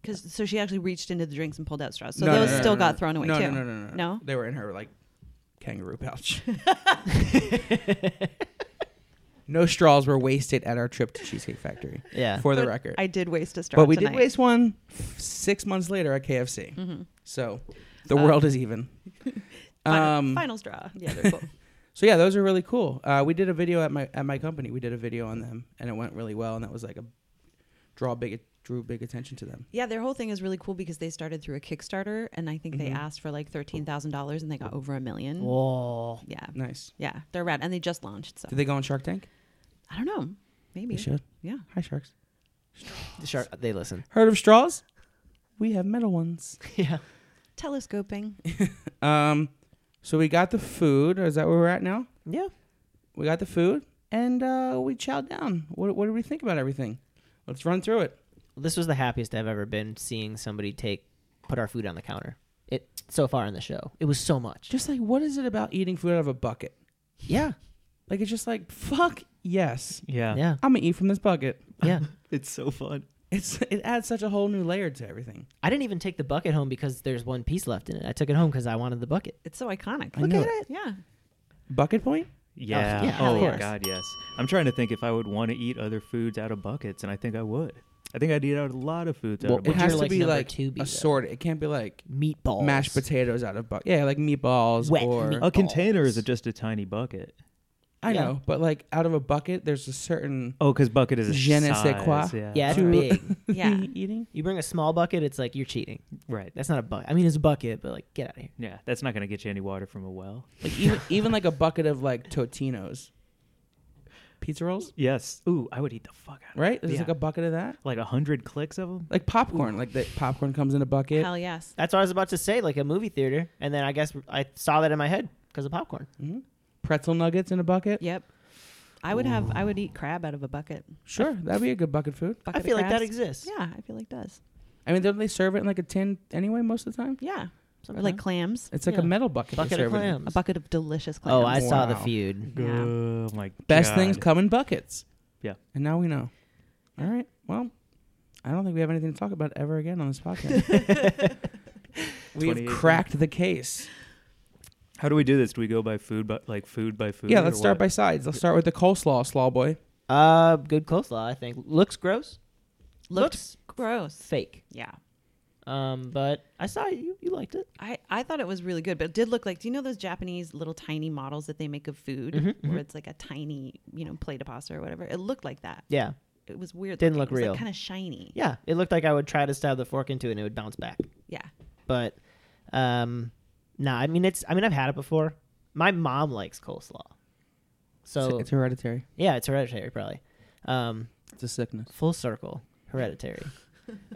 [SPEAKER 4] Because so she actually reached into the drinks and pulled out straws. So
[SPEAKER 2] No, no,
[SPEAKER 4] those
[SPEAKER 2] no, no,
[SPEAKER 4] still
[SPEAKER 2] no,
[SPEAKER 4] got
[SPEAKER 2] no.
[SPEAKER 4] thrown away
[SPEAKER 2] no,
[SPEAKER 4] too.
[SPEAKER 2] No, no, no, no,
[SPEAKER 4] No?
[SPEAKER 2] They were in her like kangaroo pouch. no straws were wasted at our trip to Cheesecake Factory.
[SPEAKER 1] Yeah.
[SPEAKER 2] For the
[SPEAKER 4] But
[SPEAKER 2] record,
[SPEAKER 4] I did waste a straw.
[SPEAKER 2] but we did
[SPEAKER 4] tonight. Mm-hmm.
[SPEAKER 2] waste one f- six months later at KFC. So the world is even.
[SPEAKER 4] Uh, final,
[SPEAKER 2] um,
[SPEAKER 4] final straw. Yeah, they're cool.
[SPEAKER 2] So yeah, those are really cool. Uh, we did a video at my at my company. We did a video on them, and it went really well. And that was like a draw big drew big attention to them.
[SPEAKER 4] yeah, their whole thing is really cool because they started through a Kickstarter, and I think they
[SPEAKER 2] Mhm.
[SPEAKER 4] asked for like thirteen thousand dollars, and they got over a million.
[SPEAKER 1] Whoa.
[SPEAKER 4] Yeah,
[SPEAKER 2] Nice.
[SPEAKER 4] yeah, they're rad, and they just launched. So
[SPEAKER 2] Did they go on Shark Tank?
[SPEAKER 4] I don't know, maybe.
[SPEAKER 2] They should.
[SPEAKER 4] Yeah.
[SPEAKER 2] Hi sharks.
[SPEAKER 1] The shark. They listen.
[SPEAKER 2] Heard of straws? We have metal ones.
[SPEAKER 1] Yeah.
[SPEAKER 4] Telescoping.
[SPEAKER 2] Um, so we got the food. Is that where we're at now?
[SPEAKER 1] Yeah.
[SPEAKER 2] We got the food and uh, we chowed down. What, what did we think about everything? Let's run through it.
[SPEAKER 1] This was the happiest I've ever been seeing somebody take put our food on the counter. It so far in the show. It was so much.
[SPEAKER 2] Just like, what is it about eating food out of a bucket?
[SPEAKER 1] Yeah.
[SPEAKER 2] Like, it's just like, fuck yes.
[SPEAKER 3] Yeah.
[SPEAKER 1] Yeah.
[SPEAKER 2] I'm going to eat from this bucket.
[SPEAKER 1] Yeah.
[SPEAKER 3] It's so fun.
[SPEAKER 2] It's It adds such a whole new layer to everything.
[SPEAKER 1] I didn't even take the bucket home because there's one piece left in it. I took it home because I wanted the bucket.
[SPEAKER 4] It's so iconic.
[SPEAKER 2] I Look know at it.
[SPEAKER 4] Yeah.
[SPEAKER 2] Bucket point?
[SPEAKER 3] Yeah.
[SPEAKER 1] yeah,
[SPEAKER 3] Oh,
[SPEAKER 1] of course.
[SPEAKER 3] God, yes. I'm trying to think if I would want to eat other foods out of buckets, and I think I would. I think I'd eat out a lot of foods out
[SPEAKER 1] Well,
[SPEAKER 3] of
[SPEAKER 2] It
[SPEAKER 1] Would
[SPEAKER 3] buckets.
[SPEAKER 2] has
[SPEAKER 1] your, like,
[SPEAKER 2] to be
[SPEAKER 1] number
[SPEAKER 2] like
[SPEAKER 1] two be, though?
[SPEAKER 2] assorted. It can't be like
[SPEAKER 1] Meatballs.
[SPEAKER 2] mashed potatoes out of bucket. Yeah, like meatballs
[SPEAKER 1] Wet
[SPEAKER 2] or
[SPEAKER 1] meat-
[SPEAKER 3] A container is
[SPEAKER 1] balls.
[SPEAKER 3] a, just a tiny bucket.
[SPEAKER 2] I
[SPEAKER 1] Yeah.
[SPEAKER 2] know, but like out of a bucket, there's a certain
[SPEAKER 3] Oh, because bucket is a
[SPEAKER 2] Je ne sais
[SPEAKER 3] size,
[SPEAKER 2] quoi.
[SPEAKER 3] Yeah.
[SPEAKER 1] Yeah, it's
[SPEAKER 2] Two-
[SPEAKER 1] big.
[SPEAKER 4] Yeah.
[SPEAKER 2] eating.
[SPEAKER 1] You bring a small bucket, it's like you're cheating.
[SPEAKER 3] Right.
[SPEAKER 1] That's not a bucket. I mean, it's a bucket, but like, get out of here.
[SPEAKER 3] Yeah. That's not going to get you any water from a well.
[SPEAKER 2] Like even, even like a bucket of like Totinos, pizza rolls,
[SPEAKER 3] Yes. Ooh, I would eat the fuck out of
[SPEAKER 2] right? There's
[SPEAKER 3] Yeah.
[SPEAKER 2] like a bucket of that,
[SPEAKER 3] Like a hundred clicks of them.
[SPEAKER 2] like popcorn. Like the popcorn comes in a bucket.
[SPEAKER 4] Hell yes.
[SPEAKER 1] That's what I was about to say, like a movie theater. And then I guess I saw that in my head because of popcorn.
[SPEAKER 2] Pretzel nuggets in a bucket.
[SPEAKER 4] Yep. I would have. I would eat crab out of a bucket.
[SPEAKER 2] Sure, that'd be a good bucket food.
[SPEAKER 4] bucket
[SPEAKER 1] I feel
[SPEAKER 4] of
[SPEAKER 1] like that
[SPEAKER 4] crabs.
[SPEAKER 1] exists.
[SPEAKER 4] Yeah, I feel like it does.
[SPEAKER 2] I mean, don't they serve it in like a tin anyway most of the time?
[SPEAKER 4] Yeah. Or
[SPEAKER 1] Sometimes.
[SPEAKER 4] like clams.
[SPEAKER 2] It's like
[SPEAKER 1] Yeah.
[SPEAKER 2] a metal bucket. they
[SPEAKER 1] Bucket of
[SPEAKER 2] serve it in.
[SPEAKER 1] clams.
[SPEAKER 4] A bucket of delicious clams.
[SPEAKER 1] Oh, I saw the
[SPEAKER 2] Wow.
[SPEAKER 1] feud.
[SPEAKER 4] Yeah.
[SPEAKER 3] Oh my
[SPEAKER 2] Best
[SPEAKER 3] God.
[SPEAKER 2] things come in buckets.
[SPEAKER 3] Yeah.
[SPEAKER 2] And now we know. All right. Well, I don't think we have anything to talk about ever again on this podcast. We've
[SPEAKER 3] 2018.
[SPEAKER 2] cracked the case.
[SPEAKER 3] How do we do this? Do we go by food, by, like food by food?
[SPEAKER 2] Yeah,
[SPEAKER 3] or
[SPEAKER 2] let's start by
[SPEAKER 3] what?
[SPEAKER 2] sides. Let's start with the coleslaw, slaw boy.
[SPEAKER 1] Uh, good coleslaw, I think. Looks gross. Looks,
[SPEAKER 4] Gross.
[SPEAKER 1] fake.
[SPEAKER 4] Yeah.
[SPEAKER 1] Um, but I saw you. You liked it.
[SPEAKER 4] I, I thought it was really good, but it did look like do you know those Japanese little tiny models that they make of food
[SPEAKER 1] Mm-hmm,
[SPEAKER 4] where it's like a tiny, you know, plate of pasta or whatever? It looked like that.
[SPEAKER 1] Yeah,
[SPEAKER 4] It was weird.
[SPEAKER 1] Didn't
[SPEAKER 4] looking.
[SPEAKER 1] look
[SPEAKER 4] it was
[SPEAKER 1] real.
[SPEAKER 4] Like kind of shiny.
[SPEAKER 1] yeah. It looked like I would try to stab the fork into it and it would bounce back.
[SPEAKER 4] Yeah.
[SPEAKER 1] But, um, nah. I mean, it's. I mean, I've had it before. My mom likes coleslaw. So
[SPEAKER 2] it's, it's hereditary.
[SPEAKER 1] yeah, it's hereditary probably. Um,
[SPEAKER 2] It's a sickness.
[SPEAKER 1] full circle hereditary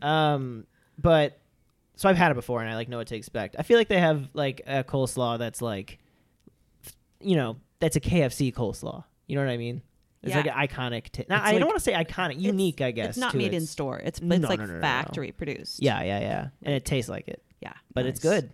[SPEAKER 1] um but so i've had it before and i like know what to expect i feel like they have like a coleslaw that's like you know that's a kfc coleslaw you know what i mean it's
[SPEAKER 4] Yeah.
[SPEAKER 1] like an iconic ta- not,
[SPEAKER 2] It's
[SPEAKER 1] i
[SPEAKER 2] like-
[SPEAKER 1] don't want to say iconic
[SPEAKER 4] It's-
[SPEAKER 1] unique i guess
[SPEAKER 4] It's not
[SPEAKER 1] to
[SPEAKER 4] made in
[SPEAKER 1] its-
[SPEAKER 4] store. It's it's
[SPEAKER 1] No, no,
[SPEAKER 4] like
[SPEAKER 1] no, no, no.
[SPEAKER 4] factory produced.
[SPEAKER 1] yeah yeah yeah and it tastes like it
[SPEAKER 4] Yeah.
[SPEAKER 1] but it's good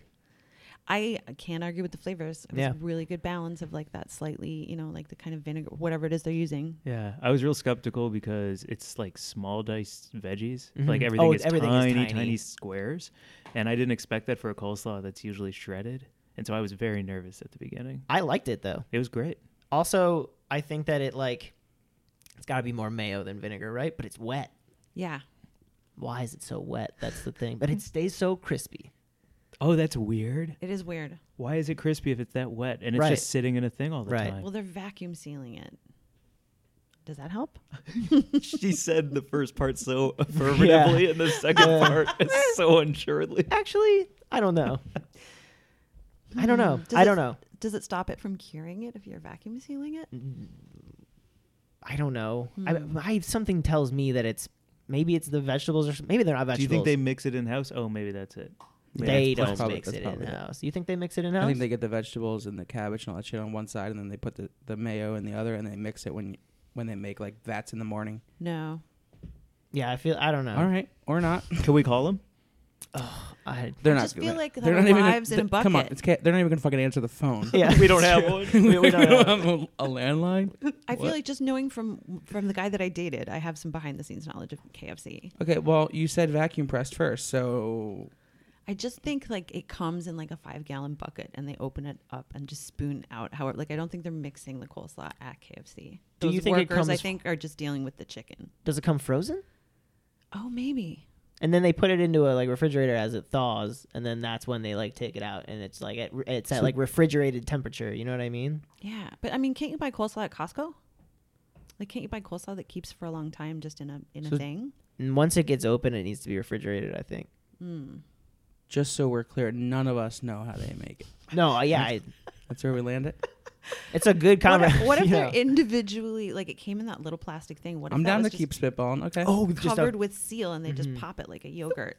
[SPEAKER 4] I can't argue with the flavors. It was
[SPEAKER 1] Yeah.
[SPEAKER 4] a really good balance of like that slightly, you know, like the kind of vinegar, whatever it is they're using.
[SPEAKER 3] Yeah, I was real skeptical because it's like small diced veggies.
[SPEAKER 1] Mhm.
[SPEAKER 3] Like everything,
[SPEAKER 1] Oh,
[SPEAKER 3] is,
[SPEAKER 1] everything is
[SPEAKER 3] tiny,
[SPEAKER 1] tiny.
[SPEAKER 3] tiny, squares, and I didn't expect that for a coleslaw that's usually shredded. And so I was very nervous at the beginning.
[SPEAKER 1] i liked it though
[SPEAKER 3] It was great.
[SPEAKER 1] also i think that it like it's got to be more mayo than vinegar right but it's wet
[SPEAKER 4] Yeah.
[SPEAKER 1] why is it so wet that's the thing but it stays so crispy
[SPEAKER 3] Oh, that's weird.
[SPEAKER 4] It is weird.
[SPEAKER 3] Why is it crispy if it's that wet and it's
[SPEAKER 1] Right.
[SPEAKER 3] just sitting in a thing all the
[SPEAKER 1] Right.
[SPEAKER 3] time?
[SPEAKER 4] Well, they're vacuum sealing it. Does that help?
[SPEAKER 3] she said the first part so affirmatively, and the second part is so unsuredly.
[SPEAKER 1] actually i don't know i don't know
[SPEAKER 4] Mm. Does
[SPEAKER 1] i
[SPEAKER 4] it-
[SPEAKER 1] don't know
[SPEAKER 4] Does it stop it from curing it if you're vacuum sealing it?
[SPEAKER 1] i don't know
[SPEAKER 4] Hmm.
[SPEAKER 1] I, I something tells me that it's maybe it's the vegetables or s- maybe they're not
[SPEAKER 3] Do you
[SPEAKER 1] vegetables
[SPEAKER 3] think they mix it in house? Oh, maybe that's it.
[SPEAKER 1] they
[SPEAKER 2] Yeah, that's
[SPEAKER 1] don't
[SPEAKER 2] probably-
[SPEAKER 1] mix
[SPEAKER 2] that's
[SPEAKER 1] it in
[SPEAKER 2] probably it.
[SPEAKER 1] house you think they mix it in house
[SPEAKER 2] I think they get the vegetables and the cabbage and all that shit on one side, and then they put the, the mayo in the other, and they mix it when when they make like vats in the morning.
[SPEAKER 4] No.
[SPEAKER 1] yeah i feel i don't know
[SPEAKER 2] All right, or not?
[SPEAKER 3] Can we call them?
[SPEAKER 1] I,
[SPEAKER 2] They're
[SPEAKER 4] I
[SPEAKER 2] not.
[SPEAKER 4] just feel
[SPEAKER 2] gonna-
[SPEAKER 4] like
[SPEAKER 2] they're
[SPEAKER 4] their
[SPEAKER 2] not even
[SPEAKER 4] lives in
[SPEAKER 2] gonna,
[SPEAKER 4] a
[SPEAKER 2] th- Come on,
[SPEAKER 4] bucket.
[SPEAKER 2] it's ca- they're not even gonna fucking answer the phone.
[SPEAKER 1] yeah
[SPEAKER 3] We don't have one.
[SPEAKER 1] we, we don't have
[SPEAKER 2] a, a landline.
[SPEAKER 4] I feel
[SPEAKER 2] What?
[SPEAKER 4] like just knowing from from the guy that I dated, I have some behind the scenes knowledge of KFC.
[SPEAKER 2] Okay, well, you said vacuum pressed first, so
[SPEAKER 4] I just think like it comes in like a five gallon bucket and they open it up and just spoon out. However, like I don't think they're mixing the coleslaw at KFC.
[SPEAKER 1] Do
[SPEAKER 4] Those
[SPEAKER 1] you think it
[SPEAKER 4] workers I
[SPEAKER 1] comes-
[SPEAKER 4] think are just dealing with the chicken.
[SPEAKER 1] does it come frozen
[SPEAKER 4] Oh, maybe.
[SPEAKER 1] and then they put it into a like refrigerator as it thaws and then that's when they like take it out and it's like at, it's at like refrigerated temperature you know what i mean
[SPEAKER 4] Yeah, but I mean, can't you buy coleslaw at Costco? Like, can't you buy coleslaw that keeps for a long time just in a in
[SPEAKER 2] So-
[SPEAKER 4] a thing?
[SPEAKER 1] and once it gets open it needs to be refrigerated i think
[SPEAKER 4] Hmm.
[SPEAKER 2] just so we're clear, none of us know how they make it.
[SPEAKER 1] no yeah I,
[SPEAKER 2] That's where we land it.
[SPEAKER 1] it's a good
[SPEAKER 4] What
[SPEAKER 1] conversation
[SPEAKER 4] if, what if they're individually like it came in that little plastic thing? What if
[SPEAKER 2] I'm
[SPEAKER 4] that
[SPEAKER 2] down to
[SPEAKER 4] was just
[SPEAKER 2] keep spitballing. Okay.
[SPEAKER 1] oh with just a-
[SPEAKER 4] covered with seal and they just pop it like a yogurt?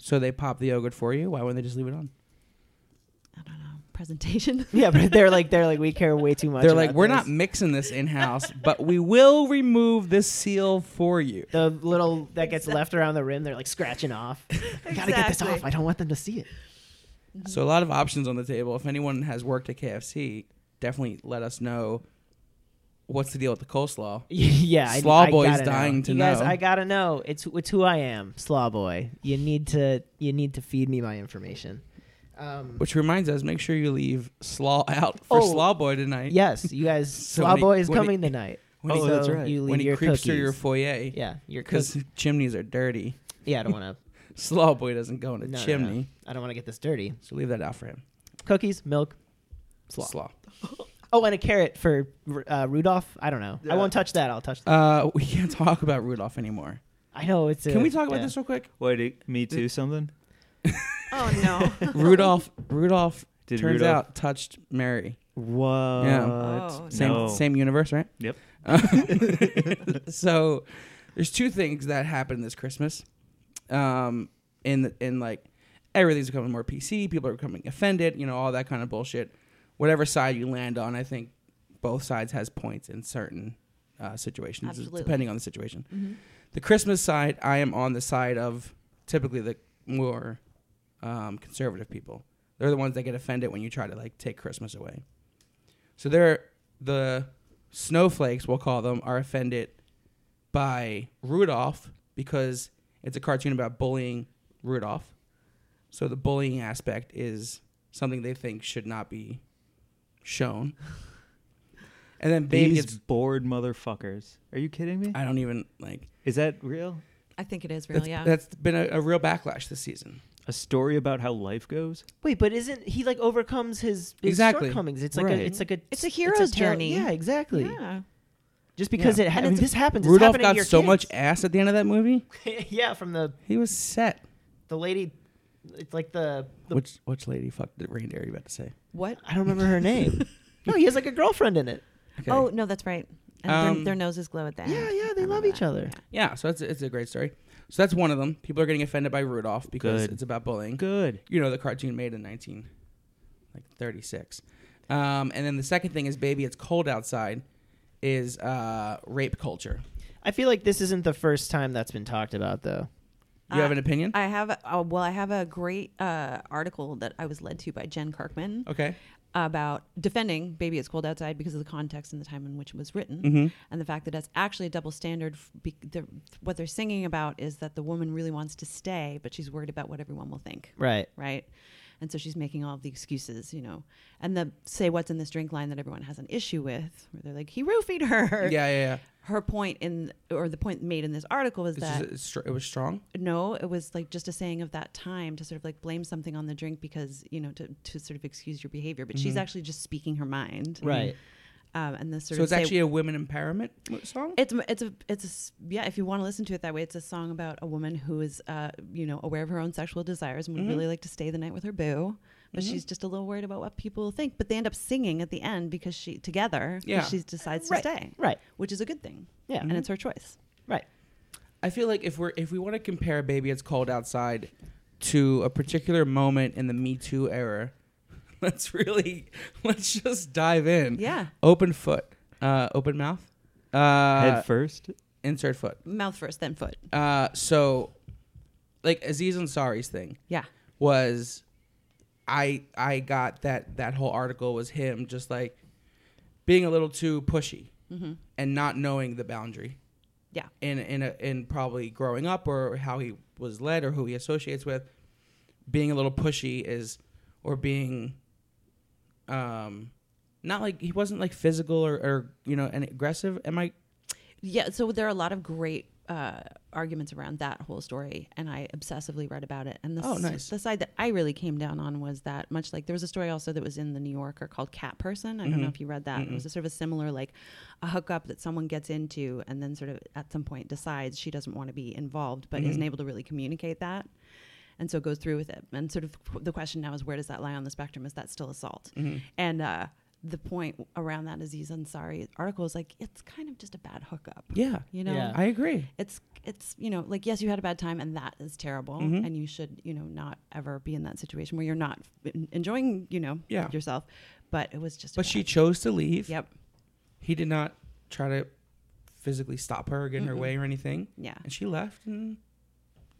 [SPEAKER 2] So they pop the yogurt for you. Why wouldn't they just leave it on?
[SPEAKER 4] I don't know. presentation.
[SPEAKER 1] Yeah, but they're like they're like we care way too much.
[SPEAKER 2] They're like,
[SPEAKER 1] about
[SPEAKER 2] we're
[SPEAKER 1] this."
[SPEAKER 2] not mixing this in house, but we will remove this seal for you.
[SPEAKER 1] the little that gets left around the rim. They're like scratching off. I gotta get this off.
[SPEAKER 4] Exactly.
[SPEAKER 1] I don't want them to see it.
[SPEAKER 4] Mm-hmm.
[SPEAKER 2] So a lot of options on the table. If anyone has worked at KFC, definitely let us know what's the deal with the coleslaw.
[SPEAKER 1] yeah, I-
[SPEAKER 2] Slaw
[SPEAKER 1] I
[SPEAKER 2] boy's
[SPEAKER 1] gotta know.
[SPEAKER 2] dying to
[SPEAKER 1] you guys,
[SPEAKER 2] know.
[SPEAKER 1] I gotta know. It's it's who I am, slaw boy. You need to you need to feed me my information. Um,
[SPEAKER 2] Which reminds us, make sure you leave slaw out for
[SPEAKER 1] Oh.
[SPEAKER 2] slaw boy tonight.
[SPEAKER 1] yes, you guys,
[SPEAKER 2] So
[SPEAKER 1] slaw
[SPEAKER 2] when he-
[SPEAKER 1] boy is
[SPEAKER 2] when he-
[SPEAKER 1] coming tonight. Oh,
[SPEAKER 2] When
[SPEAKER 1] so
[SPEAKER 2] he,
[SPEAKER 1] You leave
[SPEAKER 2] when he
[SPEAKER 1] your
[SPEAKER 2] creeps
[SPEAKER 1] cookies.
[SPEAKER 2] through your foyer,
[SPEAKER 1] yeah, your
[SPEAKER 2] because
[SPEAKER 1] cookies.
[SPEAKER 2] chimneys are dirty.
[SPEAKER 1] Yeah, I don't want
[SPEAKER 2] Slaw boy doesn't go in a
[SPEAKER 1] to no, no, no.
[SPEAKER 2] chimney,
[SPEAKER 1] I don't want to get this dirty.
[SPEAKER 2] so leave that out for him.
[SPEAKER 1] Cookies, milk, slaw. Oh, and a carrot for uh, Rudolph. I don't know. I won't touch that. I'll touch. that.
[SPEAKER 2] Uh, we can't talk about Rudolph anymore.
[SPEAKER 1] I know it's. A,
[SPEAKER 2] Can we talk about
[SPEAKER 1] yeah.
[SPEAKER 2] this real quick?
[SPEAKER 3] Wait, it- me too. Something.
[SPEAKER 4] oh no.
[SPEAKER 2] Rudolph, Rudolph
[SPEAKER 3] Did
[SPEAKER 2] turns
[SPEAKER 3] Rudolph-
[SPEAKER 2] out touched Mary.
[SPEAKER 3] What?
[SPEAKER 4] Oh,
[SPEAKER 2] Same
[SPEAKER 3] No.
[SPEAKER 2] same universe, right?
[SPEAKER 3] Yep.
[SPEAKER 2] so there's two things that happened this Christmas. Um in the, in like everything's becoming more PC, people are becoming offended, you know, all that kind of bullshit. Whatever side you land on, I think both sides has points in certain uh, situations
[SPEAKER 4] Absolutely.
[SPEAKER 2] depending on the situation. The Christmas side, I am on the side of typically the more um, conservative people. They're the ones that get offended when you try to like take Christmas away. So they're the snowflakes, we'll call them, are offended by Rudolph because it's a cartoon about bullying Rudolph. So the bullying aspect is something they think should not be shown. And then baby
[SPEAKER 3] These
[SPEAKER 2] gets
[SPEAKER 3] bored motherfuckers. Are you kidding me?
[SPEAKER 2] I don't even like
[SPEAKER 3] Is that real?
[SPEAKER 4] I think it is real.
[SPEAKER 2] that's,
[SPEAKER 4] Yeah.
[SPEAKER 2] that's been a, a real backlash this season.
[SPEAKER 3] A story about how life goes?
[SPEAKER 1] Wait, but isn't he like overcomes his, his
[SPEAKER 2] Exactly.
[SPEAKER 1] shortcomings? It's like
[SPEAKER 3] Right.
[SPEAKER 1] a, it's like a
[SPEAKER 4] It's a hero's
[SPEAKER 1] tale-
[SPEAKER 4] journey.
[SPEAKER 1] Yeah, exactly.
[SPEAKER 4] yeah.
[SPEAKER 1] Just because
[SPEAKER 2] Yeah.
[SPEAKER 1] it ha-
[SPEAKER 4] And
[SPEAKER 1] I mean,
[SPEAKER 4] it's-
[SPEAKER 1] this happens. it's
[SPEAKER 2] Rudolph
[SPEAKER 1] happening to
[SPEAKER 2] got
[SPEAKER 1] your
[SPEAKER 2] so
[SPEAKER 1] kids.
[SPEAKER 2] much ass at the end of that movie.
[SPEAKER 1] yeah, from the
[SPEAKER 2] He was set.
[SPEAKER 1] the lady, it's like the, the
[SPEAKER 2] Which which lady fucked the reindeer? Are you about to say?
[SPEAKER 4] What?
[SPEAKER 1] I don't remember her name. no, he has like a girlfriend in it.
[SPEAKER 2] Okay.
[SPEAKER 4] Oh no, that's right. And
[SPEAKER 2] Um,
[SPEAKER 4] their, their noses glow at that.
[SPEAKER 1] Yeah, yeah, they love each other.
[SPEAKER 2] Yeah, so it's it's a great story. So that's one of them. People are getting offended by Rudolph because
[SPEAKER 3] Good.
[SPEAKER 2] it's about bullying.
[SPEAKER 3] Good.
[SPEAKER 2] You know, the cartoon made in nineteen like thirty six. Um, and then the second thing is baby, it's cold outside. Is uh, rape culture?
[SPEAKER 1] I feel like this isn't the first time that's been talked about, though.
[SPEAKER 2] You have an opinion?
[SPEAKER 4] I have. A, oh, well, I have a great uh, article that I was led to by Jen Kirkman
[SPEAKER 2] okay.
[SPEAKER 4] about defending "Baby It's Cold Outside" because of the context and the time in which it was written,
[SPEAKER 2] Mm-hmm.
[SPEAKER 4] and the fact that that's actually a double standard. f- Be- the, what they're singing about is that the woman really wants to stay, but she's worried about what everyone will think.
[SPEAKER 1] Right.
[SPEAKER 4] right? And so she's making all of the excuses, you know, and the say what's in this drink line that everyone has an issue with, where they're like, he roofied her.
[SPEAKER 2] Yeah, yeah, yeah.
[SPEAKER 4] Her point in, or the point made in this article was
[SPEAKER 2] It's
[SPEAKER 4] that,
[SPEAKER 2] just, it's str- it was strong.
[SPEAKER 4] no, it was like just a saying of that time to sort of like blame something on the drink because, you know, to, to sort of excuse your behavior. But she's actually just speaking her mind.
[SPEAKER 1] Right.
[SPEAKER 4] Um, and this
[SPEAKER 2] Mm-hmm.
[SPEAKER 4] sort
[SPEAKER 2] So
[SPEAKER 4] of
[SPEAKER 2] it's
[SPEAKER 4] say-
[SPEAKER 2] actually a women empowerment mo- song.
[SPEAKER 4] it's it's a it's a s- yeah. If you want to listen to it that way, it's a song about a woman who is uh you know aware of her own sexual desires and would
[SPEAKER 2] Mm-hmm.
[SPEAKER 4] really like to stay the night with her boo, but she's just a little worried about what people think. But they end up singing at the end because she together 'cause
[SPEAKER 2] Yeah.
[SPEAKER 4] she decides
[SPEAKER 1] Right,
[SPEAKER 4] to stay
[SPEAKER 1] right.
[SPEAKER 4] which is a good thing
[SPEAKER 1] Yeah.
[SPEAKER 4] and it's her choice.
[SPEAKER 1] Right.
[SPEAKER 2] I feel like if we're if we want to compare "Baby It's Cold Outside" to a particular moment in the Me Too era, let's really let's just dive in.
[SPEAKER 4] Yeah,
[SPEAKER 2] Open foot, uh, open mouth, uh,
[SPEAKER 3] Head first?
[SPEAKER 2] insert foot.
[SPEAKER 4] mouth first, then foot.
[SPEAKER 2] Uh, so, like Aziz Ansari's thing
[SPEAKER 4] Yeah,
[SPEAKER 2] was, I I got that that whole article was him just like being a little too pushy and not knowing the boundary
[SPEAKER 4] yeah,
[SPEAKER 2] in in a, in probably growing up or how he was led or who he associates with being a little pushy is or being um not like he wasn't like physical or, or you know and aggressive am i
[SPEAKER 4] yeah. So there are a lot of great. Uh, arguments around that whole story, and I obsessively read about it. And the,
[SPEAKER 2] Oh,
[SPEAKER 4] s-
[SPEAKER 2] nice.
[SPEAKER 4] the side that I really came down on was that much like there was a story also that was in the New Yorker called Cat Person. I
[SPEAKER 2] Mm-hmm.
[SPEAKER 4] don't know if you read that. It was a sort of a similar like a hookup that someone gets into and then sort of at some point decides she doesn't want to be involved, but
[SPEAKER 2] Mm-hmm.
[SPEAKER 4] isn't able to really communicate that. And so goes through with it. And sort of qu- the question now is where does that lie on the spectrum? Is that still assault? And uh, the point around that Aziz Ansari article is like it's kind of just a bad hookup.
[SPEAKER 2] Yeah.
[SPEAKER 4] You know,
[SPEAKER 1] Yeah.
[SPEAKER 2] I agree.
[SPEAKER 4] it's it's you know like yes you had a bad time and that is terrible
[SPEAKER 2] Mhm.
[SPEAKER 4] and you should you know not ever be in that situation where you're not en- enjoying you know
[SPEAKER 2] Yeah.
[SPEAKER 4] yourself but it was just a
[SPEAKER 2] But
[SPEAKER 4] bad-
[SPEAKER 2] she chose to leave.
[SPEAKER 4] yep
[SPEAKER 2] He did not try to physically stop her or get in her way or anything.
[SPEAKER 4] yeah
[SPEAKER 2] And she left. And,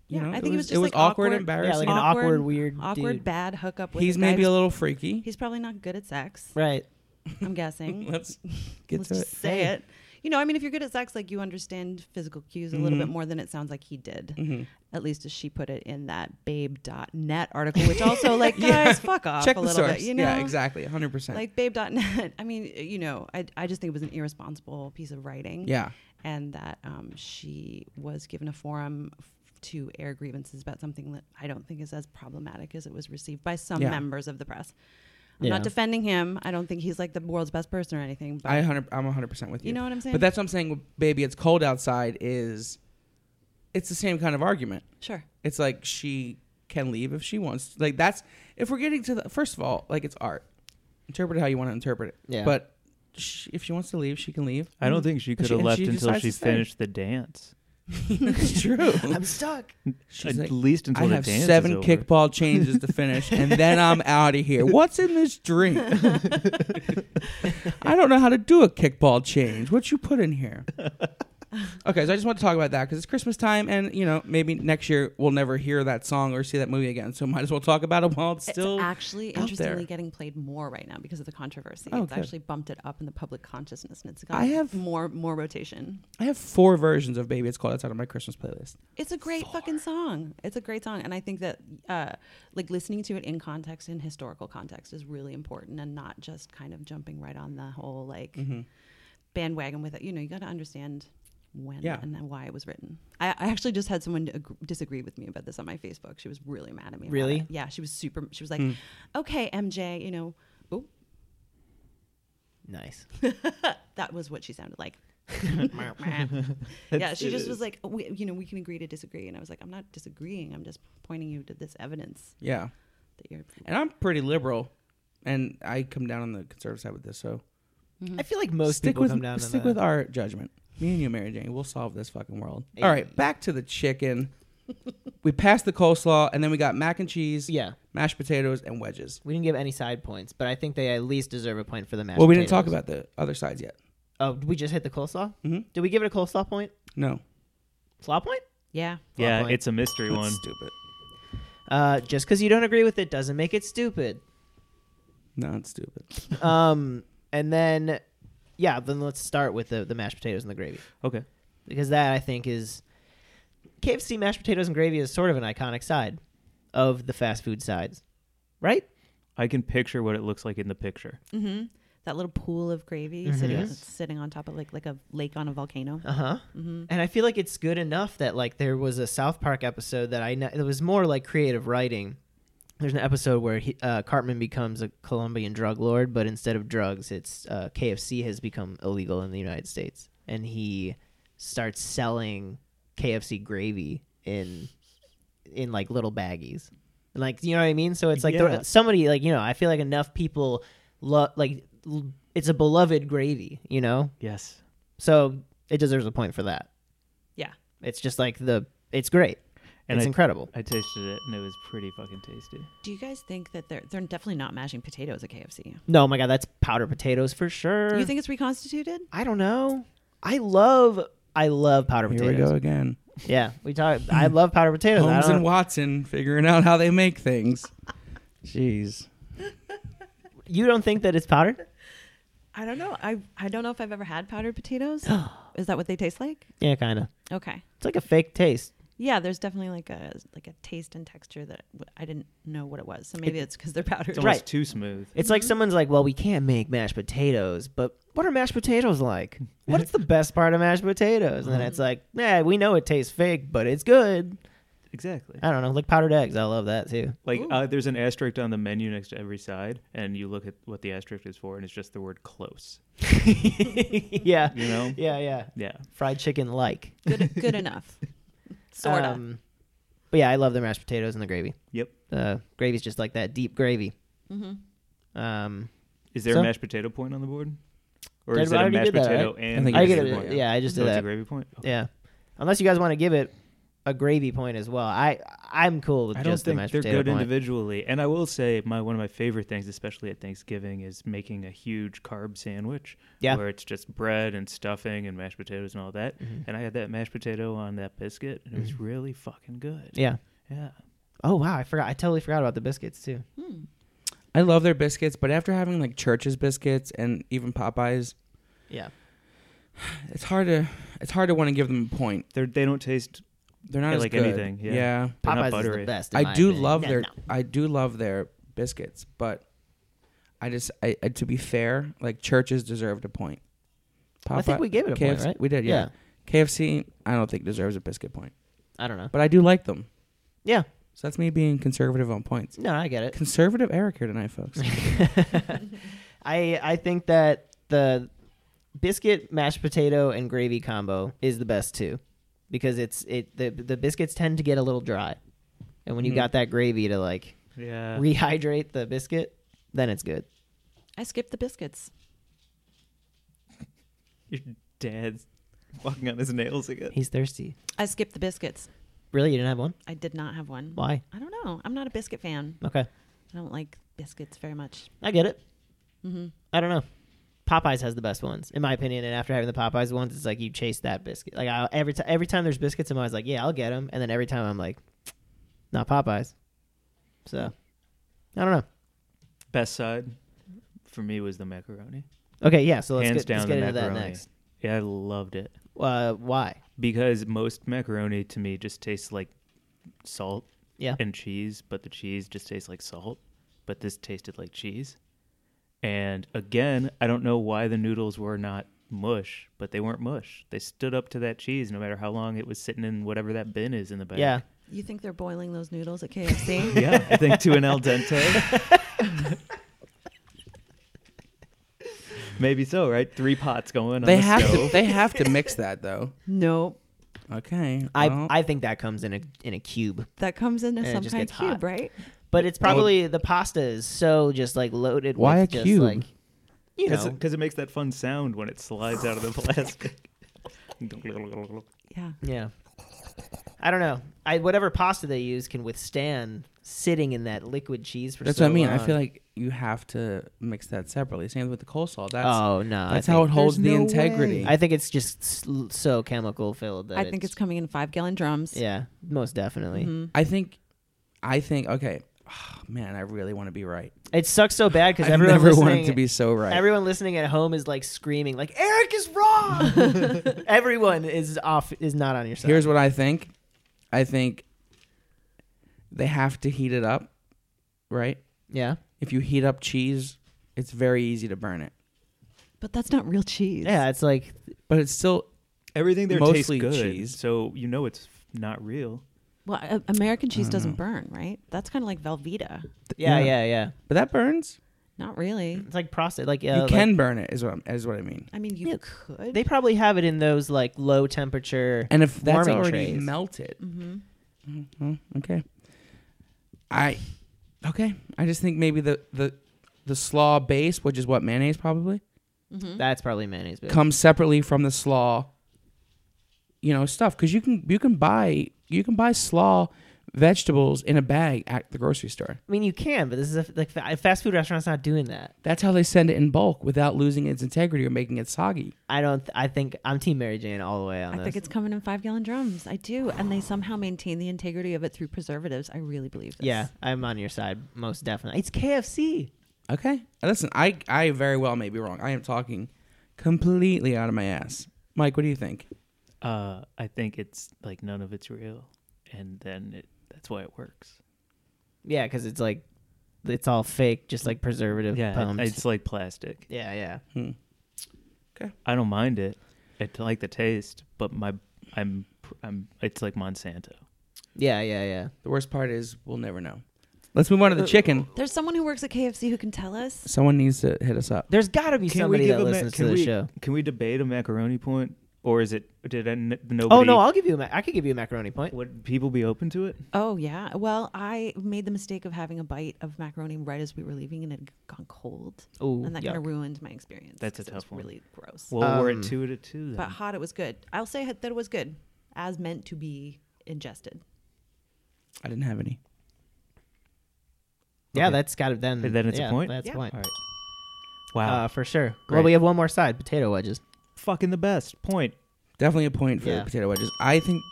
[SPEAKER 2] you
[SPEAKER 4] Yeah,
[SPEAKER 2] know,
[SPEAKER 4] I think it was just,
[SPEAKER 2] it was
[SPEAKER 4] like,
[SPEAKER 2] awkward,
[SPEAKER 4] awkward-
[SPEAKER 1] yeah,
[SPEAKER 2] embarrassing.
[SPEAKER 1] like an awkward,
[SPEAKER 4] Awkward-
[SPEAKER 1] weird,
[SPEAKER 4] awkward
[SPEAKER 1] dude.
[SPEAKER 4] bad hookup with
[SPEAKER 2] He's
[SPEAKER 4] a guy
[SPEAKER 2] maybe a
[SPEAKER 4] who's-
[SPEAKER 2] little freaky.
[SPEAKER 4] he's probably not good at sex
[SPEAKER 1] right?
[SPEAKER 4] I'm guessing
[SPEAKER 2] Let's get
[SPEAKER 4] let's
[SPEAKER 2] to
[SPEAKER 4] just
[SPEAKER 2] it.
[SPEAKER 4] say it you know I mean if you're good at sex like you understand physical cues a little
[SPEAKER 2] Mhm.
[SPEAKER 4] bit more than it sounds like he did
[SPEAKER 2] Mhm.
[SPEAKER 4] at least as she put it in that babe.net article which also like
[SPEAKER 2] Yeah.
[SPEAKER 4] guys fuck off
[SPEAKER 2] Check
[SPEAKER 4] a
[SPEAKER 2] the
[SPEAKER 4] little
[SPEAKER 2] source.
[SPEAKER 4] bit you know
[SPEAKER 2] Yeah, exactly. 100%.
[SPEAKER 4] like babe.net i mean uh, you know I, I just think it was an irresponsible piece of writing
[SPEAKER 2] yeah.
[SPEAKER 4] and that um, she was given a forum f- to air grievances about something that i don't think is as problematic as it was received by some
[SPEAKER 2] Yeah.
[SPEAKER 4] members of the press i'm
[SPEAKER 1] Yeah.
[SPEAKER 4] not defending him i don't think he's like the world's best person or anything but
[SPEAKER 2] I 100, I'm 100% with you.
[SPEAKER 4] you know what i'm saying
[SPEAKER 2] But that's what I'm saying, with baby, it's cold outside is it's the same kind of argument.
[SPEAKER 4] sure
[SPEAKER 2] It's like she can leave if she wants. Like that's if we're getting to the first of all, like it's art. Interpret it how you want to interpret it.
[SPEAKER 1] Yeah.
[SPEAKER 2] But she, if she wants to leave, she can leave.
[SPEAKER 3] I don't think she could
[SPEAKER 2] she-
[SPEAKER 3] have
[SPEAKER 2] and
[SPEAKER 3] left
[SPEAKER 2] she
[SPEAKER 3] until
[SPEAKER 2] decides
[SPEAKER 3] she
[SPEAKER 2] to stay.
[SPEAKER 3] finished the dance.
[SPEAKER 2] it's true.
[SPEAKER 1] I'm stuck.
[SPEAKER 2] She's
[SPEAKER 3] At
[SPEAKER 2] like,
[SPEAKER 3] least until
[SPEAKER 2] I
[SPEAKER 3] the
[SPEAKER 2] have
[SPEAKER 3] dance is
[SPEAKER 2] seven
[SPEAKER 3] over.
[SPEAKER 2] kickball changes to finish, and then I'm out of here. What's in this drink? I don't know how to do a kickball change. What you put in here? Okay, so I just want to talk about that because it's Christmas time, and you know maybe next year we'll never hear that song or see that movie again. So might as well talk about it while it's still
[SPEAKER 4] it's actually
[SPEAKER 2] out
[SPEAKER 4] interestingly
[SPEAKER 2] there.
[SPEAKER 4] getting played more right now because of the controversy
[SPEAKER 2] Oh,
[SPEAKER 4] it's
[SPEAKER 2] good.
[SPEAKER 4] actually bumped it up in the public consciousness and it's got
[SPEAKER 2] I have-
[SPEAKER 4] more more rotation
[SPEAKER 2] I have four versions of "Baby It's Cold Outside" on my Christmas playlist.
[SPEAKER 4] It's a great fucking song. It's a great song, and I think that uh, like listening to it in context, in historical context, is really important, and not just kind of jumping right on the whole like bandwagon with it. You know, you got to understand when
[SPEAKER 2] Yeah.
[SPEAKER 4] and then why it was written. I, I actually just had someone ag- disagree with me about this on my Facebook. She was really mad at me. about
[SPEAKER 1] Really?
[SPEAKER 4] it. Yeah, she was super. She was like, "Okay, MJ, you know, oh,
[SPEAKER 1] Nice.
[SPEAKER 4] that was what she sounded like." yeah, she just was like, "Oh, we, you know, we can agree to disagree. And I was like, I'm not disagreeing. I'm just pointing you to this evidence
[SPEAKER 2] Yeah,
[SPEAKER 4] that you're.
[SPEAKER 2] and I'm pretty liberal, and I come down on the conservative side with this. So
[SPEAKER 1] I feel like most
[SPEAKER 2] Mm-hmm. stick
[SPEAKER 1] people
[SPEAKER 2] with
[SPEAKER 1] come down
[SPEAKER 2] stick
[SPEAKER 1] to
[SPEAKER 2] with
[SPEAKER 1] that.
[SPEAKER 2] our judgment. Me and you, Mary Jane, we'll solve this fucking world. All right, back to the chicken. we passed the coleslaw, and then we got mac and cheese,
[SPEAKER 1] yeah.
[SPEAKER 2] mashed potatoes, and wedges.
[SPEAKER 1] We didn't give any side points, but I think they at least deserve a point for the mashed.
[SPEAKER 2] well, we didn't talk
[SPEAKER 1] potatoes.
[SPEAKER 2] about the other sides yet.
[SPEAKER 1] Oh, we just hit the coleslaw.
[SPEAKER 2] Mhm.
[SPEAKER 1] Did we give it a coleslaw point?
[SPEAKER 2] No,
[SPEAKER 1] Slaw point?
[SPEAKER 4] Yeah.
[SPEAKER 3] yeah,
[SPEAKER 1] Lovely.
[SPEAKER 3] it's a mystery one.
[SPEAKER 2] that's stupid.
[SPEAKER 1] Uh, just because you don't agree with it doesn't make it stupid.
[SPEAKER 2] No, it's stupid.
[SPEAKER 1] Um, and then, yeah, then let's start with the, the mashed potatoes and the gravy
[SPEAKER 3] Okay.
[SPEAKER 1] because that I think is KFC mashed potatoes and gravy is sort of an iconic side of the fast food sides, right?
[SPEAKER 3] I can picture what it looks like in the picture.
[SPEAKER 4] Mm-hmm. That little pool of gravy sitting, sitting on top of like like a lake on a volcano.
[SPEAKER 1] Uh huh. And I feel like it's good enough that like there was a South Park episode that I know it was more like creative writing. There's an episode where he, uh, Cartman becomes a Colombian drug lord, but instead of drugs, it's uh, KFC has become illegal in the United States, and he starts selling KFC gravy in in like little baggies. Like you know what I mean? So it's like
[SPEAKER 2] Yeah.
[SPEAKER 1] the, somebody like you know I feel like enough people love like l- it's a beloved gravy, you know.
[SPEAKER 3] Yes.
[SPEAKER 1] So it deserves a point for that.
[SPEAKER 4] Yeah.
[SPEAKER 1] It's just like the it's great.
[SPEAKER 3] And
[SPEAKER 1] it's
[SPEAKER 3] I-
[SPEAKER 1] incredible.
[SPEAKER 3] I tasted it and it was pretty fucking tasty.
[SPEAKER 4] Do you guys think that they're they're definitely not mashing potatoes at KFC?
[SPEAKER 1] No, oh my god, that's powder potatoes for sure.
[SPEAKER 4] You think it's reconstituted?
[SPEAKER 1] I don't know. I love I love powder
[SPEAKER 2] Here we
[SPEAKER 1] potatoes.
[SPEAKER 2] go again.
[SPEAKER 1] Yeah, we talk I love powder potatoes. I
[SPEAKER 2] Holmes
[SPEAKER 1] don't
[SPEAKER 2] and
[SPEAKER 1] know.
[SPEAKER 2] Watson figuring out how they make things. Jeez.
[SPEAKER 1] you don't think that it's powder?
[SPEAKER 4] I don't know. I I don't know if I've ever had powdered potatoes. Is that what they taste like?
[SPEAKER 1] Yeah, kind of.
[SPEAKER 4] Okay.
[SPEAKER 1] It's like a fake taste.
[SPEAKER 4] Yeah, there's definitely like a like a taste and texture that w- I didn't know what it was. So maybe it's because they're powdered.
[SPEAKER 3] It's almost
[SPEAKER 1] Right.
[SPEAKER 3] too smooth.
[SPEAKER 1] It's like someone's like, "Well, we can't make mashed potatoes, but what are mashed potatoes like? What's the best part of mashed potatoes?" And then it's like, "Yeah, we know it tastes fake, but it's good."
[SPEAKER 3] Exactly.
[SPEAKER 1] I don't know, like powdered eggs. I love that too.
[SPEAKER 3] Uh, Like uh, there's an asterisk on the menu next to every side, and you look at what the asterisk is for, and it's just the word close.
[SPEAKER 1] yeah.
[SPEAKER 3] You know?
[SPEAKER 1] Yeah, yeah.
[SPEAKER 3] Yeah.
[SPEAKER 1] Fried chicken like.
[SPEAKER 4] good good enough. Sorta.
[SPEAKER 1] Um, but yeah, I love the mashed potatoes and the gravy.
[SPEAKER 3] Yep.
[SPEAKER 4] Mm-hmm.
[SPEAKER 1] The gravy's just like that deep gravy. Um,
[SPEAKER 3] Is there
[SPEAKER 1] So?
[SPEAKER 3] a mashed potato point on the board? Or
[SPEAKER 1] Did-
[SPEAKER 3] is
[SPEAKER 1] I
[SPEAKER 3] it a
[SPEAKER 1] already
[SPEAKER 3] mashed
[SPEAKER 1] did that,
[SPEAKER 3] potato
[SPEAKER 1] right?
[SPEAKER 3] and
[SPEAKER 2] I think
[SPEAKER 1] I
[SPEAKER 2] it
[SPEAKER 3] gravy
[SPEAKER 1] get
[SPEAKER 2] is
[SPEAKER 1] it.
[SPEAKER 3] point?
[SPEAKER 1] Yeah, I just
[SPEAKER 3] So
[SPEAKER 1] did
[SPEAKER 3] it's a
[SPEAKER 1] that.
[SPEAKER 3] gravy point. Okay.
[SPEAKER 1] Yeah, unless you guys want to give it a gravy point as well. I I'm cool with
[SPEAKER 3] I don't
[SPEAKER 1] just the
[SPEAKER 3] think
[SPEAKER 1] mashed
[SPEAKER 3] they're
[SPEAKER 1] potato
[SPEAKER 3] good
[SPEAKER 1] point.
[SPEAKER 3] individually. And I will say, my one of my favorite things, especially at Thanksgiving, is making a huge carb sandwich.
[SPEAKER 1] Yeah.
[SPEAKER 3] Where it's just bread and stuffing and mashed potatoes and all that.
[SPEAKER 1] Mm-hmm.
[SPEAKER 3] And I had that mashed potato on that biscuit, and it was really fucking good.
[SPEAKER 1] Yeah.
[SPEAKER 3] Yeah.
[SPEAKER 1] Oh wow, I forgot. I totally forgot about the biscuits too.
[SPEAKER 2] I love their biscuits, but after having like Church's biscuits and even Popeyes,
[SPEAKER 1] Yeah.
[SPEAKER 2] it's hard to it's hard to want to give them a point.
[SPEAKER 3] They're, they don't taste.
[SPEAKER 2] They're not
[SPEAKER 3] Yeah,
[SPEAKER 2] as
[SPEAKER 3] like
[SPEAKER 2] good.
[SPEAKER 3] anything, yeah. They're not
[SPEAKER 1] Popeyes is the
[SPEAKER 3] buttery.
[SPEAKER 1] best. in
[SPEAKER 2] I
[SPEAKER 1] my
[SPEAKER 2] do
[SPEAKER 1] opinion.
[SPEAKER 2] love
[SPEAKER 1] No,
[SPEAKER 2] their
[SPEAKER 1] no.
[SPEAKER 2] I do love their biscuits, but I just I, I to be fair, like Church's deserved a point.
[SPEAKER 1] I think
[SPEAKER 2] Popeye-
[SPEAKER 1] we gave it a point,
[SPEAKER 2] KFC
[SPEAKER 1] right?
[SPEAKER 2] We did, yeah. KFC, I don't think deserves a biscuit point,
[SPEAKER 1] I don't know.
[SPEAKER 2] but I do like them.
[SPEAKER 1] Yeah.
[SPEAKER 2] So that's me being conservative on points.
[SPEAKER 1] No, I get it.
[SPEAKER 2] Conservative Eric here tonight, folks.
[SPEAKER 1] I I think that the biscuit mashed potato and gravy combo is the best too because it's it the the biscuits tend to get a little dry. And when you
[SPEAKER 2] Mhm.
[SPEAKER 1] got that gravy to like
[SPEAKER 3] Yeah.
[SPEAKER 1] rehydrate the biscuit, then it's good.
[SPEAKER 4] I skipped the biscuits.
[SPEAKER 3] Your dad's walking on his nails again.
[SPEAKER 1] He's thirsty.
[SPEAKER 4] I skipped the biscuits.
[SPEAKER 1] Really, you didn't have one?
[SPEAKER 4] I did not have one.
[SPEAKER 1] Why?
[SPEAKER 4] I don't know. I'm not a biscuit fan.
[SPEAKER 1] Okay.
[SPEAKER 4] I don't like biscuits very much.
[SPEAKER 1] I get it.
[SPEAKER 4] Mm-hmm.
[SPEAKER 1] I don't know. Popeyes has the best ones, in my opinion. And after having the Popeyes ones, it's like you chase that biscuit. Like I, every time, every time there's biscuits, I'm always like, yeah, I'll get them. And then every time I'm like, not Popeyes. So I don't know.
[SPEAKER 3] Best side for me was the macaroni.
[SPEAKER 1] Okay, yeah. So let's
[SPEAKER 3] Hands
[SPEAKER 1] get, let's
[SPEAKER 3] down
[SPEAKER 1] get
[SPEAKER 3] the
[SPEAKER 1] into that
[SPEAKER 3] macaroni.
[SPEAKER 1] next.
[SPEAKER 3] Yeah, I loved it.
[SPEAKER 1] Uh, why?
[SPEAKER 3] Because most macaroni to me just tastes like salt
[SPEAKER 1] Yeah.
[SPEAKER 3] and cheese, but the cheese just tastes like salt, but this tasted like cheese. And again, I don't know why the noodles were not mush, but they weren't mush. They stood up to that cheese no matter how long it was sitting in whatever that bin is in the back.
[SPEAKER 1] Yeah.
[SPEAKER 4] You think they're boiling those noodles at KFC?
[SPEAKER 3] Yeah, I think to an al dente. Maybe so, right? Three pots going
[SPEAKER 2] they
[SPEAKER 3] on the
[SPEAKER 2] have
[SPEAKER 3] stove.
[SPEAKER 2] to they have to mix that though.
[SPEAKER 4] no,
[SPEAKER 2] Okay.
[SPEAKER 1] I
[SPEAKER 2] well,
[SPEAKER 1] I think that comes in a in a cube,
[SPEAKER 4] that comes in as
[SPEAKER 1] And it
[SPEAKER 4] some
[SPEAKER 1] just
[SPEAKER 4] kind of
[SPEAKER 1] gets
[SPEAKER 4] cube,
[SPEAKER 1] hot.
[SPEAKER 4] right?
[SPEAKER 1] but it's probably the pasta is so just like loaded.
[SPEAKER 2] Why
[SPEAKER 1] with
[SPEAKER 2] a
[SPEAKER 1] just,
[SPEAKER 2] cube?
[SPEAKER 1] Like, you know,
[SPEAKER 3] because it makes that fun sound when it slides out of the plastic.
[SPEAKER 4] Yeah.
[SPEAKER 1] Yeah. I don't know. I whatever pasta they use can withstand sitting in that liquid cheese for
[SPEAKER 2] that's
[SPEAKER 1] so
[SPEAKER 2] what I mean. I
[SPEAKER 1] long.
[SPEAKER 2] feel like you have to mix that separately. Same with the coleslaw. That's
[SPEAKER 1] oh no, I
[SPEAKER 2] that's
[SPEAKER 1] think-
[SPEAKER 2] how it holds the
[SPEAKER 3] There's no
[SPEAKER 2] integrity.
[SPEAKER 3] way.
[SPEAKER 1] I think it's just s- so chemical filled that
[SPEAKER 4] I think it's coming in five gallon drums.
[SPEAKER 1] yeah, most definitely.
[SPEAKER 4] Mhm.
[SPEAKER 2] I think, I think. Okay, Ah, man, I really want to be right.
[SPEAKER 1] It sucks so bad because
[SPEAKER 2] I
[SPEAKER 1] everyone
[SPEAKER 2] never
[SPEAKER 1] listening,
[SPEAKER 2] wanted to be so right.
[SPEAKER 1] everyone listening at home is like screaming, like Eric is wrong. everyone is off, is not on your side.
[SPEAKER 2] Here's what I think. I think they have to heat it up, right?
[SPEAKER 1] yeah,
[SPEAKER 2] If you heat up cheese, it's very easy to burn it,
[SPEAKER 4] But that's not real cheese.
[SPEAKER 1] yeah, it's like
[SPEAKER 2] but it's still
[SPEAKER 3] Everything there
[SPEAKER 2] Mostly
[SPEAKER 3] tastes good,
[SPEAKER 2] cheese.
[SPEAKER 3] so you know it's not real.
[SPEAKER 4] Well, a- American cheese
[SPEAKER 2] don't
[SPEAKER 4] doesn't
[SPEAKER 2] know.
[SPEAKER 1] Mm-hmm.
[SPEAKER 4] burn, right? That's kind of like Velveeta.
[SPEAKER 1] yeah,
[SPEAKER 2] Yeah.
[SPEAKER 1] yeah, yeah.
[SPEAKER 2] But that burns.
[SPEAKER 4] Not really.
[SPEAKER 1] It's like prostate. Like uh,
[SPEAKER 2] you
[SPEAKER 1] like-
[SPEAKER 2] can burn it. Is what I'm, is what I mean.
[SPEAKER 4] I mean, you
[SPEAKER 1] Yeah,
[SPEAKER 4] could.
[SPEAKER 1] They probably have it in those like low temperature.
[SPEAKER 2] And if that's
[SPEAKER 1] Warming
[SPEAKER 2] already
[SPEAKER 1] trays.
[SPEAKER 2] melted,
[SPEAKER 4] hmm
[SPEAKER 2] Mhm, okay. I okay. I just think maybe the the the slaw base, which is what mayonnaise probably,
[SPEAKER 4] hmm
[SPEAKER 1] That's probably mayonnaise. But
[SPEAKER 2] comes separately from the slaw. You know stuff because you can you can buy you can buy slaw vegetables in a bag at the grocery store.
[SPEAKER 1] I mean, you can, but this is a, like fa- a fast food restaurant's not doing that.
[SPEAKER 2] That's how they send it in bulk without losing its integrity or making it soggy.
[SPEAKER 1] I don't. Th- I think I'm Team Mary Jane all the way on
[SPEAKER 4] I
[SPEAKER 1] this.
[SPEAKER 4] think it's coming in five gallon drums. I do. And they somehow maintain the integrity of it through preservatives. I really believe this.
[SPEAKER 1] yeah, I'm on your side most definitely. It's KFC.
[SPEAKER 2] Okay, listen, I I very well may be wrong. I am talking completely out of my ass. Mike, what do you think?
[SPEAKER 3] Uh, I think it's like none of it's real, and then it, that's why it works.
[SPEAKER 1] Yeah, because it's like it's all fake, just like preservative
[SPEAKER 3] Yeah,
[SPEAKER 1] pumped.
[SPEAKER 3] it- it's like plastic.
[SPEAKER 1] yeah, yeah.
[SPEAKER 2] Hmm.
[SPEAKER 3] I don't mind it. I like the taste, but my I'm I'm it's like Monsanto.
[SPEAKER 1] Yeah, yeah, yeah.
[SPEAKER 2] The worst part is we'll never know. Let's move on to the chicken.
[SPEAKER 4] There's someone who works at KFC who can tell us.
[SPEAKER 2] Someone needs to hit us up.
[SPEAKER 1] There's got to be somebody that
[SPEAKER 3] a ma-
[SPEAKER 1] listens
[SPEAKER 3] can
[SPEAKER 1] to the
[SPEAKER 3] we-
[SPEAKER 1] show.
[SPEAKER 3] Can we debate a macaroni point? or is it did I n- nobody?
[SPEAKER 1] Oh no, I'll give you. A ma- I could give you a macaroni point.
[SPEAKER 3] would people be open to it?
[SPEAKER 4] Oh yeah. Well, I made the mistake of having a bite of macaroni right as we were leaving, and it had gone cold,
[SPEAKER 1] Ooh,
[SPEAKER 4] and that kind
[SPEAKER 1] yuck.
[SPEAKER 4] of ruined my experience.
[SPEAKER 3] That's a
[SPEAKER 4] 'cause it was
[SPEAKER 3] tough one.
[SPEAKER 4] Really gross.
[SPEAKER 3] Well, we're at
[SPEAKER 1] Um,
[SPEAKER 3] two to two. Then.
[SPEAKER 4] but hot, it was good. I'll say that it was good, as meant to be ingested.
[SPEAKER 2] I didn't have any.
[SPEAKER 1] Yeah,
[SPEAKER 3] Okay.
[SPEAKER 1] that's got it. Then
[SPEAKER 3] Then it's a
[SPEAKER 1] yeah,
[SPEAKER 3] point?
[SPEAKER 1] That's a
[SPEAKER 4] Yeah.
[SPEAKER 1] point.
[SPEAKER 3] All right. Wow,
[SPEAKER 1] Uh, for sure.
[SPEAKER 3] Great.
[SPEAKER 1] Well, we have one more side: potato wedges.
[SPEAKER 3] fucking the best point.
[SPEAKER 2] Definitely a point for
[SPEAKER 1] Yeah.
[SPEAKER 2] potato wedges. I think,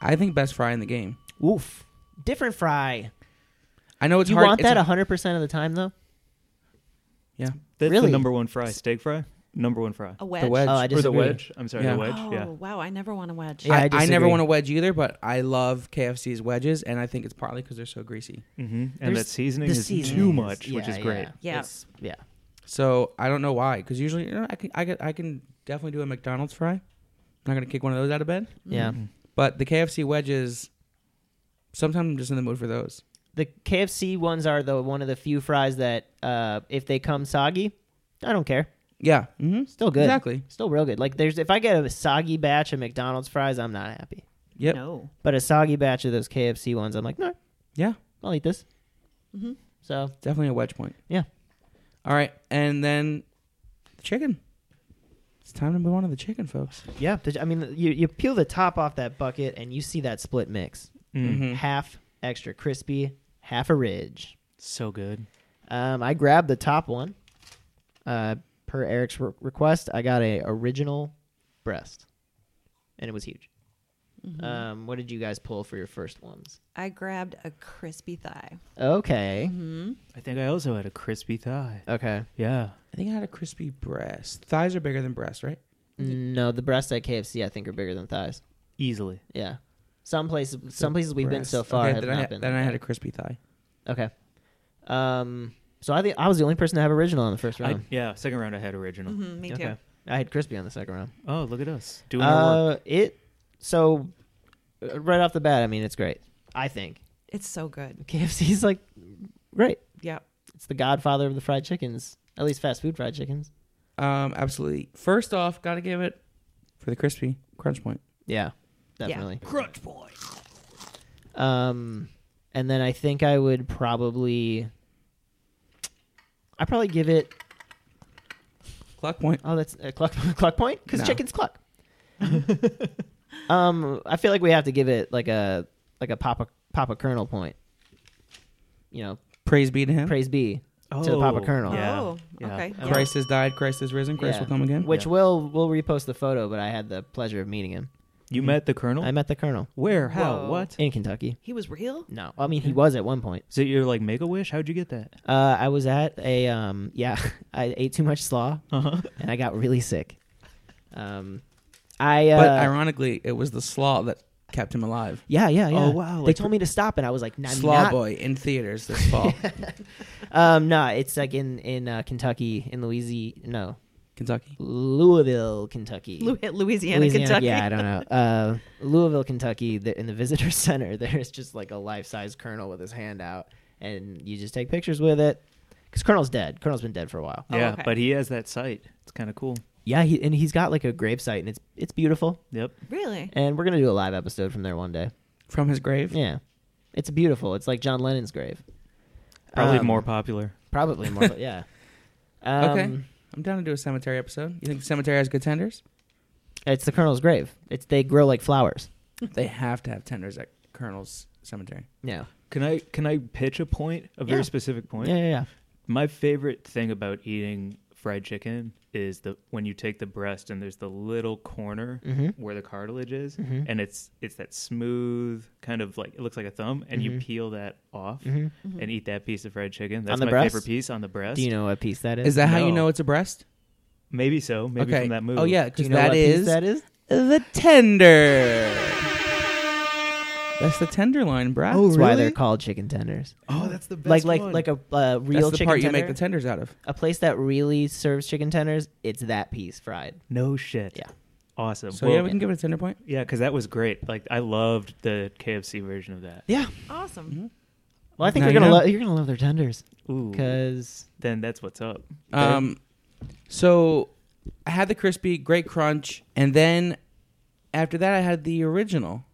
[SPEAKER 2] I think best fry in the game.
[SPEAKER 1] Woof. Different fry.
[SPEAKER 2] I know it's
[SPEAKER 1] you
[SPEAKER 2] hard.
[SPEAKER 1] want
[SPEAKER 2] it's
[SPEAKER 1] that
[SPEAKER 2] a-
[SPEAKER 1] hundred percent of the time, though.
[SPEAKER 2] yeah,
[SPEAKER 3] That's the
[SPEAKER 1] Really?
[SPEAKER 3] number one fry, steak fry. Number one fry.
[SPEAKER 4] A wedge.
[SPEAKER 2] the wedge.
[SPEAKER 1] Oh, I
[SPEAKER 3] or the
[SPEAKER 1] disagree.
[SPEAKER 3] wedge. I'm sorry,
[SPEAKER 2] Yeah.
[SPEAKER 3] the wedge.
[SPEAKER 4] Oh
[SPEAKER 3] Yeah.
[SPEAKER 4] wow! I never want a wedge.
[SPEAKER 1] Yeah, I
[SPEAKER 2] I, I, never
[SPEAKER 1] disagree.
[SPEAKER 2] want a wedge either, but I love KFC's wedges, and I think it's partly because they're so greasy.
[SPEAKER 3] hmm And
[SPEAKER 1] There's-
[SPEAKER 3] that seasoning
[SPEAKER 1] the
[SPEAKER 3] is too
[SPEAKER 1] seasoning
[SPEAKER 3] much, which
[SPEAKER 1] yeah,
[SPEAKER 3] is great.
[SPEAKER 4] Yeah.
[SPEAKER 1] It's- yeah. Mm-hmm.
[SPEAKER 2] So I don't know why, because usually you know, I can I can I can definitely do a McDonald's fry. I'm not gonna kick one of those out of bed,
[SPEAKER 1] Yeah.
[SPEAKER 2] but the KFC wedges. Sometimes I'm just in the mood for those.
[SPEAKER 1] The KFC ones are the one of the few fries that, uh, if they come soggy, I don't care.
[SPEAKER 2] Yeah, mm-hmm.
[SPEAKER 1] Still good.
[SPEAKER 2] Exactly.
[SPEAKER 1] Still real good. Like there's if I get a soggy batch of McDonald's fries, I'm not happy.
[SPEAKER 2] Yep.
[SPEAKER 4] No.
[SPEAKER 1] But a soggy batch of those KFC ones, I'm like, no,
[SPEAKER 2] Yeah,
[SPEAKER 1] I'll eat this.
[SPEAKER 4] Mhm.
[SPEAKER 1] So
[SPEAKER 2] definitely a wedge point.
[SPEAKER 1] Yeah.
[SPEAKER 2] All right, and then the chicken. It's time to move on to the chicken, folks.
[SPEAKER 1] yeah, the- I mean, you you peel the top off that bucket and you see that split mix,
[SPEAKER 3] Mm.
[SPEAKER 2] Mhm.
[SPEAKER 1] half extra crispy, half a ridge.
[SPEAKER 3] So good.
[SPEAKER 1] Um, I grabbed the top one. Uh, per Eric's re- request, I got a original breast, and it was huge.
[SPEAKER 2] Mm-hmm.
[SPEAKER 1] Um, what did you guys pull for your first ones?
[SPEAKER 4] I grabbed a crispy thigh.
[SPEAKER 1] Okay,
[SPEAKER 2] Mm-hmm.
[SPEAKER 3] I think I also had a crispy thigh.
[SPEAKER 1] okay.
[SPEAKER 3] Yeah.
[SPEAKER 2] I think I had a crispy breast. Thighs are bigger than breasts, right?
[SPEAKER 1] No, the breasts at KFC I think are bigger than thighs.
[SPEAKER 3] Easily.
[SPEAKER 1] Yeah, some places, some places we've been so
[SPEAKER 2] Breasts.
[SPEAKER 1] far
[SPEAKER 2] Okay,
[SPEAKER 1] have
[SPEAKER 2] then
[SPEAKER 1] not
[SPEAKER 2] I, had-
[SPEAKER 1] been.
[SPEAKER 2] Then
[SPEAKER 1] like
[SPEAKER 2] I
[SPEAKER 1] that.
[SPEAKER 2] had a crispy thigh.
[SPEAKER 1] Okay. Um. So I think I was the only person to have original on the first
[SPEAKER 3] I,
[SPEAKER 1] round.
[SPEAKER 3] yeah. Second round, I had original.
[SPEAKER 4] Mm, me
[SPEAKER 1] Okay. I, had crispy on the second round.
[SPEAKER 3] Oh, look at us doing our work.
[SPEAKER 1] Mm-hmm. Uh, it. So, uh, right off the bat, I mean, it's great. I think
[SPEAKER 4] too. It's so good.
[SPEAKER 1] KFC's like great.
[SPEAKER 4] Yeah.
[SPEAKER 1] It's the godfather of the fried chickens, at least fast food fried chickens.
[SPEAKER 2] Um, absolutely. First off, gotta give it for the crispy crunch point.
[SPEAKER 1] Yeah,
[SPEAKER 4] Yeah.
[SPEAKER 1] definitely. Crunch point. Um, and then I think I would probably, I probably give it.
[SPEAKER 2] Clock point.
[SPEAKER 1] Oh, that's a clock clock point because
[SPEAKER 2] No.
[SPEAKER 1] chickens cluck. um, I feel like we have to give it like a like a Papa Papa Colonel point. You know,
[SPEAKER 2] Praise be to him.
[SPEAKER 1] praise be to the Papa
[SPEAKER 3] Oh,
[SPEAKER 1] Colonel.
[SPEAKER 3] Yeah,
[SPEAKER 4] Oh.
[SPEAKER 3] yeah.
[SPEAKER 4] Okay.
[SPEAKER 3] Yeah.
[SPEAKER 2] Christ has died. Christ has risen. Christ
[SPEAKER 1] Yeah.
[SPEAKER 2] will come again.
[SPEAKER 1] Which
[SPEAKER 3] Yeah.
[SPEAKER 1] will will repost the photo, but I had the pleasure of meeting him.
[SPEAKER 3] You met the Colonel?
[SPEAKER 1] I met the Colonel
[SPEAKER 3] Where? How?
[SPEAKER 4] Whoa.
[SPEAKER 3] What?
[SPEAKER 1] in Kentucky.
[SPEAKER 4] He was real.
[SPEAKER 1] No, I mean he was at one point.
[SPEAKER 3] So you're like make a wish? How'd you get that?
[SPEAKER 1] Uh, I was at a um, yeah, I ate too much slaw
[SPEAKER 3] Uh-huh.
[SPEAKER 1] and I got really sick. Um, I uh,
[SPEAKER 2] But ironically, it was the slaw that kept him alive.
[SPEAKER 1] yeah yeah yeah.
[SPEAKER 3] Oh, wow,
[SPEAKER 1] They
[SPEAKER 3] like-
[SPEAKER 1] told me to stop, and I was like, "I'm
[SPEAKER 2] slaw
[SPEAKER 1] not
[SPEAKER 2] boy in theaters this fall.
[SPEAKER 1] Um, no, it's like in in uh, Kentucky, in Louisiana, no,
[SPEAKER 2] Kentucky.
[SPEAKER 1] Louisville, Kentucky.
[SPEAKER 4] Lu- Louisiana, Kentucky.
[SPEAKER 1] Yeah, I don't know. Uh, Louisville, Kentucky. The, in the visitor center, there's just like a life size colonel with his hand out, and you just take pictures with it. Because Colonel's dead. Colonel's been dead for a while.
[SPEAKER 4] Oh,
[SPEAKER 3] yeah,
[SPEAKER 4] okay.
[SPEAKER 3] but he has that site. It's kind of cool.
[SPEAKER 1] Yeah, he, and he's got like a gravesite, and it's it's beautiful.
[SPEAKER 3] Yep.
[SPEAKER 4] Really?
[SPEAKER 1] And we're gonna do a live episode from there one day.
[SPEAKER 2] From his grave.
[SPEAKER 1] Yeah, it's beautiful. It's like John Lennon's grave.
[SPEAKER 3] Probably
[SPEAKER 1] Um,
[SPEAKER 3] more popular.
[SPEAKER 1] Probably more. but yeah. Um,
[SPEAKER 2] Okay. I'm down to do a cemetery episode. You think the cemetery has good tenders?
[SPEAKER 1] It's the Colonel's grave. It's they grow like flowers.
[SPEAKER 2] they have to have tenders at Colonel's cemetery.
[SPEAKER 1] Yeah.
[SPEAKER 3] Can I can I pitch a point? A very
[SPEAKER 1] Yeah.
[SPEAKER 3] specific point.
[SPEAKER 1] Yeah, yeah, yeah.
[SPEAKER 3] My favorite thing about eating fried chicken is the when you take the breast and there's the little corner
[SPEAKER 1] Mhm.
[SPEAKER 3] where the cartilage is
[SPEAKER 1] Mhm.
[SPEAKER 3] and it's it's that smooth kind of like it looks like a thumb and you
[SPEAKER 1] Mhm.
[SPEAKER 3] peel that off
[SPEAKER 1] Mhm.
[SPEAKER 3] and eat that piece of fried chicken. That's
[SPEAKER 1] the
[SPEAKER 3] my
[SPEAKER 1] breast?
[SPEAKER 3] favorite piece on the breast.
[SPEAKER 1] Do you know what piece that is?
[SPEAKER 2] Is that how you
[SPEAKER 3] No.
[SPEAKER 2] know it's a breast?
[SPEAKER 3] Maybe so. Maybe
[SPEAKER 2] okay.
[SPEAKER 3] from that movie.
[SPEAKER 2] Oh yeah,
[SPEAKER 1] Do
[SPEAKER 2] because
[SPEAKER 1] you know
[SPEAKER 2] that
[SPEAKER 1] what piece
[SPEAKER 2] is
[SPEAKER 1] that is?
[SPEAKER 2] the tender. That's the tenderloin, Brad.
[SPEAKER 1] That's why they're called chicken tenders.
[SPEAKER 3] Oh, that's the best.
[SPEAKER 1] Like like
[SPEAKER 3] one.
[SPEAKER 1] like a uh, real
[SPEAKER 2] That's the
[SPEAKER 1] chicken
[SPEAKER 2] part
[SPEAKER 1] tender.
[SPEAKER 2] you make the tenders out of.
[SPEAKER 1] a place that really serves chicken tenders, it's that piece fried.
[SPEAKER 3] no shit.
[SPEAKER 1] Yeah.
[SPEAKER 3] Awesome.
[SPEAKER 2] So
[SPEAKER 3] Well,
[SPEAKER 2] yeah, we can give it a tender point.
[SPEAKER 3] Yeah, because that was great. Like I loved the KFC version of that.
[SPEAKER 1] Yeah.
[SPEAKER 4] Awesome.
[SPEAKER 1] Well, I think
[SPEAKER 2] Now
[SPEAKER 1] you're
[SPEAKER 2] you
[SPEAKER 1] gonna
[SPEAKER 2] know.
[SPEAKER 1] love you're gonna love their tenders
[SPEAKER 3] Ooh.
[SPEAKER 1] because Um,
[SPEAKER 3] Then that's what's up.
[SPEAKER 2] Um, so I had the crispy, great crunch, and then after that I had the original.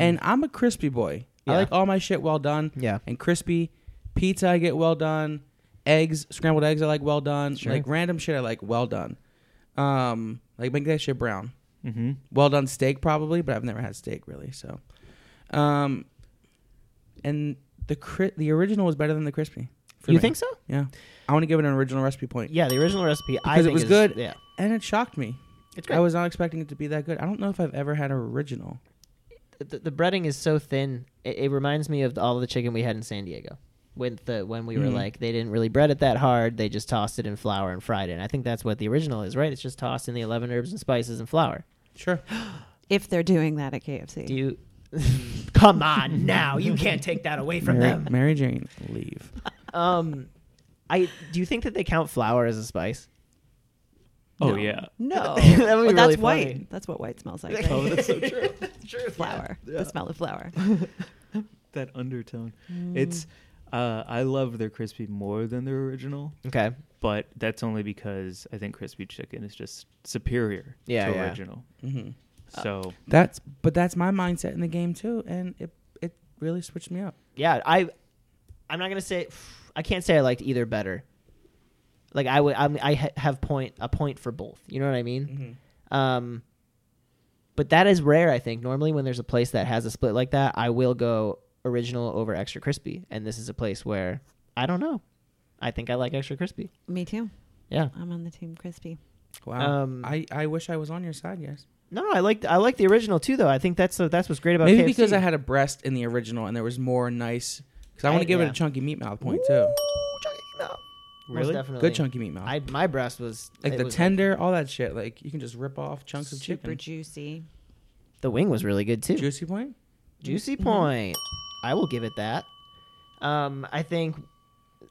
[SPEAKER 2] And I'm a crispy boy. I
[SPEAKER 1] Mm-hmm. Yeah.
[SPEAKER 2] like all my shit well done.
[SPEAKER 1] Yeah.
[SPEAKER 2] And crispy. Pizza I get well done. Eggs, scrambled eggs I like well done.
[SPEAKER 1] Sure.
[SPEAKER 2] Like random shit I like well done. Um like make that shit brown.
[SPEAKER 3] Mm-hmm.
[SPEAKER 2] Well done steak probably, but I've never had steak really, so um and the cri- the original was better than the crispy. for
[SPEAKER 1] You
[SPEAKER 2] me.
[SPEAKER 1] think so?
[SPEAKER 2] Yeah. I want to give it an original recipe point.
[SPEAKER 1] Yeah, the original recipe. I
[SPEAKER 2] Because it
[SPEAKER 1] think
[SPEAKER 2] was
[SPEAKER 1] is-
[SPEAKER 2] good.
[SPEAKER 1] Yeah,
[SPEAKER 2] And it shocked me.
[SPEAKER 1] it's
[SPEAKER 2] I was not expecting it to be that good. I don't know if I've ever had an original.
[SPEAKER 1] the, the breading is so thin. It, it reminds me of all the chicken we had in San Diego. When the when we were
[SPEAKER 2] Mhm.
[SPEAKER 1] like they didn't really bread it that hard, they just tossed it in flour and fried it. And I think that's what the original is, right? It's just tossed in the eleven herbs and spices and flour.
[SPEAKER 2] Sure.
[SPEAKER 4] If they're doing that at KFC,
[SPEAKER 1] Do you? Come on now, you can't take that away from
[SPEAKER 2] Mary,
[SPEAKER 1] them.
[SPEAKER 2] Mary Jane, leave.
[SPEAKER 1] Um, I do you think that they count flour as a spice?
[SPEAKER 3] Oh
[SPEAKER 4] No.
[SPEAKER 3] yeah.
[SPEAKER 1] That
[SPEAKER 4] no,
[SPEAKER 1] would be
[SPEAKER 4] Well,
[SPEAKER 1] really
[SPEAKER 4] that's
[SPEAKER 1] funny.
[SPEAKER 4] white. That's what white smells like.
[SPEAKER 3] Oh, that's so true.
[SPEAKER 4] flour. The smell of flour.
[SPEAKER 3] that undertone.
[SPEAKER 2] Mm.
[SPEAKER 3] It's. Uh, I love their crispy more than their original,
[SPEAKER 1] Okay,
[SPEAKER 3] but that's only because I think crispy chicken is just superior
[SPEAKER 1] Yeah,
[SPEAKER 3] to
[SPEAKER 1] yeah.
[SPEAKER 3] original.
[SPEAKER 2] hmm
[SPEAKER 3] So
[SPEAKER 2] That's but that's my mindset in the game too, and it it really switched me up.
[SPEAKER 1] yeah. I, I'm not gonna say. I can't say I liked either better. Like I would, I'm, I ha- have point a point for both. You know what I mean? Um, but that is rare, I think. Normally, when there's a place that has a split like that, I will go original over extra crispy. And this is a place where I don't know. I think I like extra crispy.
[SPEAKER 4] Me too.
[SPEAKER 1] Yeah.
[SPEAKER 4] I'm on the team crispy.
[SPEAKER 2] Wow.
[SPEAKER 1] Um,
[SPEAKER 2] I, I wish I was on your side, yes.
[SPEAKER 1] No, no, I like I like the original too, though. I think that's that's what's great about
[SPEAKER 2] Maybe
[SPEAKER 1] KFC.
[SPEAKER 2] because I had a breast in the original, and there was more nice. Because I want
[SPEAKER 1] I-
[SPEAKER 2] to give it
[SPEAKER 1] yeah.
[SPEAKER 2] a chunky meat mouth point
[SPEAKER 1] Ooh,
[SPEAKER 2] too.
[SPEAKER 1] chunky mouth. Most
[SPEAKER 3] Really? Good
[SPEAKER 1] definitely.
[SPEAKER 2] Good chunky meat mouth.
[SPEAKER 1] I my breast was
[SPEAKER 2] like
[SPEAKER 1] it
[SPEAKER 2] the
[SPEAKER 1] was-
[SPEAKER 2] tender, all that shit. Like you can just rip off chunks of
[SPEAKER 4] Super
[SPEAKER 2] chicken.
[SPEAKER 4] juicy.
[SPEAKER 1] the wing was really good too.
[SPEAKER 2] Juicy point.
[SPEAKER 1] Juicy
[SPEAKER 2] mm-hmm.
[SPEAKER 1] point. I will give it that. Um, I think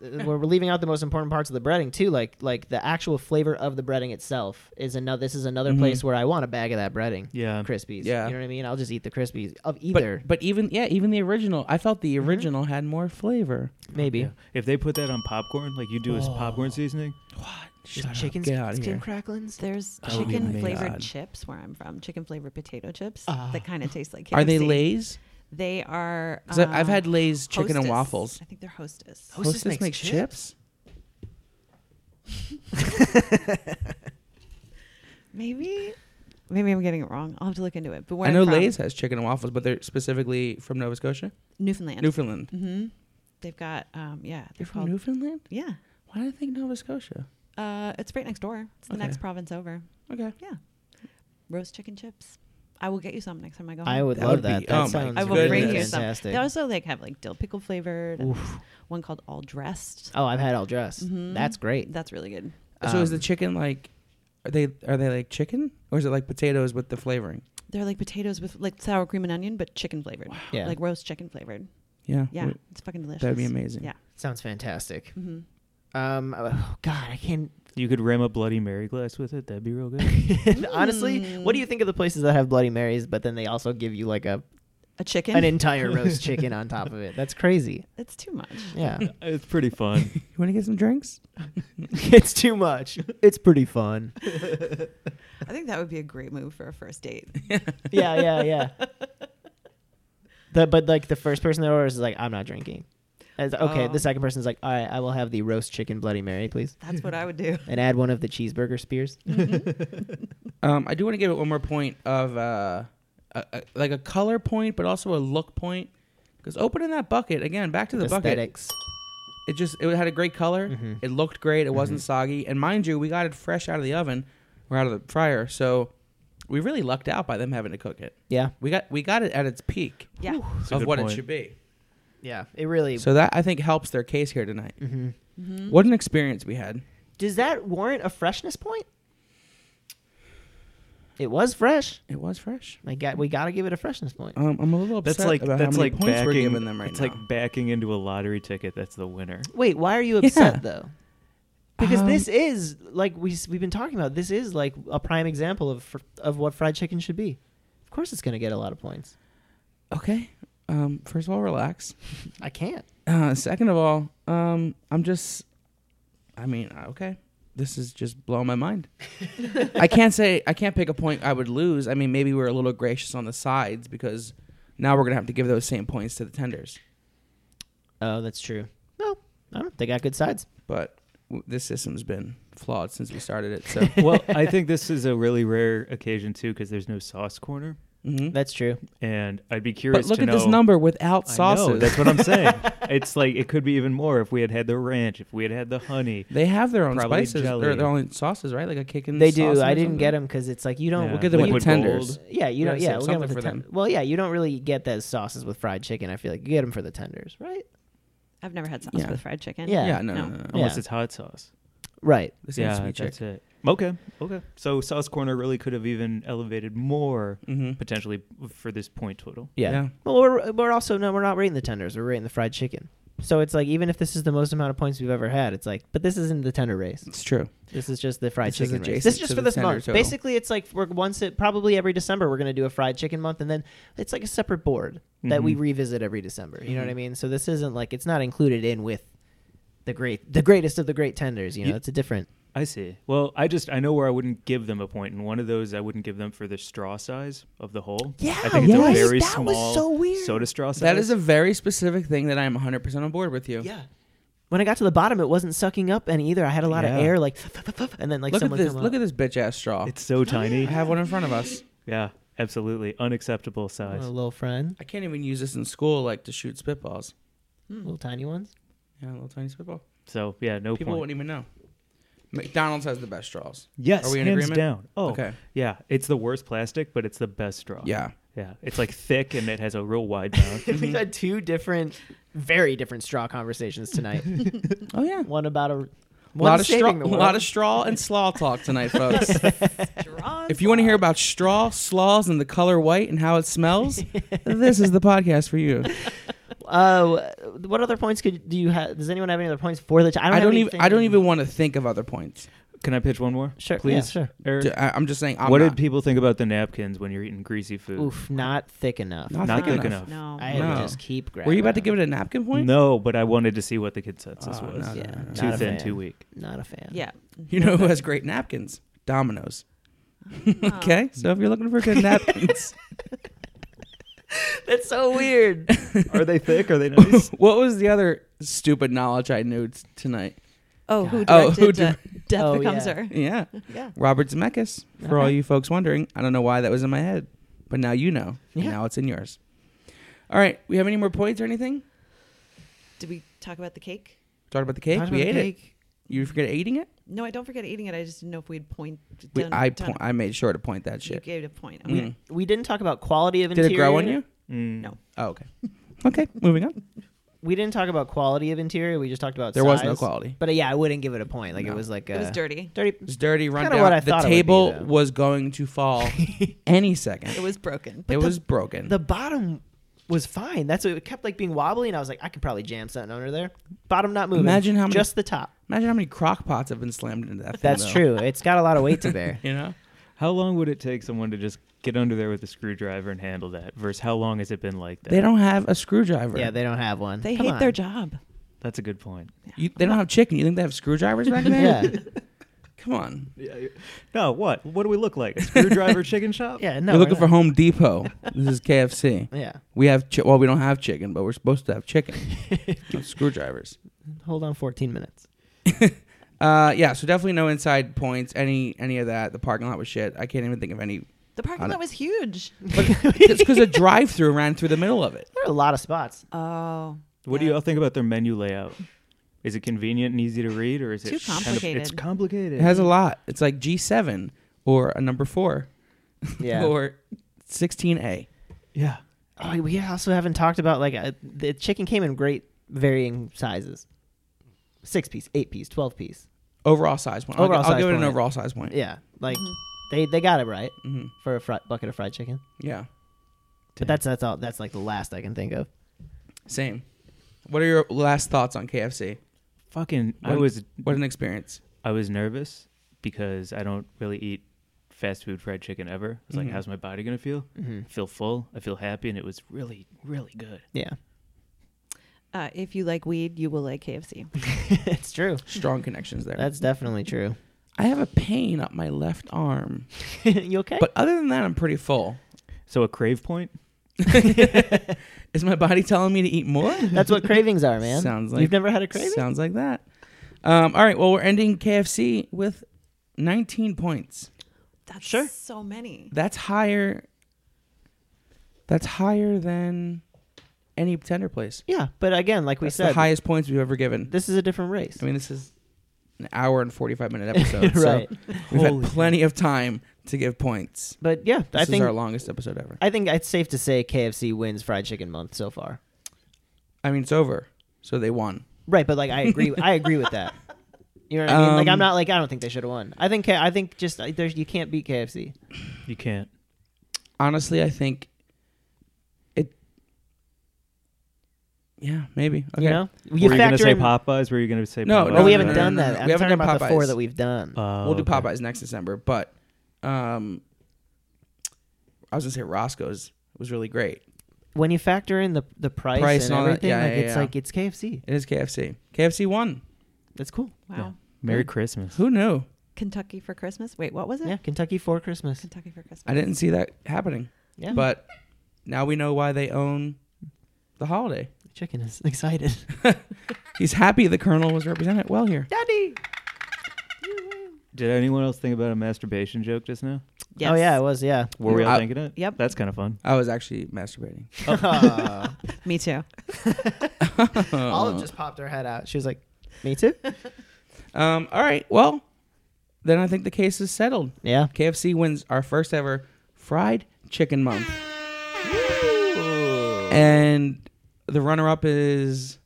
[SPEAKER 1] uh, we're leaving out the most important parts of the breading too. Like like the actual flavor of the breading itself is another. This is another
[SPEAKER 2] Mhm.
[SPEAKER 1] place where I want a bag of that breading.
[SPEAKER 3] yeah,
[SPEAKER 1] Crispies.
[SPEAKER 2] Yeah.
[SPEAKER 1] You know what I mean? I'll just eat the crispies of
[SPEAKER 2] But-
[SPEAKER 1] either.
[SPEAKER 2] but even yeah, even the original. I felt the original had more flavor.
[SPEAKER 1] maybe.
[SPEAKER 3] yeah. If they put that on popcorn, like you do as
[SPEAKER 2] Oh.
[SPEAKER 3] popcorn seasoning,
[SPEAKER 1] Just
[SPEAKER 2] Shut up.
[SPEAKER 1] chicken
[SPEAKER 2] Get outta
[SPEAKER 1] skin
[SPEAKER 2] here.
[SPEAKER 1] cracklings.
[SPEAKER 4] There's
[SPEAKER 2] Oh my
[SPEAKER 4] chicken flavored
[SPEAKER 2] God.
[SPEAKER 4] chips where I'm from. Chicken flavored potato chips that kind of taste like. KFC.
[SPEAKER 2] Are they Lay's?
[SPEAKER 4] They are.
[SPEAKER 2] 'Cause I- I've
[SPEAKER 4] um,
[SPEAKER 2] had Lay's chicken and
[SPEAKER 4] Hostess.
[SPEAKER 2] waffles.
[SPEAKER 4] I think they're Hostess.
[SPEAKER 1] Hostess makes chips?
[SPEAKER 4] Maybe. Maybe I'm getting it wrong. I'll have to look into it. But where
[SPEAKER 2] I
[SPEAKER 4] I'm
[SPEAKER 2] know
[SPEAKER 4] from,
[SPEAKER 2] Lay's has chicken and waffles, but they're specifically from Nova Scotia,
[SPEAKER 4] Newfoundland.
[SPEAKER 2] Newfoundland.
[SPEAKER 4] Mm-hmm. They've got. Um, yeah.
[SPEAKER 2] They're
[SPEAKER 4] They're
[SPEAKER 2] from
[SPEAKER 4] called.
[SPEAKER 2] Newfoundland.
[SPEAKER 4] yeah.
[SPEAKER 2] Why do I think Nova Scotia?
[SPEAKER 4] Uh, it's right next door. It's the
[SPEAKER 2] Okay.
[SPEAKER 4] next province over.
[SPEAKER 2] Okay,
[SPEAKER 4] Roast chicken chips. I will get you some next time I go.
[SPEAKER 1] I
[SPEAKER 4] home.
[SPEAKER 1] would
[SPEAKER 2] That
[SPEAKER 1] love
[SPEAKER 2] would
[SPEAKER 1] that.
[SPEAKER 2] be-
[SPEAKER 1] that
[SPEAKER 2] oh my
[SPEAKER 1] sounds
[SPEAKER 4] I will
[SPEAKER 1] really
[SPEAKER 4] bring you
[SPEAKER 2] goodness.
[SPEAKER 4] some.
[SPEAKER 1] fantastic.
[SPEAKER 4] They also like have like dill pickle flavored. and One called all dressed.
[SPEAKER 1] Oh, I've had all dress.
[SPEAKER 4] Mhm.
[SPEAKER 1] That's great.
[SPEAKER 4] That's really good.
[SPEAKER 2] so is the
[SPEAKER 1] Um,
[SPEAKER 2] chicken like? Are they are they like chicken or is it like potatoes with the flavoring?
[SPEAKER 4] They're like potatoes with like sour cream and onion, but chicken flavored.
[SPEAKER 1] Yeah.
[SPEAKER 4] Like roast chicken flavored.
[SPEAKER 2] Yeah,
[SPEAKER 4] Yeah,
[SPEAKER 2] w-
[SPEAKER 4] it's fucking delicious.
[SPEAKER 2] Mm. that'd be amazing.
[SPEAKER 4] Yeah.
[SPEAKER 1] sounds fantastic.
[SPEAKER 4] hmm
[SPEAKER 1] Um, oh, God, I can't.
[SPEAKER 3] you could ram a Bloody Mary glass with it. That'd be real good.
[SPEAKER 1] Honestly, what do you think of the places that have Bloody Marys, but then they also give you like a
[SPEAKER 4] A chicken.
[SPEAKER 1] an entire roast chicken on top of it? That's crazy.
[SPEAKER 4] it's too much.
[SPEAKER 1] Yeah,
[SPEAKER 3] it's pretty fun.
[SPEAKER 2] You want to get some drinks?
[SPEAKER 1] it's too much. It's pretty fun.
[SPEAKER 4] I think that would be a great move for a first date.
[SPEAKER 1] Yeah, yeah, yeah. The, but like the first person that orders is like, I'm not drinking. As, okay,
[SPEAKER 4] Oh.
[SPEAKER 1] the second person is like, all right, I will have the roast chicken Bloody Mary, please,
[SPEAKER 4] That's what I would do.
[SPEAKER 1] and add one of the cheeseburger spears.
[SPEAKER 2] Um, I do want to give it one more point of uh, a, a, like a color point, but also a look point. Because opening that bucket again, back to the bucket.
[SPEAKER 1] Aesthetics.
[SPEAKER 2] It just it had a great color.
[SPEAKER 3] Mm-hmm.
[SPEAKER 2] It looked great. It wasn't soggy. And mind you, we got it fresh out of the oven or out of the fryer. So we really lucked out by them having to cook it.
[SPEAKER 1] Yeah,
[SPEAKER 2] We got we got it at its peak
[SPEAKER 4] Yeah.
[SPEAKER 3] It's a
[SPEAKER 2] of
[SPEAKER 3] good
[SPEAKER 2] what
[SPEAKER 3] point.
[SPEAKER 2] it should be.
[SPEAKER 1] yeah. It really
[SPEAKER 2] So that I think helps their case here tonight.
[SPEAKER 3] Mm-hmm.
[SPEAKER 2] What an experience we had.
[SPEAKER 1] does. That warrant a freshness point. It was fresh.
[SPEAKER 2] It was fresh.
[SPEAKER 1] I got. We got to give it a freshness point.
[SPEAKER 2] Um, I'm a little upset
[SPEAKER 3] That's like
[SPEAKER 2] about
[SPEAKER 3] that's
[SPEAKER 2] how many
[SPEAKER 3] like
[SPEAKER 2] points
[SPEAKER 3] backing.
[SPEAKER 2] we're giving them right
[SPEAKER 3] it's
[SPEAKER 2] now.
[SPEAKER 3] like backing into a lottery ticket. That's the winner.
[SPEAKER 1] Wait, why are you
[SPEAKER 2] Yeah.
[SPEAKER 1] upset though? Because
[SPEAKER 2] Um,
[SPEAKER 1] this is like we s- we've been talking about. This is like a prime example of fr- of what fried chicken should be. Of course, it's going to get a lot of points.
[SPEAKER 2] okay. Um, first of all, relax.
[SPEAKER 1] I can't.
[SPEAKER 2] Uh, second of all, um, I'm just. I mean, uh, okay. this is just blowing my mind. I can't say I can't pick a point I would lose. I mean, maybe we're a little gracious on the sides because now we're gonna have to give those same points to the tenders.
[SPEAKER 1] Oh, that's true. No, I don't. They got good sides.
[SPEAKER 2] But w- this system's been flawed since we started it. So
[SPEAKER 3] well, I think this is a really rare occasion too because there's no sauce corner,
[SPEAKER 2] Mhm.
[SPEAKER 1] That's true.
[SPEAKER 3] and I'd be curious.
[SPEAKER 2] but look
[SPEAKER 3] to
[SPEAKER 2] at this
[SPEAKER 3] know-
[SPEAKER 2] number without
[SPEAKER 3] I know,
[SPEAKER 2] sauces.
[SPEAKER 3] that's what I'm saying. it's like it could be even more if we had had the ranch, if we had had the honey.
[SPEAKER 2] They have their own
[SPEAKER 3] Probably
[SPEAKER 2] spices
[SPEAKER 3] jelly.
[SPEAKER 2] or their own sauces, right? Like a kick and
[SPEAKER 1] They do.
[SPEAKER 2] sauce or
[SPEAKER 1] I didn't
[SPEAKER 2] something?
[SPEAKER 1] get them because it's like you don't.
[SPEAKER 3] Yeah.
[SPEAKER 2] We'll get them
[SPEAKER 1] when
[SPEAKER 2] with
[SPEAKER 1] you-
[SPEAKER 2] the tenders.
[SPEAKER 1] Yeah, you
[SPEAKER 2] Yeah,
[SPEAKER 1] don't.
[SPEAKER 2] save
[SPEAKER 1] Yeah, we'll get them with
[SPEAKER 2] something
[SPEAKER 1] the
[SPEAKER 2] for
[SPEAKER 1] ten-
[SPEAKER 2] them.
[SPEAKER 1] Well, yeah, you don't really get those sauces with fried chicken. I feel like you get them for the tenders, right?
[SPEAKER 4] I've never had sauce
[SPEAKER 2] Yeah.
[SPEAKER 4] with fried chicken.
[SPEAKER 1] Yeah.
[SPEAKER 2] Yeah, no, no,
[SPEAKER 4] No.
[SPEAKER 2] no. no.
[SPEAKER 3] Unless
[SPEAKER 1] Yeah.
[SPEAKER 3] it's hot sauce.
[SPEAKER 1] Right.
[SPEAKER 2] This needs
[SPEAKER 3] yeah,
[SPEAKER 2] to be
[SPEAKER 3] that's
[SPEAKER 2] checked.
[SPEAKER 3] it. Okay, okay. So sauce corner really could have even elevated more
[SPEAKER 2] Mhm.
[SPEAKER 3] potentially for this point total.
[SPEAKER 1] Yeah.
[SPEAKER 2] Yeah.
[SPEAKER 1] Well, we're we're also no, we're not rating the tenders. We're rating the fried chicken. So it's like even if this is the most amount of points we've ever had, it's like, but this isn't the tender race.
[SPEAKER 2] It's true.
[SPEAKER 1] This is just the fried
[SPEAKER 2] This is
[SPEAKER 1] chicken race.
[SPEAKER 2] adjacent
[SPEAKER 1] This is just
[SPEAKER 2] to
[SPEAKER 1] for
[SPEAKER 2] the
[SPEAKER 1] this month.
[SPEAKER 2] tender total.
[SPEAKER 1] Basically, it's like we're once it probably every December we're going to do a fried chicken month, and then it's like a separate board that we
[SPEAKER 2] Mm-hmm.
[SPEAKER 3] Mhm.
[SPEAKER 1] revisit every December. You know what I
[SPEAKER 2] Mhm.
[SPEAKER 1] mean? So this isn't like it's not included in with the great the greatest of the great tenders. You know,
[SPEAKER 3] You-
[SPEAKER 1] it's a different.
[SPEAKER 3] I see. Well, I just I know where I wouldn't give them a point, and one of those I wouldn't give them for the straw size of the hole.
[SPEAKER 1] Yeah,
[SPEAKER 3] I think it's
[SPEAKER 2] right.
[SPEAKER 3] a very
[SPEAKER 1] That
[SPEAKER 3] small
[SPEAKER 1] was so weird.
[SPEAKER 3] soda straw size.
[SPEAKER 2] That is a very specific thing that I'm 100% on board with you.
[SPEAKER 1] Yeah. When I got to the bottom, it wasn't sucking up any either. I had a lot
[SPEAKER 2] Yeah.
[SPEAKER 1] of air, like, and then like
[SPEAKER 2] look at
[SPEAKER 1] someone
[SPEAKER 2] this.
[SPEAKER 1] come
[SPEAKER 2] Look
[SPEAKER 1] up.
[SPEAKER 2] at this bitch ass straw.
[SPEAKER 3] It's so
[SPEAKER 2] I
[SPEAKER 3] tiny.
[SPEAKER 2] have one in front of us.
[SPEAKER 3] Yeah, absolutely unacceptable size.
[SPEAKER 1] Oh, little friend,
[SPEAKER 2] I can't even use this in school, like to shoot spitballs.
[SPEAKER 1] little tiny ones.
[SPEAKER 2] Yeah, a little tiny spitball.
[SPEAKER 3] So yeah, no
[SPEAKER 2] People
[SPEAKER 3] point.
[SPEAKER 2] wouldn't even know. McDonald's has the best straws.
[SPEAKER 3] Yes,
[SPEAKER 2] Are we in
[SPEAKER 3] hands
[SPEAKER 2] agreement?
[SPEAKER 3] down. Oh,
[SPEAKER 2] Okay.
[SPEAKER 3] yeah. It's the worst plastic, but it's the best straw.
[SPEAKER 2] Yeah.
[SPEAKER 3] yeah. It's like thick and it has a real wide mouth.
[SPEAKER 1] We've
[SPEAKER 2] Mm-hmm.
[SPEAKER 1] had two different, very different straw conversations tonight.
[SPEAKER 2] Oh yeah.
[SPEAKER 1] one about a, one
[SPEAKER 2] A lot of straw,
[SPEAKER 1] saving the
[SPEAKER 2] a
[SPEAKER 1] world.
[SPEAKER 2] lot of straw and slaw talk tonight, folks.
[SPEAKER 4] Draws
[SPEAKER 2] if you want to hear
[SPEAKER 4] up.
[SPEAKER 2] about straw, slaws, and the color white and how it smells, this is the podcast for you.
[SPEAKER 1] Uh, what other points could do you have? Does anyone have any other points for the? Ch-
[SPEAKER 2] I don't,
[SPEAKER 1] have
[SPEAKER 2] even.
[SPEAKER 1] anything
[SPEAKER 2] I don't
[SPEAKER 1] in-
[SPEAKER 2] even want to think of other points.
[SPEAKER 3] Can I pitch one more?
[SPEAKER 1] Sure,
[SPEAKER 3] please.
[SPEAKER 1] yeah, sure.
[SPEAKER 3] Eric?
[SPEAKER 2] D- I, am just saying. I'm
[SPEAKER 3] what
[SPEAKER 2] not,
[SPEAKER 3] did people think about the napkins when you're eating greasy food?
[SPEAKER 1] Oof, not thick enough.
[SPEAKER 2] Not
[SPEAKER 3] Not
[SPEAKER 2] thick
[SPEAKER 3] thick enough.
[SPEAKER 4] No.
[SPEAKER 1] I
[SPEAKER 2] No.
[SPEAKER 1] would just keep grabbing.
[SPEAKER 2] Were you about to give it a napkin point?
[SPEAKER 3] No, but I wanted to see what the consensus
[SPEAKER 2] Oh,
[SPEAKER 3] was.
[SPEAKER 2] no, no,
[SPEAKER 1] Yeah.
[SPEAKER 2] no, no.
[SPEAKER 3] Too
[SPEAKER 1] Not a
[SPEAKER 3] thin,
[SPEAKER 1] fan.
[SPEAKER 3] too weak.
[SPEAKER 1] Not a fan.
[SPEAKER 4] yeah.
[SPEAKER 2] You know who has great napkins? Domino's.
[SPEAKER 1] Oh.
[SPEAKER 4] Ah.
[SPEAKER 2] okay, so if you're looking for good napkins,
[SPEAKER 1] that's so weird.
[SPEAKER 3] Are they thick? Are they nice?
[SPEAKER 2] what was the other stupid knowledge I knew t- tonight?
[SPEAKER 4] Oh, who
[SPEAKER 2] Oh, who
[SPEAKER 4] directed uh, Death
[SPEAKER 1] Oh,
[SPEAKER 4] Becomes
[SPEAKER 1] yeah.
[SPEAKER 4] Her?
[SPEAKER 2] Yeah,
[SPEAKER 1] yeah,
[SPEAKER 2] Robert Zemeckis. For all
[SPEAKER 1] Okay.
[SPEAKER 2] you folks wondering, I don't know why that was in my head, but now you know. and
[SPEAKER 1] Yeah.
[SPEAKER 2] Now it's in yours. All right, we have any more points or anything?
[SPEAKER 4] Did we talk about the cake?
[SPEAKER 2] Talked about the cake.
[SPEAKER 1] Talked
[SPEAKER 2] we
[SPEAKER 1] about
[SPEAKER 2] ate
[SPEAKER 1] the
[SPEAKER 2] it. You forget eating it?
[SPEAKER 4] No, I don't forget eating it. I just didn't know if we'd point.
[SPEAKER 2] We,
[SPEAKER 4] done-
[SPEAKER 2] I
[SPEAKER 4] done-
[SPEAKER 2] point, I made sure to point that
[SPEAKER 4] You
[SPEAKER 2] shit.
[SPEAKER 4] gave it a point. Okay.
[SPEAKER 2] Mm.
[SPEAKER 1] we didn't talk about quality of
[SPEAKER 2] Did
[SPEAKER 1] interior.
[SPEAKER 2] it grow on you?
[SPEAKER 3] Mm.
[SPEAKER 4] No.
[SPEAKER 2] Oh, okay. Okay, moving on.
[SPEAKER 1] We didn't talk about quality of interior. We just talked about
[SPEAKER 2] There was no
[SPEAKER 1] size.
[SPEAKER 2] quality.
[SPEAKER 1] But uh, yeah, I wouldn't give it a point. Like
[SPEAKER 2] No.
[SPEAKER 1] it was like a
[SPEAKER 4] It was dirty.
[SPEAKER 1] dirty.
[SPEAKER 2] It's dirty, run
[SPEAKER 1] kinda
[SPEAKER 2] down.
[SPEAKER 1] what I
[SPEAKER 2] the
[SPEAKER 1] thought it would be,
[SPEAKER 2] table
[SPEAKER 1] though.
[SPEAKER 2] was going to fall any second.
[SPEAKER 4] It was broken.
[SPEAKER 2] it
[SPEAKER 1] the-
[SPEAKER 2] was broken.
[SPEAKER 1] The bottom was fine. That's what it kept like being wobbly, and I was like, I could probably jam something under there. Bottom not moving.
[SPEAKER 2] Imagine how many-
[SPEAKER 1] just the top.
[SPEAKER 2] Imagine how many crock pots have been slammed into that. Thing,
[SPEAKER 1] That's
[SPEAKER 2] though.
[SPEAKER 1] true. It's got a lot of weight to bear.
[SPEAKER 2] You know,
[SPEAKER 3] How long would it take someone to just get under there with a screwdriver and handle that? Versus how long has it been like that?
[SPEAKER 2] they don't have a screwdriver.
[SPEAKER 1] yeah, they don't have one.
[SPEAKER 4] They
[SPEAKER 1] Come
[SPEAKER 4] hate
[SPEAKER 1] on.
[SPEAKER 4] their job.
[SPEAKER 3] That's a good point.
[SPEAKER 2] You, they don't have chicken. You think they have screwdrivers back then?
[SPEAKER 1] Yeah,
[SPEAKER 2] Come on.
[SPEAKER 3] No, what? What do we look like? A screwdriver chicken shop?
[SPEAKER 1] yeah. No,
[SPEAKER 2] You're
[SPEAKER 1] we're
[SPEAKER 2] looking for
[SPEAKER 1] not.
[SPEAKER 2] Home Depot. This is KFC.
[SPEAKER 1] Yeah,
[SPEAKER 2] We have chi- well, we don't have chicken, but we're supposed to have chicken. No screwdrivers.
[SPEAKER 1] hold on, fourteen minutes.
[SPEAKER 2] Uh, yeah. So definitely no inside points. Any any of that. The parking lot was shit. I can't even think of any.
[SPEAKER 4] The parking
[SPEAKER 2] I
[SPEAKER 4] lot
[SPEAKER 2] don't-
[SPEAKER 4] was huge.
[SPEAKER 2] But it's because a drive-through ran through the middle of it.
[SPEAKER 1] There are a lot of spots.
[SPEAKER 4] Oh.
[SPEAKER 3] What do you all think about their menu layout? Is it convenient and easy to read, or is it
[SPEAKER 4] Too
[SPEAKER 3] kind of- it's
[SPEAKER 4] complicated.
[SPEAKER 3] complicated.
[SPEAKER 2] It has
[SPEAKER 1] Mm-hmm.
[SPEAKER 2] a lot. It's like G7 or a number four
[SPEAKER 1] Yeah.
[SPEAKER 2] or 16A.
[SPEAKER 3] yeah.
[SPEAKER 1] Oh, we also haven't talked about like uh the chicken came in great varying sizes. Six piece, eight piece, twelve piece.
[SPEAKER 2] Overall size point. I'll,
[SPEAKER 1] Overall
[SPEAKER 2] gi- I'll
[SPEAKER 1] size
[SPEAKER 2] give it an
[SPEAKER 1] point.
[SPEAKER 2] overall size point.
[SPEAKER 1] Yeah, like
[SPEAKER 2] Mm-hmm.
[SPEAKER 1] they they got it right
[SPEAKER 2] Mhm.
[SPEAKER 1] for a fri- bucket of fried chicken.
[SPEAKER 2] Yeah.
[SPEAKER 1] But that's that's all. That's like the last I can think of.
[SPEAKER 2] Same. What are your last thoughts on KFC?
[SPEAKER 3] Fucking, I
[SPEAKER 2] What-
[SPEAKER 3] was
[SPEAKER 2] What an experience.
[SPEAKER 3] I was nervous because I don't really eat fast food fried chicken ever. It's like,
[SPEAKER 2] Mhm.
[SPEAKER 3] how's my body gonna
[SPEAKER 1] Mm-hmm.
[SPEAKER 3] feel? I feel full. I feel happy, and it was really, really good.
[SPEAKER 1] Yeah.
[SPEAKER 4] uh, if you like weed, you will like KFC.
[SPEAKER 1] it's true.
[SPEAKER 2] Strong connections there.
[SPEAKER 1] That's definitely true.
[SPEAKER 2] I have a pain up my left arm,
[SPEAKER 1] you okay?
[SPEAKER 2] but other than that, I'm pretty full.
[SPEAKER 3] So a crave point.
[SPEAKER 2] Is my body telling me to eat more?
[SPEAKER 1] That's what cravings are, man.
[SPEAKER 2] Sounds like-
[SPEAKER 1] you've never had a craving.
[SPEAKER 2] Sounds like that. Um, all right. Well, we're ending KFC with 19 points.
[SPEAKER 4] That's
[SPEAKER 1] Sure.
[SPEAKER 4] so many.
[SPEAKER 2] That's higher. That's higher than any tender place.
[SPEAKER 1] yeah, but again, like we
[SPEAKER 2] That's the
[SPEAKER 1] said,
[SPEAKER 2] highest points we've ever given.
[SPEAKER 1] this is a different race.
[SPEAKER 2] I mean, this is an hour and 45 minute episode.
[SPEAKER 1] right.
[SPEAKER 2] So we've had plenty of time to give points.
[SPEAKER 1] But yeah,
[SPEAKER 2] This
[SPEAKER 1] I
[SPEAKER 2] is
[SPEAKER 1] think
[SPEAKER 2] our longest episode ever.
[SPEAKER 1] I think it's safe to say KFC wins fried chicken month so far.
[SPEAKER 2] I mean, it's over. So they won.
[SPEAKER 1] Right, but like I agree, I agree with that. You know what I mean? Like
[SPEAKER 2] Um,
[SPEAKER 1] I'm not like I don't think they should have won. I think K- I think just like, there's you can't beat KFC.
[SPEAKER 3] You can't.
[SPEAKER 2] Honestly, I think it. Yeah, maybe. Okay.
[SPEAKER 1] You know,
[SPEAKER 3] were you gonna
[SPEAKER 1] factor
[SPEAKER 3] say
[SPEAKER 1] in-
[SPEAKER 3] Popeyes? Were you gonna say?
[SPEAKER 2] No,
[SPEAKER 3] Popeyes?
[SPEAKER 2] no,
[SPEAKER 1] Oh, we haven't
[SPEAKER 2] no,
[SPEAKER 1] done
[SPEAKER 2] no,
[SPEAKER 1] that.
[SPEAKER 2] no.
[SPEAKER 1] I'm
[SPEAKER 2] We haven't
[SPEAKER 1] talking
[SPEAKER 2] done
[SPEAKER 1] about the four
[SPEAKER 2] Popeyes.
[SPEAKER 1] that we've done.
[SPEAKER 3] Uh,
[SPEAKER 2] We'll do
[SPEAKER 3] okay.
[SPEAKER 2] Popeyes next December, but um, I was gonna say Roscoe's was really great.
[SPEAKER 1] when you factor in the the price,
[SPEAKER 2] Price
[SPEAKER 1] and,
[SPEAKER 2] and all that.
[SPEAKER 1] everything,
[SPEAKER 2] Yeah,
[SPEAKER 1] like
[SPEAKER 2] yeah,
[SPEAKER 1] it's
[SPEAKER 2] yeah.
[SPEAKER 1] like it's KFC.
[SPEAKER 2] It is KFC. KFC won.
[SPEAKER 1] That's cool.
[SPEAKER 4] Wow.
[SPEAKER 3] Yeah. Merry Christmas.
[SPEAKER 2] Who knew?
[SPEAKER 4] Kentucky for Christmas. Wait, what was it?
[SPEAKER 1] Yeah, Kentucky for Christmas.
[SPEAKER 4] Kentucky for Christmas.
[SPEAKER 2] I didn't see that happening,
[SPEAKER 1] Yeah,
[SPEAKER 2] but now we know why they own the holiday.
[SPEAKER 1] chicken is excited.
[SPEAKER 2] He's happy the Colonel was represented well here.
[SPEAKER 1] Daddy.
[SPEAKER 3] Did anyone else think about a masturbation joke just now?
[SPEAKER 4] Yes.
[SPEAKER 1] Oh yeah, it was. Yeah.
[SPEAKER 3] Were we all
[SPEAKER 2] I-
[SPEAKER 3] thinking it?
[SPEAKER 4] yep.
[SPEAKER 3] That's kind of fun.
[SPEAKER 2] I was actually masturbating.
[SPEAKER 1] Aw.
[SPEAKER 4] Me too.
[SPEAKER 2] Uh-uh.
[SPEAKER 1] Olive just popped her head out. She was like, "Me too."
[SPEAKER 2] Um, all right. Well, then I think the case is settled.
[SPEAKER 1] Yeah.
[SPEAKER 2] KFC wins our first ever fried chicken month. And the runner up is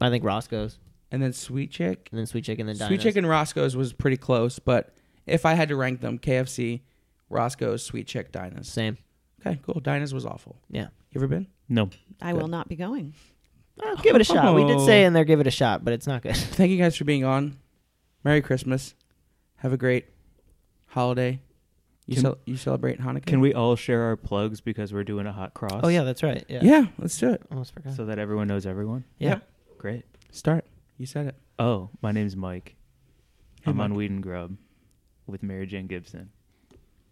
[SPEAKER 1] I think Roscoe's
[SPEAKER 2] and then Sweet Chick.
[SPEAKER 1] and then sweet chicken and then
[SPEAKER 2] Sweet
[SPEAKER 1] Dinos.
[SPEAKER 2] Chick and Roscoe's was pretty close, but if I had to rank them, KFC, Roscoe's, Sweet Chick, Dinah's.
[SPEAKER 1] Same.
[SPEAKER 2] Okay, cool. Dinah's was awful.
[SPEAKER 1] Yeah.
[SPEAKER 2] You ever been?
[SPEAKER 3] No.
[SPEAKER 4] I will not be going.
[SPEAKER 1] Uh, give it a shot. We did
[SPEAKER 2] Oh.
[SPEAKER 1] say in there, give it a shot, but it's not good.
[SPEAKER 2] Thank you guys for being on. Merry Christmas. Have a great holiday. You
[SPEAKER 3] Can-
[SPEAKER 2] cel- you celebrate Hanukkah?
[SPEAKER 3] Can we all share our plugs because we're doing a hot cross?
[SPEAKER 1] Oh yeah, that's right. Yeah.
[SPEAKER 2] Yeah. let's do it.
[SPEAKER 1] Almost forgot.
[SPEAKER 3] So that everyone knows everyone.
[SPEAKER 1] yeah.
[SPEAKER 2] yeah.
[SPEAKER 3] Great.
[SPEAKER 2] Start. You said it.
[SPEAKER 3] Oh, my name's Mike.
[SPEAKER 2] Hey,
[SPEAKER 3] I'm on
[SPEAKER 2] Mike.
[SPEAKER 3] Weed and Grub with Mary Jane Gibson,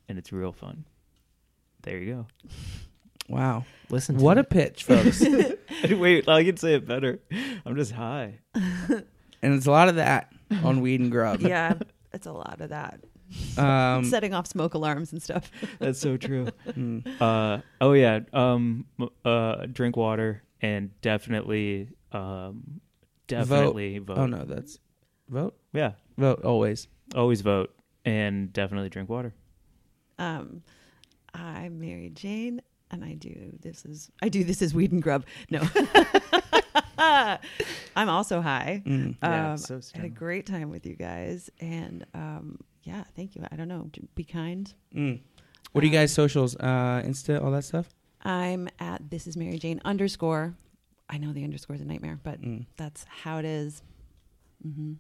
[SPEAKER 3] and it's real fun. There you
[SPEAKER 2] Wow.
[SPEAKER 1] Listen. To
[SPEAKER 2] What a
[SPEAKER 1] it.
[SPEAKER 2] pitch, folks. and
[SPEAKER 3] go. Wait, I can say it better. I'm just high.
[SPEAKER 2] it's a lot of that on Weed and Grub.
[SPEAKER 4] Yeah, it's a lot of that.
[SPEAKER 2] Um,
[SPEAKER 4] Setting off smoke alarms and stuff.
[SPEAKER 3] That's so true.
[SPEAKER 2] mm.
[SPEAKER 3] uh, oh yeah. Um, m- uh, drink water and definitely, um, definitely vote.
[SPEAKER 2] Oh, no, that's vote.
[SPEAKER 3] Yeah,
[SPEAKER 2] Vote always.
[SPEAKER 3] always vote and definitely drink water.
[SPEAKER 4] Um, I'm Mary Jane, and I do this is I do this is weed and grub. No, I'm also high.
[SPEAKER 2] Mm.
[SPEAKER 3] Yeah,
[SPEAKER 4] um,
[SPEAKER 3] so
[SPEAKER 4] I had a
[SPEAKER 3] strong.
[SPEAKER 4] great time with you guys, and um, yeah, thank you. I don't know, j- be kind.
[SPEAKER 2] Mm. What are
[SPEAKER 1] Um,
[SPEAKER 2] you guys socials? Uh, Insta, all that stuff.
[SPEAKER 4] I'm at this is Mary Jane underscore. I know the underscore is a nightmare, but
[SPEAKER 2] Mm.
[SPEAKER 4] that's how it is. Mm-hmm.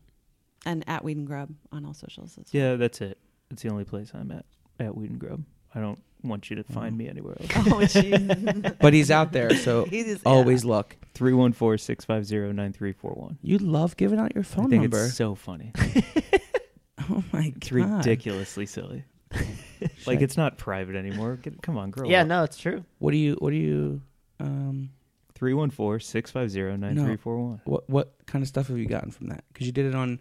[SPEAKER 4] And at Weed and Grub on all socials. as well.
[SPEAKER 3] Yeah, that's it. It's the only place I'm at at Weed and Grub. I don't want you
[SPEAKER 2] Mm-hmm.
[SPEAKER 3] to find me anywhere else.
[SPEAKER 4] Oh, jeez.
[SPEAKER 2] But he's out there, so
[SPEAKER 4] He's just-
[SPEAKER 2] Oh, always look.
[SPEAKER 3] Three one four six five zero nine three four one.
[SPEAKER 2] You love giving out your
[SPEAKER 3] I
[SPEAKER 2] phone
[SPEAKER 3] think
[SPEAKER 2] number.
[SPEAKER 3] it's so funny.
[SPEAKER 2] oh my
[SPEAKER 3] It's
[SPEAKER 2] god,
[SPEAKER 3] ridiculously silly. like it's not private anymore. Get, come on, girl.
[SPEAKER 1] Yeah. No, it's true.
[SPEAKER 2] What do you? What do you? Um,
[SPEAKER 3] Three one four six five zero nine three four one.
[SPEAKER 2] what what kind of stuff have you gotten from that? Because you did it on.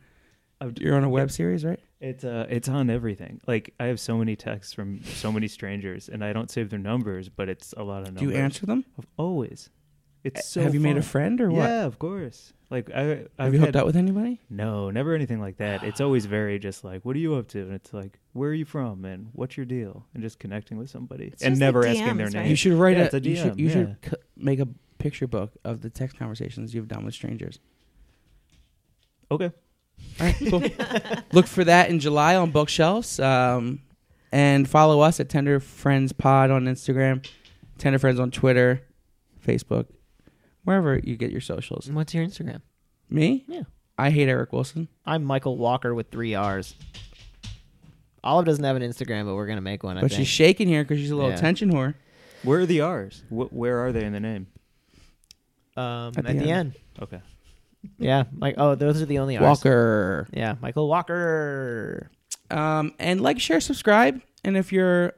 [SPEAKER 3] I've-
[SPEAKER 2] You're on a web series, right?
[SPEAKER 3] It's uh, it's on everything. Like I have so many texts from so many strangers, and I don't save their numbers, but it's a lot of numbers.
[SPEAKER 2] Do you answer them?
[SPEAKER 3] Of always. It's so.
[SPEAKER 2] have you made a
[SPEAKER 3] fun.
[SPEAKER 2] friend or what?
[SPEAKER 3] Yeah, of course. Like I, I've
[SPEAKER 2] Have you
[SPEAKER 3] had,
[SPEAKER 2] hooked up with anybody?
[SPEAKER 3] No, never anything like that. It's always very just like, what are you up to? And it's like, where are you from? And what's your deal? And just connecting with somebody
[SPEAKER 4] It's
[SPEAKER 3] and
[SPEAKER 4] just the
[SPEAKER 3] never asking their
[SPEAKER 4] DMs,
[SPEAKER 3] name.
[SPEAKER 4] right?
[SPEAKER 2] You should write
[SPEAKER 3] Yeah,
[SPEAKER 2] a,
[SPEAKER 3] it's a
[SPEAKER 2] You should,
[SPEAKER 3] DM,
[SPEAKER 2] you should
[SPEAKER 3] yeah.
[SPEAKER 2] c- make a picture book of the text conversations you've done with strangers.
[SPEAKER 3] Okay.
[SPEAKER 2] All right, cool. Look for that in July on bookshelves. Um, and follow us at Tender Friends Pod on Instagram, Tender Friends on Twitter, Facebook, wherever you get your socials.
[SPEAKER 1] And What's your Instagram?
[SPEAKER 2] Me?
[SPEAKER 1] Mm-hmm. Yeah.
[SPEAKER 2] I hate Eric Wilson.
[SPEAKER 1] I'm Michael Walker with three R's. Olive doesn't have an Instagram, but we're gonna make one. I
[SPEAKER 2] But
[SPEAKER 1] think.
[SPEAKER 2] she's shaking here because she's a little
[SPEAKER 1] Yeah.
[SPEAKER 2] attention whore.
[SPEAKER 3] Where are the R's? Wh- where are they in the name?
[SPEAKER 1] um,
[SPEAKER 2] At
[SPEAKER 1] at,
[SPEAKER 2] the
[SPEAKER 1] the,
[SPEAKER 2] end.
[SPEAKER 1] end.
[SPEAKER 3] Okay.
[SPEAKER 1] Yeah, like oh, those are the only R's.
[SPEAKER 2] Walker.
[SPEAKER 1] Yeah, Michael Walker.
[SPEAKER 2] Um, and like, share, subscribe. And if you're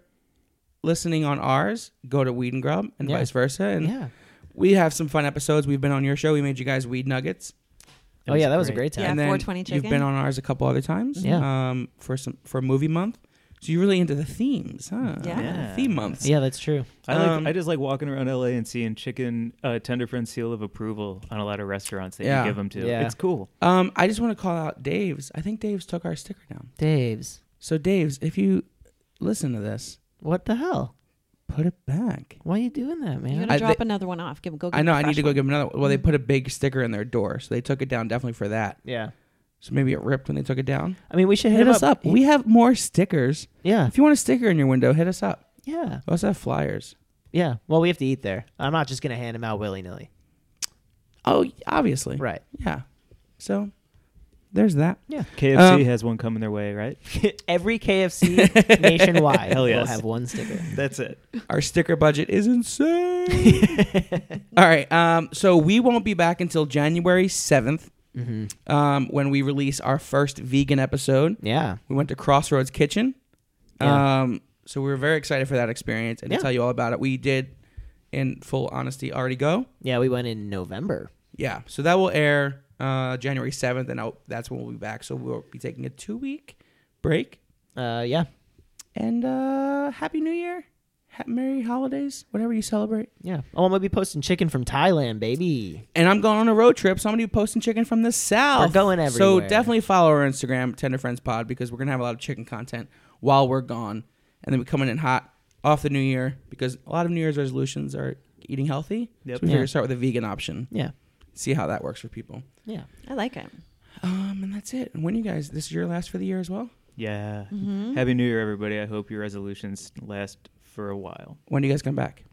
[SPEAKER 2] listening on ours, go to Weed and Grub and
[SPEAKER 1] Yeah.
[SPEAKER 2] vice versa. And
[SPEAKER 1] Yeah.
[SPEAKER 2] we have some fun episodes. We've been on your show. We made you guys weed nuggets.
[SPEAKER 3] It
[SPEAKER 1] oh yeah, that was a great
[SPEAKER 4] Yeah,
[SPEAKER 1] time.
[SPEAKER 2] and then
[SPEAKER 4] 420
[SPEAKER 2] You've
[SPEAKER 4] chicken.
[SPEAKER 2] been on ours a couple other times.
[SPEAKER 1] Yeah.
[SPEAKER 2] Um, for some for movie month. So you're really into the themes, huh?
[SPEAKER 4] Yeah.
[SPEAKER 3] Yeah.
[SPEAKER 2] Theme months.
[SPEAKER 1] Yeah, that's true.
[SPEAKER 3] I like.
[SPEAKER 2] Um,
[SPEAKER 3] I just like walking around LA and seeing chicken uh, tender friend seal of approval on a lot of restaurants that
[SPEAKER 2] Yeah.
[SPEAKER 3] you give them to.
[SPEAKER 1] Yeah.
[SPEAKER 3] It's cool.
[SPEAKER 2] Um, I just want to call out Dave's. I think Dave's took our sticker down.
[SPEAKER 1] Dave's.
[SPEAKER 2] So Dave's, if you listen to this,
[SPEAKER 1] What the hell?
[SPEAKER 2] put it back.
[SPEAKER 1] Why are you doing that,
[SPEAKER 4] You're
[SPEAKER 1] man?
[SPEAKER 4] gonna
[SPEAKER 2] I-
[SPEAKER 4] drop
[SPEAKER 2] they-
[SPEAKER 4] another one off. Give go. Get
[SPEAKER 2] I know
[SPEAKER 4] a
[SPEAKER 2] I need
[SPEAKER 4] fresh
[SPEAKER 2] to go
[SPEAKER 4] one. Mm-hmm.
[SPEAKER 2] give him another. Well, they put a big sticker in their door, so they took it down definitely for that.
[SPEAKER 1] yeah.
[SPEAKER 2] So maybe it ripped when they took it down.
[SPEAKER 1] I mean, we should
[SPEAKER 2] Hit,
[SPEAKER 1] hit, him
[SPEAKER 2] us up. We have more stickers.
[SPEAKER 1] yeah.
[SPEAKER 2] If you want a sticker in your window, hit us up.
[SPEAKER 1] Yeah.
[SPEAKER 2] We also have flyers.
[SPEAKER 1] Yeah. Well, we have to eat there. I'm not just gonna hand him out willy nilly.
[SPEAKER 2] Oh, obviously.
[SPEAKER 1] Right.
[SPEAKER 2] Yeah. So there's that.
[SPEAKER 1] Yeah.
[SPEAKER 3] KFC
[SPEAKER 2] Um,
[SPEAKER 3] has one coming their way, right?
[SPEAKER 1] Every KFC nationwide
[SPEAKER 3] Hell
[SPEAKER 1] will
[SPEAKER 3] yes.
[SPEAKER 1] have one sticker.
[SPEAKER 3] That's it.
[SPEAKER 2] Our sticker budget is insane. All right. Um, so we won't be back until January 7th
[SPEAKER 1] Mm-hmm.
[SPEAKER 2] um, when we release our first vegan episode.
[SPEAKER 1] Yeah.
[SPEAKER 2] We went to Crossroads Kitchen.
[SPEAKER 1] Yeah.
[SPEAKER 2] Um, so we were very excited for that experience and
[SPEAKER 1] Yeah.
[SPEAKER 2] to tell you all about it. We did, in full honesty, already go.
[SPEAKER 1] Yeah. We went in November.
[SPEAKER 2] Yeah. So that will air uh, January 7th, and I'll, that's when we'll be back. So we'll be taking a two week break.
[SPEAKER 1] Uh, yeah.
[SPEAKER 2] And uh, Happy New Year. Ha- Merry Holidays, whatever you celebrate.
[SPEAKER 1] Yeah. Oh, I'm gonna be posting chicken from Thailand, baby.
[SPEAKER 2] And I'm going on a road trip, so I'm going to be posting chicken from the South.
[SPEAKER 1] We're going
[SPEAKER 2] So
[SPEAKER 1] everywhere.
[SPEAKER 2] definitely follow our Instagram, Tender Friends Pod, because we're going to have a lot of chicken content while we're gone. And then we're coming in hot off the New Year, because a lot of New Year's resolutions are eating healthy.
[SPEAKER 3] Yep.
[SPEAKER 2] So we figure
[SPEAKER 1] Yeah.
[SPEAKER 2] start with a vegan option,
[SPEAKER 1] Yeah.
[SPEAKER 2] see how that works for people.
[SPEAKER 1] Yeah.
[SPEAKER 4] I like it.
[SPEAKER 2] Um, and that's it. And when you guys, this is your last for the year as well?
[SPEAKER 3] Yeah.
[SPEAKER 4] Mm-hmm.
[SPEAKER 3] Happy New Year, everybody. I hope your resolutions last for a while.
[SPEAKER 2] When do you guys come back?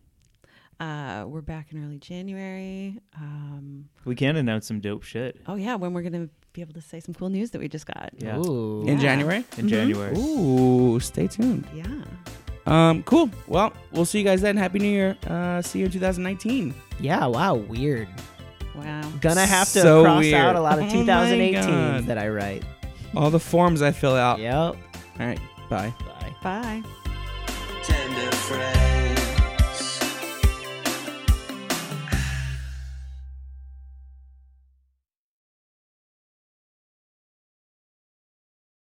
[SPEAKER 4] Uh, we're back in early January. Um,
[SPEAKER 3] We can announce some dope shit
[SPEAKER 4] oh yeah, when we're gonna be able to say some cool news that we just got.
[SPEAKER 3] Yeah.
[SPEAKER 1] Ooh.
[SPEAKER 2] In
[SPEAKER 4] Yeah.
[SPEAKER 2] January?
[SPEAKER 3] in January.
[SPEAKER 4] Mm-hmm.
[SPEAKER 2] Ooh, stay tuned.
[SPEAKER 4] Yeah.
[SPEAKER 2] Um, cool. Well, we'll see you guys then. Happy New Year. Uh, see you in 2019.
[SPEAKER 1] Yeah. Wow. Weird.
[SPEAKER 4] Wow.
[SPEAKER 1] Gonna have to
[SPEAKER 2] So
[SPEAKER 1] cross
[SPEAKER 2] weird.
[SPEAKER 1] out a lot
[SPEAKER 2] Oh
[SPEAKER 1] of
[SPEAKER 2] my
[SPEAKER 1] 2018
[SPEAKER 2] God.
[SPEAKER 1] that I write.
[SPEAKER 2] All the forms I fill out.
[SPEAKER 1] Yep.
[SPEAKER 2] All right. Bye.
[SPEAKER 1] Bye.
[SPEAKER 4] Bye.
[SPEAKER 6] tender friends.